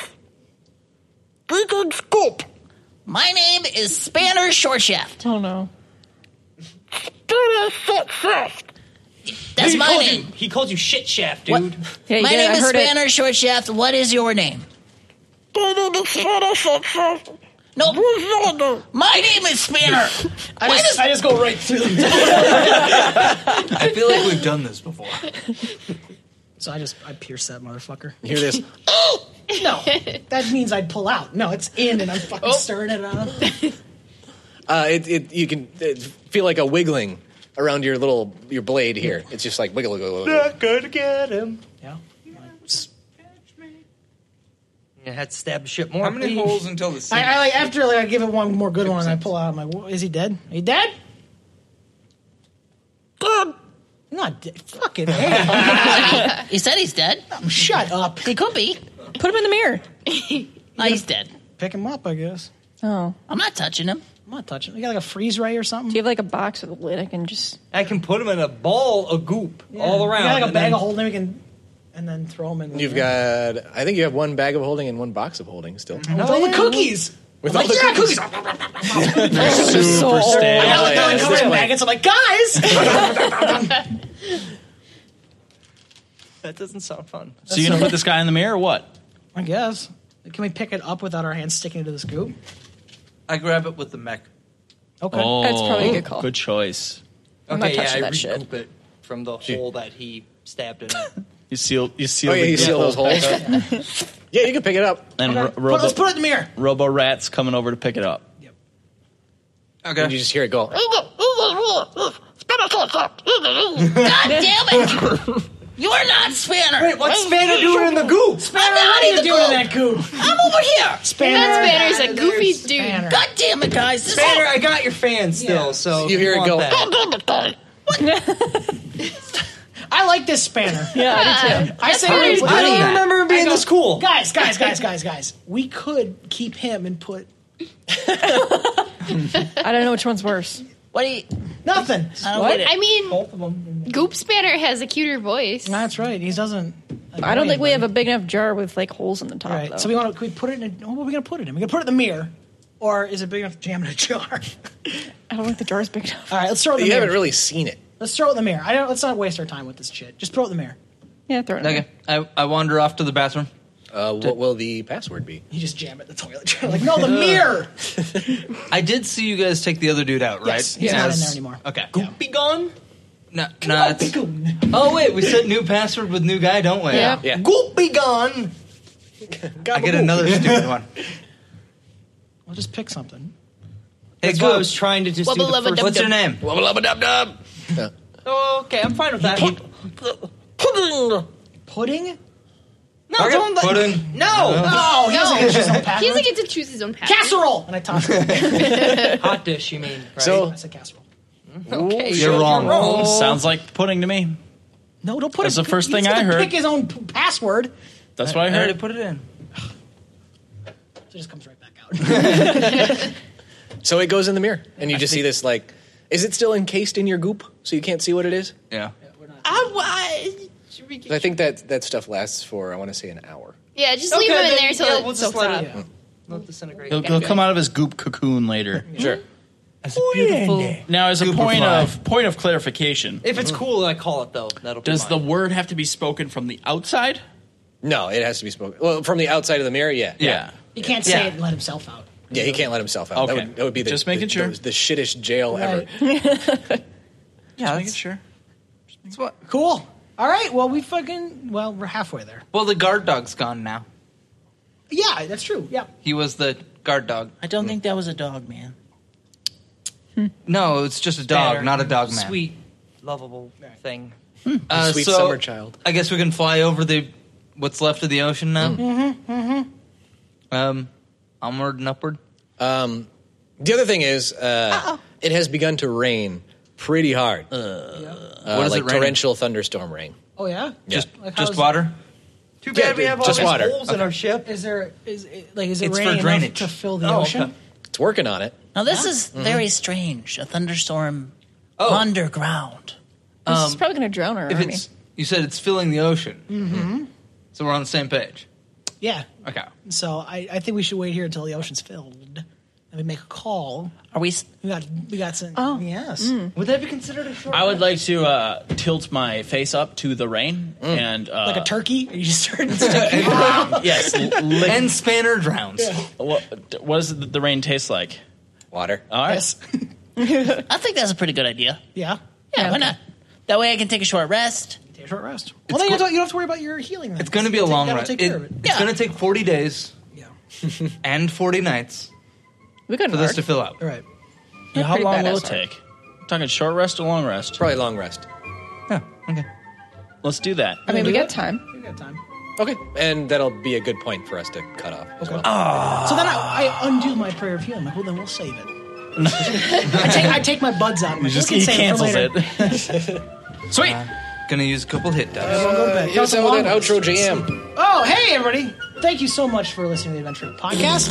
H: Greetings, Goop. My name is Spanner Shortshaft.
G: Oh no.
H: That's
F: he
H: my
F: called
H: name.
F: You, he called you shit shaft,
H: What?
F: dude.
G: Yeah, you
H: my
G: did.
H: name
G: I
H: is
G: heard it.
H: Spanner Shortshaft. What is your name? No, my name is Spanner.
D: I
H: Why
D: just,
H: does
D: I just go right through them.
E: I feel like we've done this before.
D: so I just
A: *gasps*
D: I pierce that motherfucker.
B: You hear
F: *laughs*
B: this?
D: No, that means I'd pull out. No, it's in, and I'm fucking
A: Oh.
D: stirring
F: *laughs*
D: it up.
B: Uh, it, it, you can uh feel like a wiggling around your little your blade here. It's just like wiggle, wiggle, wiggle.
F: gonna get him.
D: Yeah.
F: You had to stab the shit more.
E: How many holes until the
D: I, I
E: sink?
D: like after like I give it one more good one, and I pull out. I'm like, "Wha- is he dead? Are you dead? Good. Not
H: *laughs*
D: dead. Fucking hell.
H: he said he's dead?
D: Shut up.
H: He could be.
G: Put him in the
H: *laughs*
G: mirror.
H: Oh, he's dead.
D: Pick him up, I guess.
G: Oh.
H: I'm not touching him.
D: I'm not touching. You got like a freeze ray or something.
G: Do you have like a box with a lid I can just
F: I can put him in a ball of goop all around.
D: You got like a
F: and
D: bag
F: then-
D: of holding. We can, and then throw him in.
B: You've got. I think you have one bag of holding and one box of holding still.
D: With all the cookies.
B: With
D: I'm
B: all
D: like,
B: the
D: yeah, cookies.
C: Super
D: I
C: stay.
D: got like,
B: yeah,
D: like
B: it's
D: coloring
B: this way.
D: maggots. I'm like, *laughs* guys.
F: That doesn't sound fun.
C: So you gonna put this guy in the mirror or what?
D: I guess. Can we pick it up without our hands sticking to the scoop?
E: I grab it with the mech.
D: Okay.
C: Oh,
G: That's probably a good call.
C: Good choice.
G: I'm not
F: okay, yeah,
G: touching
F: I
G: that shit.
F: recoup it from the hole that he
B: *laughs*
F: stabbed in.
C: You seal. You seal.
B: Oh yeah,
C: the
B: you seal
C: hole.
B: those
C: *laughs*
B: holes. yeah, you can pick it up.
C: And
D: Okay.
C: ro-
D: Put-
C: Robo,
D: let's put it in the mirror.
C: Robo Rat's coming over to pick it up.
E: Okay.
B: You just hear it
H: *laughs*
B: go.
H: God damn it! You're not Spanner. Wait,
F: what's Spanner doing in the goo?
H: Spanner,
D: what
H: I
D: are
H: need
D: you
H: the
D: doing in that goo?
H: I'm over here.
D: Spanner. That Spanner's a goofy dude. Spanner.
H: God damn it, guys. This
F: Spanner,
H: whole-
F: I got your fan still, so
B: You hear it
F: want
B: go,
F: that.
D: I like this spanner. *laughs* Yeah,
G: I do too.
D: I
G: That's
D: say
G: how
D: we-
G: he's
F: I don't remember him being this cool.
D: Guys, guys, guys, guys, guys. We could keep him and put
G: I don't know which one's worse.
H: What do you?
D: nothing.
H: I don't get it.
A: I mean,
F: Both of them.
A: Goop Spanner has a cuter voice.
D: That's right. He doesn't.
G: I don't think we have a big enough jar with like holes in the top
D: All right.
G: though.
D: So we want to. Can we put it in? A, oh, what are we going to put it in? We're going to put it in the mirror, or is it big enough to jam in a jar? *laughs*
G: I don't think the jar's big enough.
D: All right. Let's throw it
B: You
D: in the
B: haven't
D: mirror.
B: really seen it.
D: Let's throw it in the mirror. I don't. Let's not waste our time with this shit. Just throw it in the mirror.
G: Yeah, throw it. in
E: Okay, I, I wander off to the bathroom.
B: Uh, what will the password be?
D: You just jam it in the toilet. You're *laughs* like, no, the mirror.
E: I did see you guys take the other dude out, right?
D: Yes, he's not in there anymore.
E: Okay.
F: Be gone.
E: No, no, it's- oh wait, we set new password with new guy, don't we?
G: Yep.
B: Yeah.
F: Goop be gone.
E: I get another stupid one.
D: *laughs* We'll just pick something.
E: Hey,
F: That's why I
E: go.
F: was trying to just do
A: Wubba
F: the
A: lubba
F: first.
A: dub
E: What's your name?
B: Wubba lubba dub dub.
F: Oh, okay, I'm fine with that. no,
D: Pudding?
F: don't like-
E: Pudding.
F: No,
D: Oh, he doesn't get to choose his own
A: He
D: password.
A: doesn't get to choose his own password.
D: casserole. And I toss
E: *laughs*
D: it.
F: hot dish. You mean right?
B: So
D: I said casserole.
F: okay,
E: You're wrong.
C: Sounds like pudding to me.
D: No, don't put
C: That's
D: it.
C: the first
D: he's
C: thing
D: gonna
C: I heard.
D: Pick his own p- password.
C: That's what I
E: I already
C: heard.
E: put it in.
D: So it just comes right back out.
B: so it goes in the mirror, and you just see this like. Is it still encased in your goop, so you can't see what it is?
E: Yeah.
D: Uh,
B: I think that that stuff lasts for I want to say an hour.
A: Yeah, just leave him in there till it soaks up.
F: Not disintegrate.
C: He'll, he'll come out of his goop cocoon later.
B: Sure.
E: That's beautiful.
C: Now, as a
E: Goop
C: point
E: reply.
C: of point of clarification,
F: If it's cool, I call it though. That'll.
C: does the
F: be
C: word have to be spoken from the outside?
B: No, it has to be spoken. Well, from the outside of the mirror, yeah.
C: Yeah.
D: He can't say
E: Yeah.
D: it and let himself out.
B: Yeah, he can't let himself out.
C: Okay.
B: That, would, that would be the,
C: Just making
B: the,
C: sure.
B: the, the shittest jail ever.
F: *laughs*
E: Yeah, that's,
C: Sure.
E: that's what.
D: Cool. All right. Well, we fucking. Well, we're halfway there.
E: Well, the guard dog's gone now.
D: Yeah, that's true. Yeah.
E: He was the guard dog.
F: I don't think that was a dog, man.
E: No, it's just a dog,
F: Better.
E: not a dog man.
F: Sweet, lovable thing.
E: Uh,
B: Sweet
E: so
B: summer child.
E: I guess we can fly over the what's left of the ocean now. Mm-hmm. Mm-hmm. Um, onward and upward.
B: Um, The other thing is, uh, it has begun to rain pretty hard. Uh,
E: What is
B: like
E: it raining?
B: torrential thunderstorm rain.
D: Oh yeah.
B: Yeah.
D: Like, how's
E: Just
D: it-
E: water.
F: Too
B: Yeah, dude, just water.
F: in our ship.
D: Is there is it, like is it
E: It's for
D: raining enough
E: drainage.
D: to fill the
E: Oh,
D: ocean?
E: okay.
B: It's working on it.
H: Now this is very strange. A thunderstorm underground. Um,
G: She's probably gonna drown her
E: If
G: army.
E: it's you said it's filling the ocean. Mm-hmm. So we're on the same page.
D: Yeah.
E: Okay.
D: So I, I think we should wait here until the ocean's filled, and we make a call.
H: Are we? s-
D: We got we got some. Oh yes.
F: Would that be considered a short?
C: I would like to uh, tilt my face up to the rain
B: Mm.
C: and uh,
D: Like a turkey? *laughs* Are you just
C: *laughs*
D: starting to uh, *laughs*
C: Yes. l- lick-
E: And Spanner drowns.
C: what, what does the, the rain taste like?
B: Water.
C: All right. *laughs*
D: Yes.
H: I think that's a pretty good idea.
D: Yeah.
H: Yeah, why not? That way I can take a short rest.
D: Take a short rest. Well, then you, don't, you don't have to worry about your healing. Then.
E: It's going to be a long
D: that'll
E: run.
D: Take
E: It-
D: care of it.
E: It's
H: Yeah.
E: going to take 40
D: *laughs*
E: days
D: Yeah.
E: and 40 nights
G: we could
E: for this to fill out.
D: All right.
C: Yeah, how
G: pretty
C: long will
G: badass
C: it take? I'm talking short rest or long rest?
B: Probably long rest.
C: Let's do that.
G: I mean, we got time.
D: We got time.
B: Okay. And that'll be a good point for us to cut off as well.
D: So then I, I undo my prayer of healing. Like, well, then we'll save it. *laughs* I, take, I take my
E: *laughs*
D: buds out. and
C: Just
D: we
C: he
D: can save it for
C: cancels
D: later.
C: it. Sweet.
E: Going to Uh, use a couple hit dice.
D: Everyone go to bed.
B: Hit us
D: That
B: out
D: was a
B: with that
D: long
B: outro
D: one.
B: jam.
D: Oh, hey everybody! Thank you so much for listening to the Adventure
E: *laughs*
D: Podcast.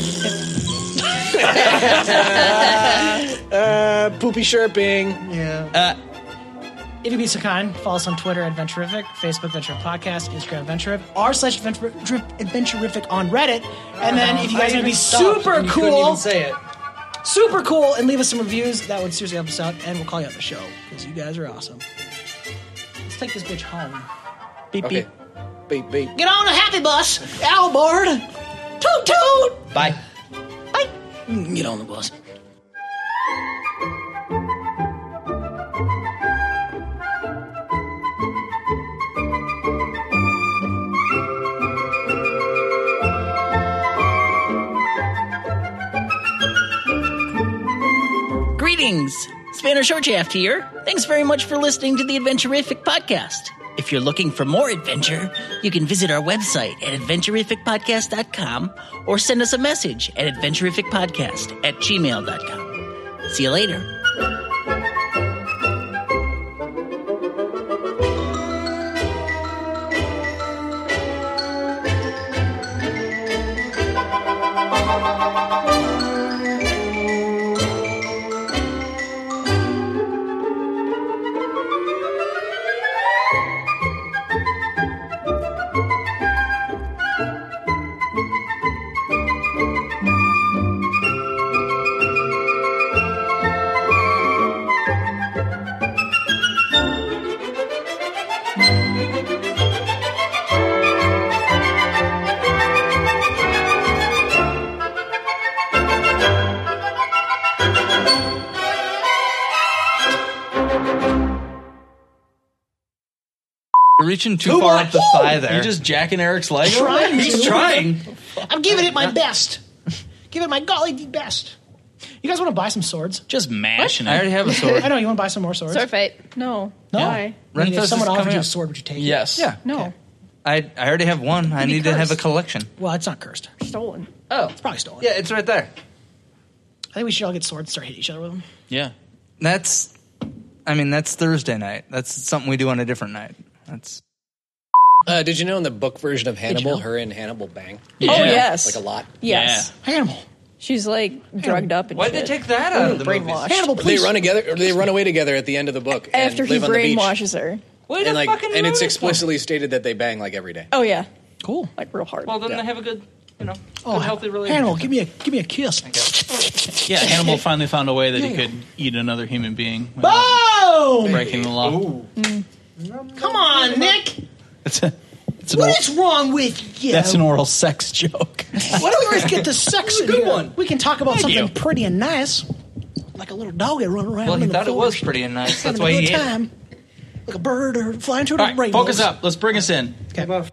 D: *laughs* If-
B: Uh, poopy sherping.
D: If you'd be so kind, follow us on Twitter at Venturific, Facebook Venture Podcast, Instagram Venturific, r slash Ventur- Adventurific on Reddit. And then if you guys want to be super cool,
F: say it.
D: super cool, and leave us some reviews, that would seriously help us out, and we'll call you on the show because you guys are awesome. Let's take this bitch home.
C: Beep
B: Okay. Beep, beep.
D: Get on the happy bus, Alboard. Toot toot.
E: Bye.
H: Get on the bus. Greetings, Spanner Shortshaft here. Thanks very much for listening to the Adventurific podcast. If you're looking for more adventure, you can visit our website at adventurificpodcast.com or send us a message at adventurificpodcast at gmail.com. See you later.
E: You're reaching too far up the thigh there.
C: You're just jacking Eric's leg.
D: Trying
E: He's
D: to.
E: trying.
D: I'm giving it my best. Give it my golly the best. You guys want to buy some swords?
C: Just mashing
E: I already have a sword.
D: *laughs* I know you want to buy some more swords.
G: Sword
A: fight.
G: No.
D: No.
G: Why?
D: I mean,
E: Renfest
D: if
E: is
D: someone offered
E: coming
D: you a
E: up.
D: sword, would you take it?
E: Yes. Yeah.
G: No.
E: I I already have one. I
G: be
E: need to have a
G: cursed.
E: collection.
D: Well, it's not cursed.
G: Stolen.
E: Oh,
D: It's probably stolen.
E: yeah, it's right there.
D: I think we should all get swords and start hitting each other with them.
C: Yeah.
E: That's, I mean, that's Thursday night. That's something we do on a different night. That's
B: Uh, did you know in the book version of Hannibal,
D: know?
B: her and Hannibal bang?
G: Oh, yes.
B: Like a lot.
G: Yes.
D: Hannibal.
G: She's like drugged up and
E: why'd they
G: shit.
E: take that out of the
G: brainwashed.
E: movies?
D: Hannibal,
B: They
D: please.
B: run together. Or they run away together at the end of the book. and
G: After he
B: live on the beach.
G: brainwashes her.
E: Way to
B: And like,
E: fucking
B: and it's
E: ruin it.
B: explicitly stated that they bang like every day.
G: Oh yeah.
D: Cool.
G: Like real hard.
E: Well, then they have a good, you know,
D: Oh,
E: good healthy relationship.
D: Hannibal, give me a give me a kiss.
C: Yeah, Hannibal finally found a way that he could eat another human being without
D: Boom!
C: breaking the law.
D: Come on, Nick.
C: It's a, it's an
D: What
C: oral-
D: is wrong with you?
C: that's an oral sex joke.
D: Why don't we just get the sex in
E: Good
D: here?
E: one.
D: We can talk about something
C: you.
D: pretty and nice, like a little dog that run around.
E: Well, he
D: in the
E: thought it was
D: forest,
E: pretty nice. That's
D: having
E: why
D: a
E: he
D: good
E: ate. it.
D: time, like a bird or flying to
C: All
D: a
C: right,
D: rainbow.
C: focus up. Let's bring us in.
D: Okay.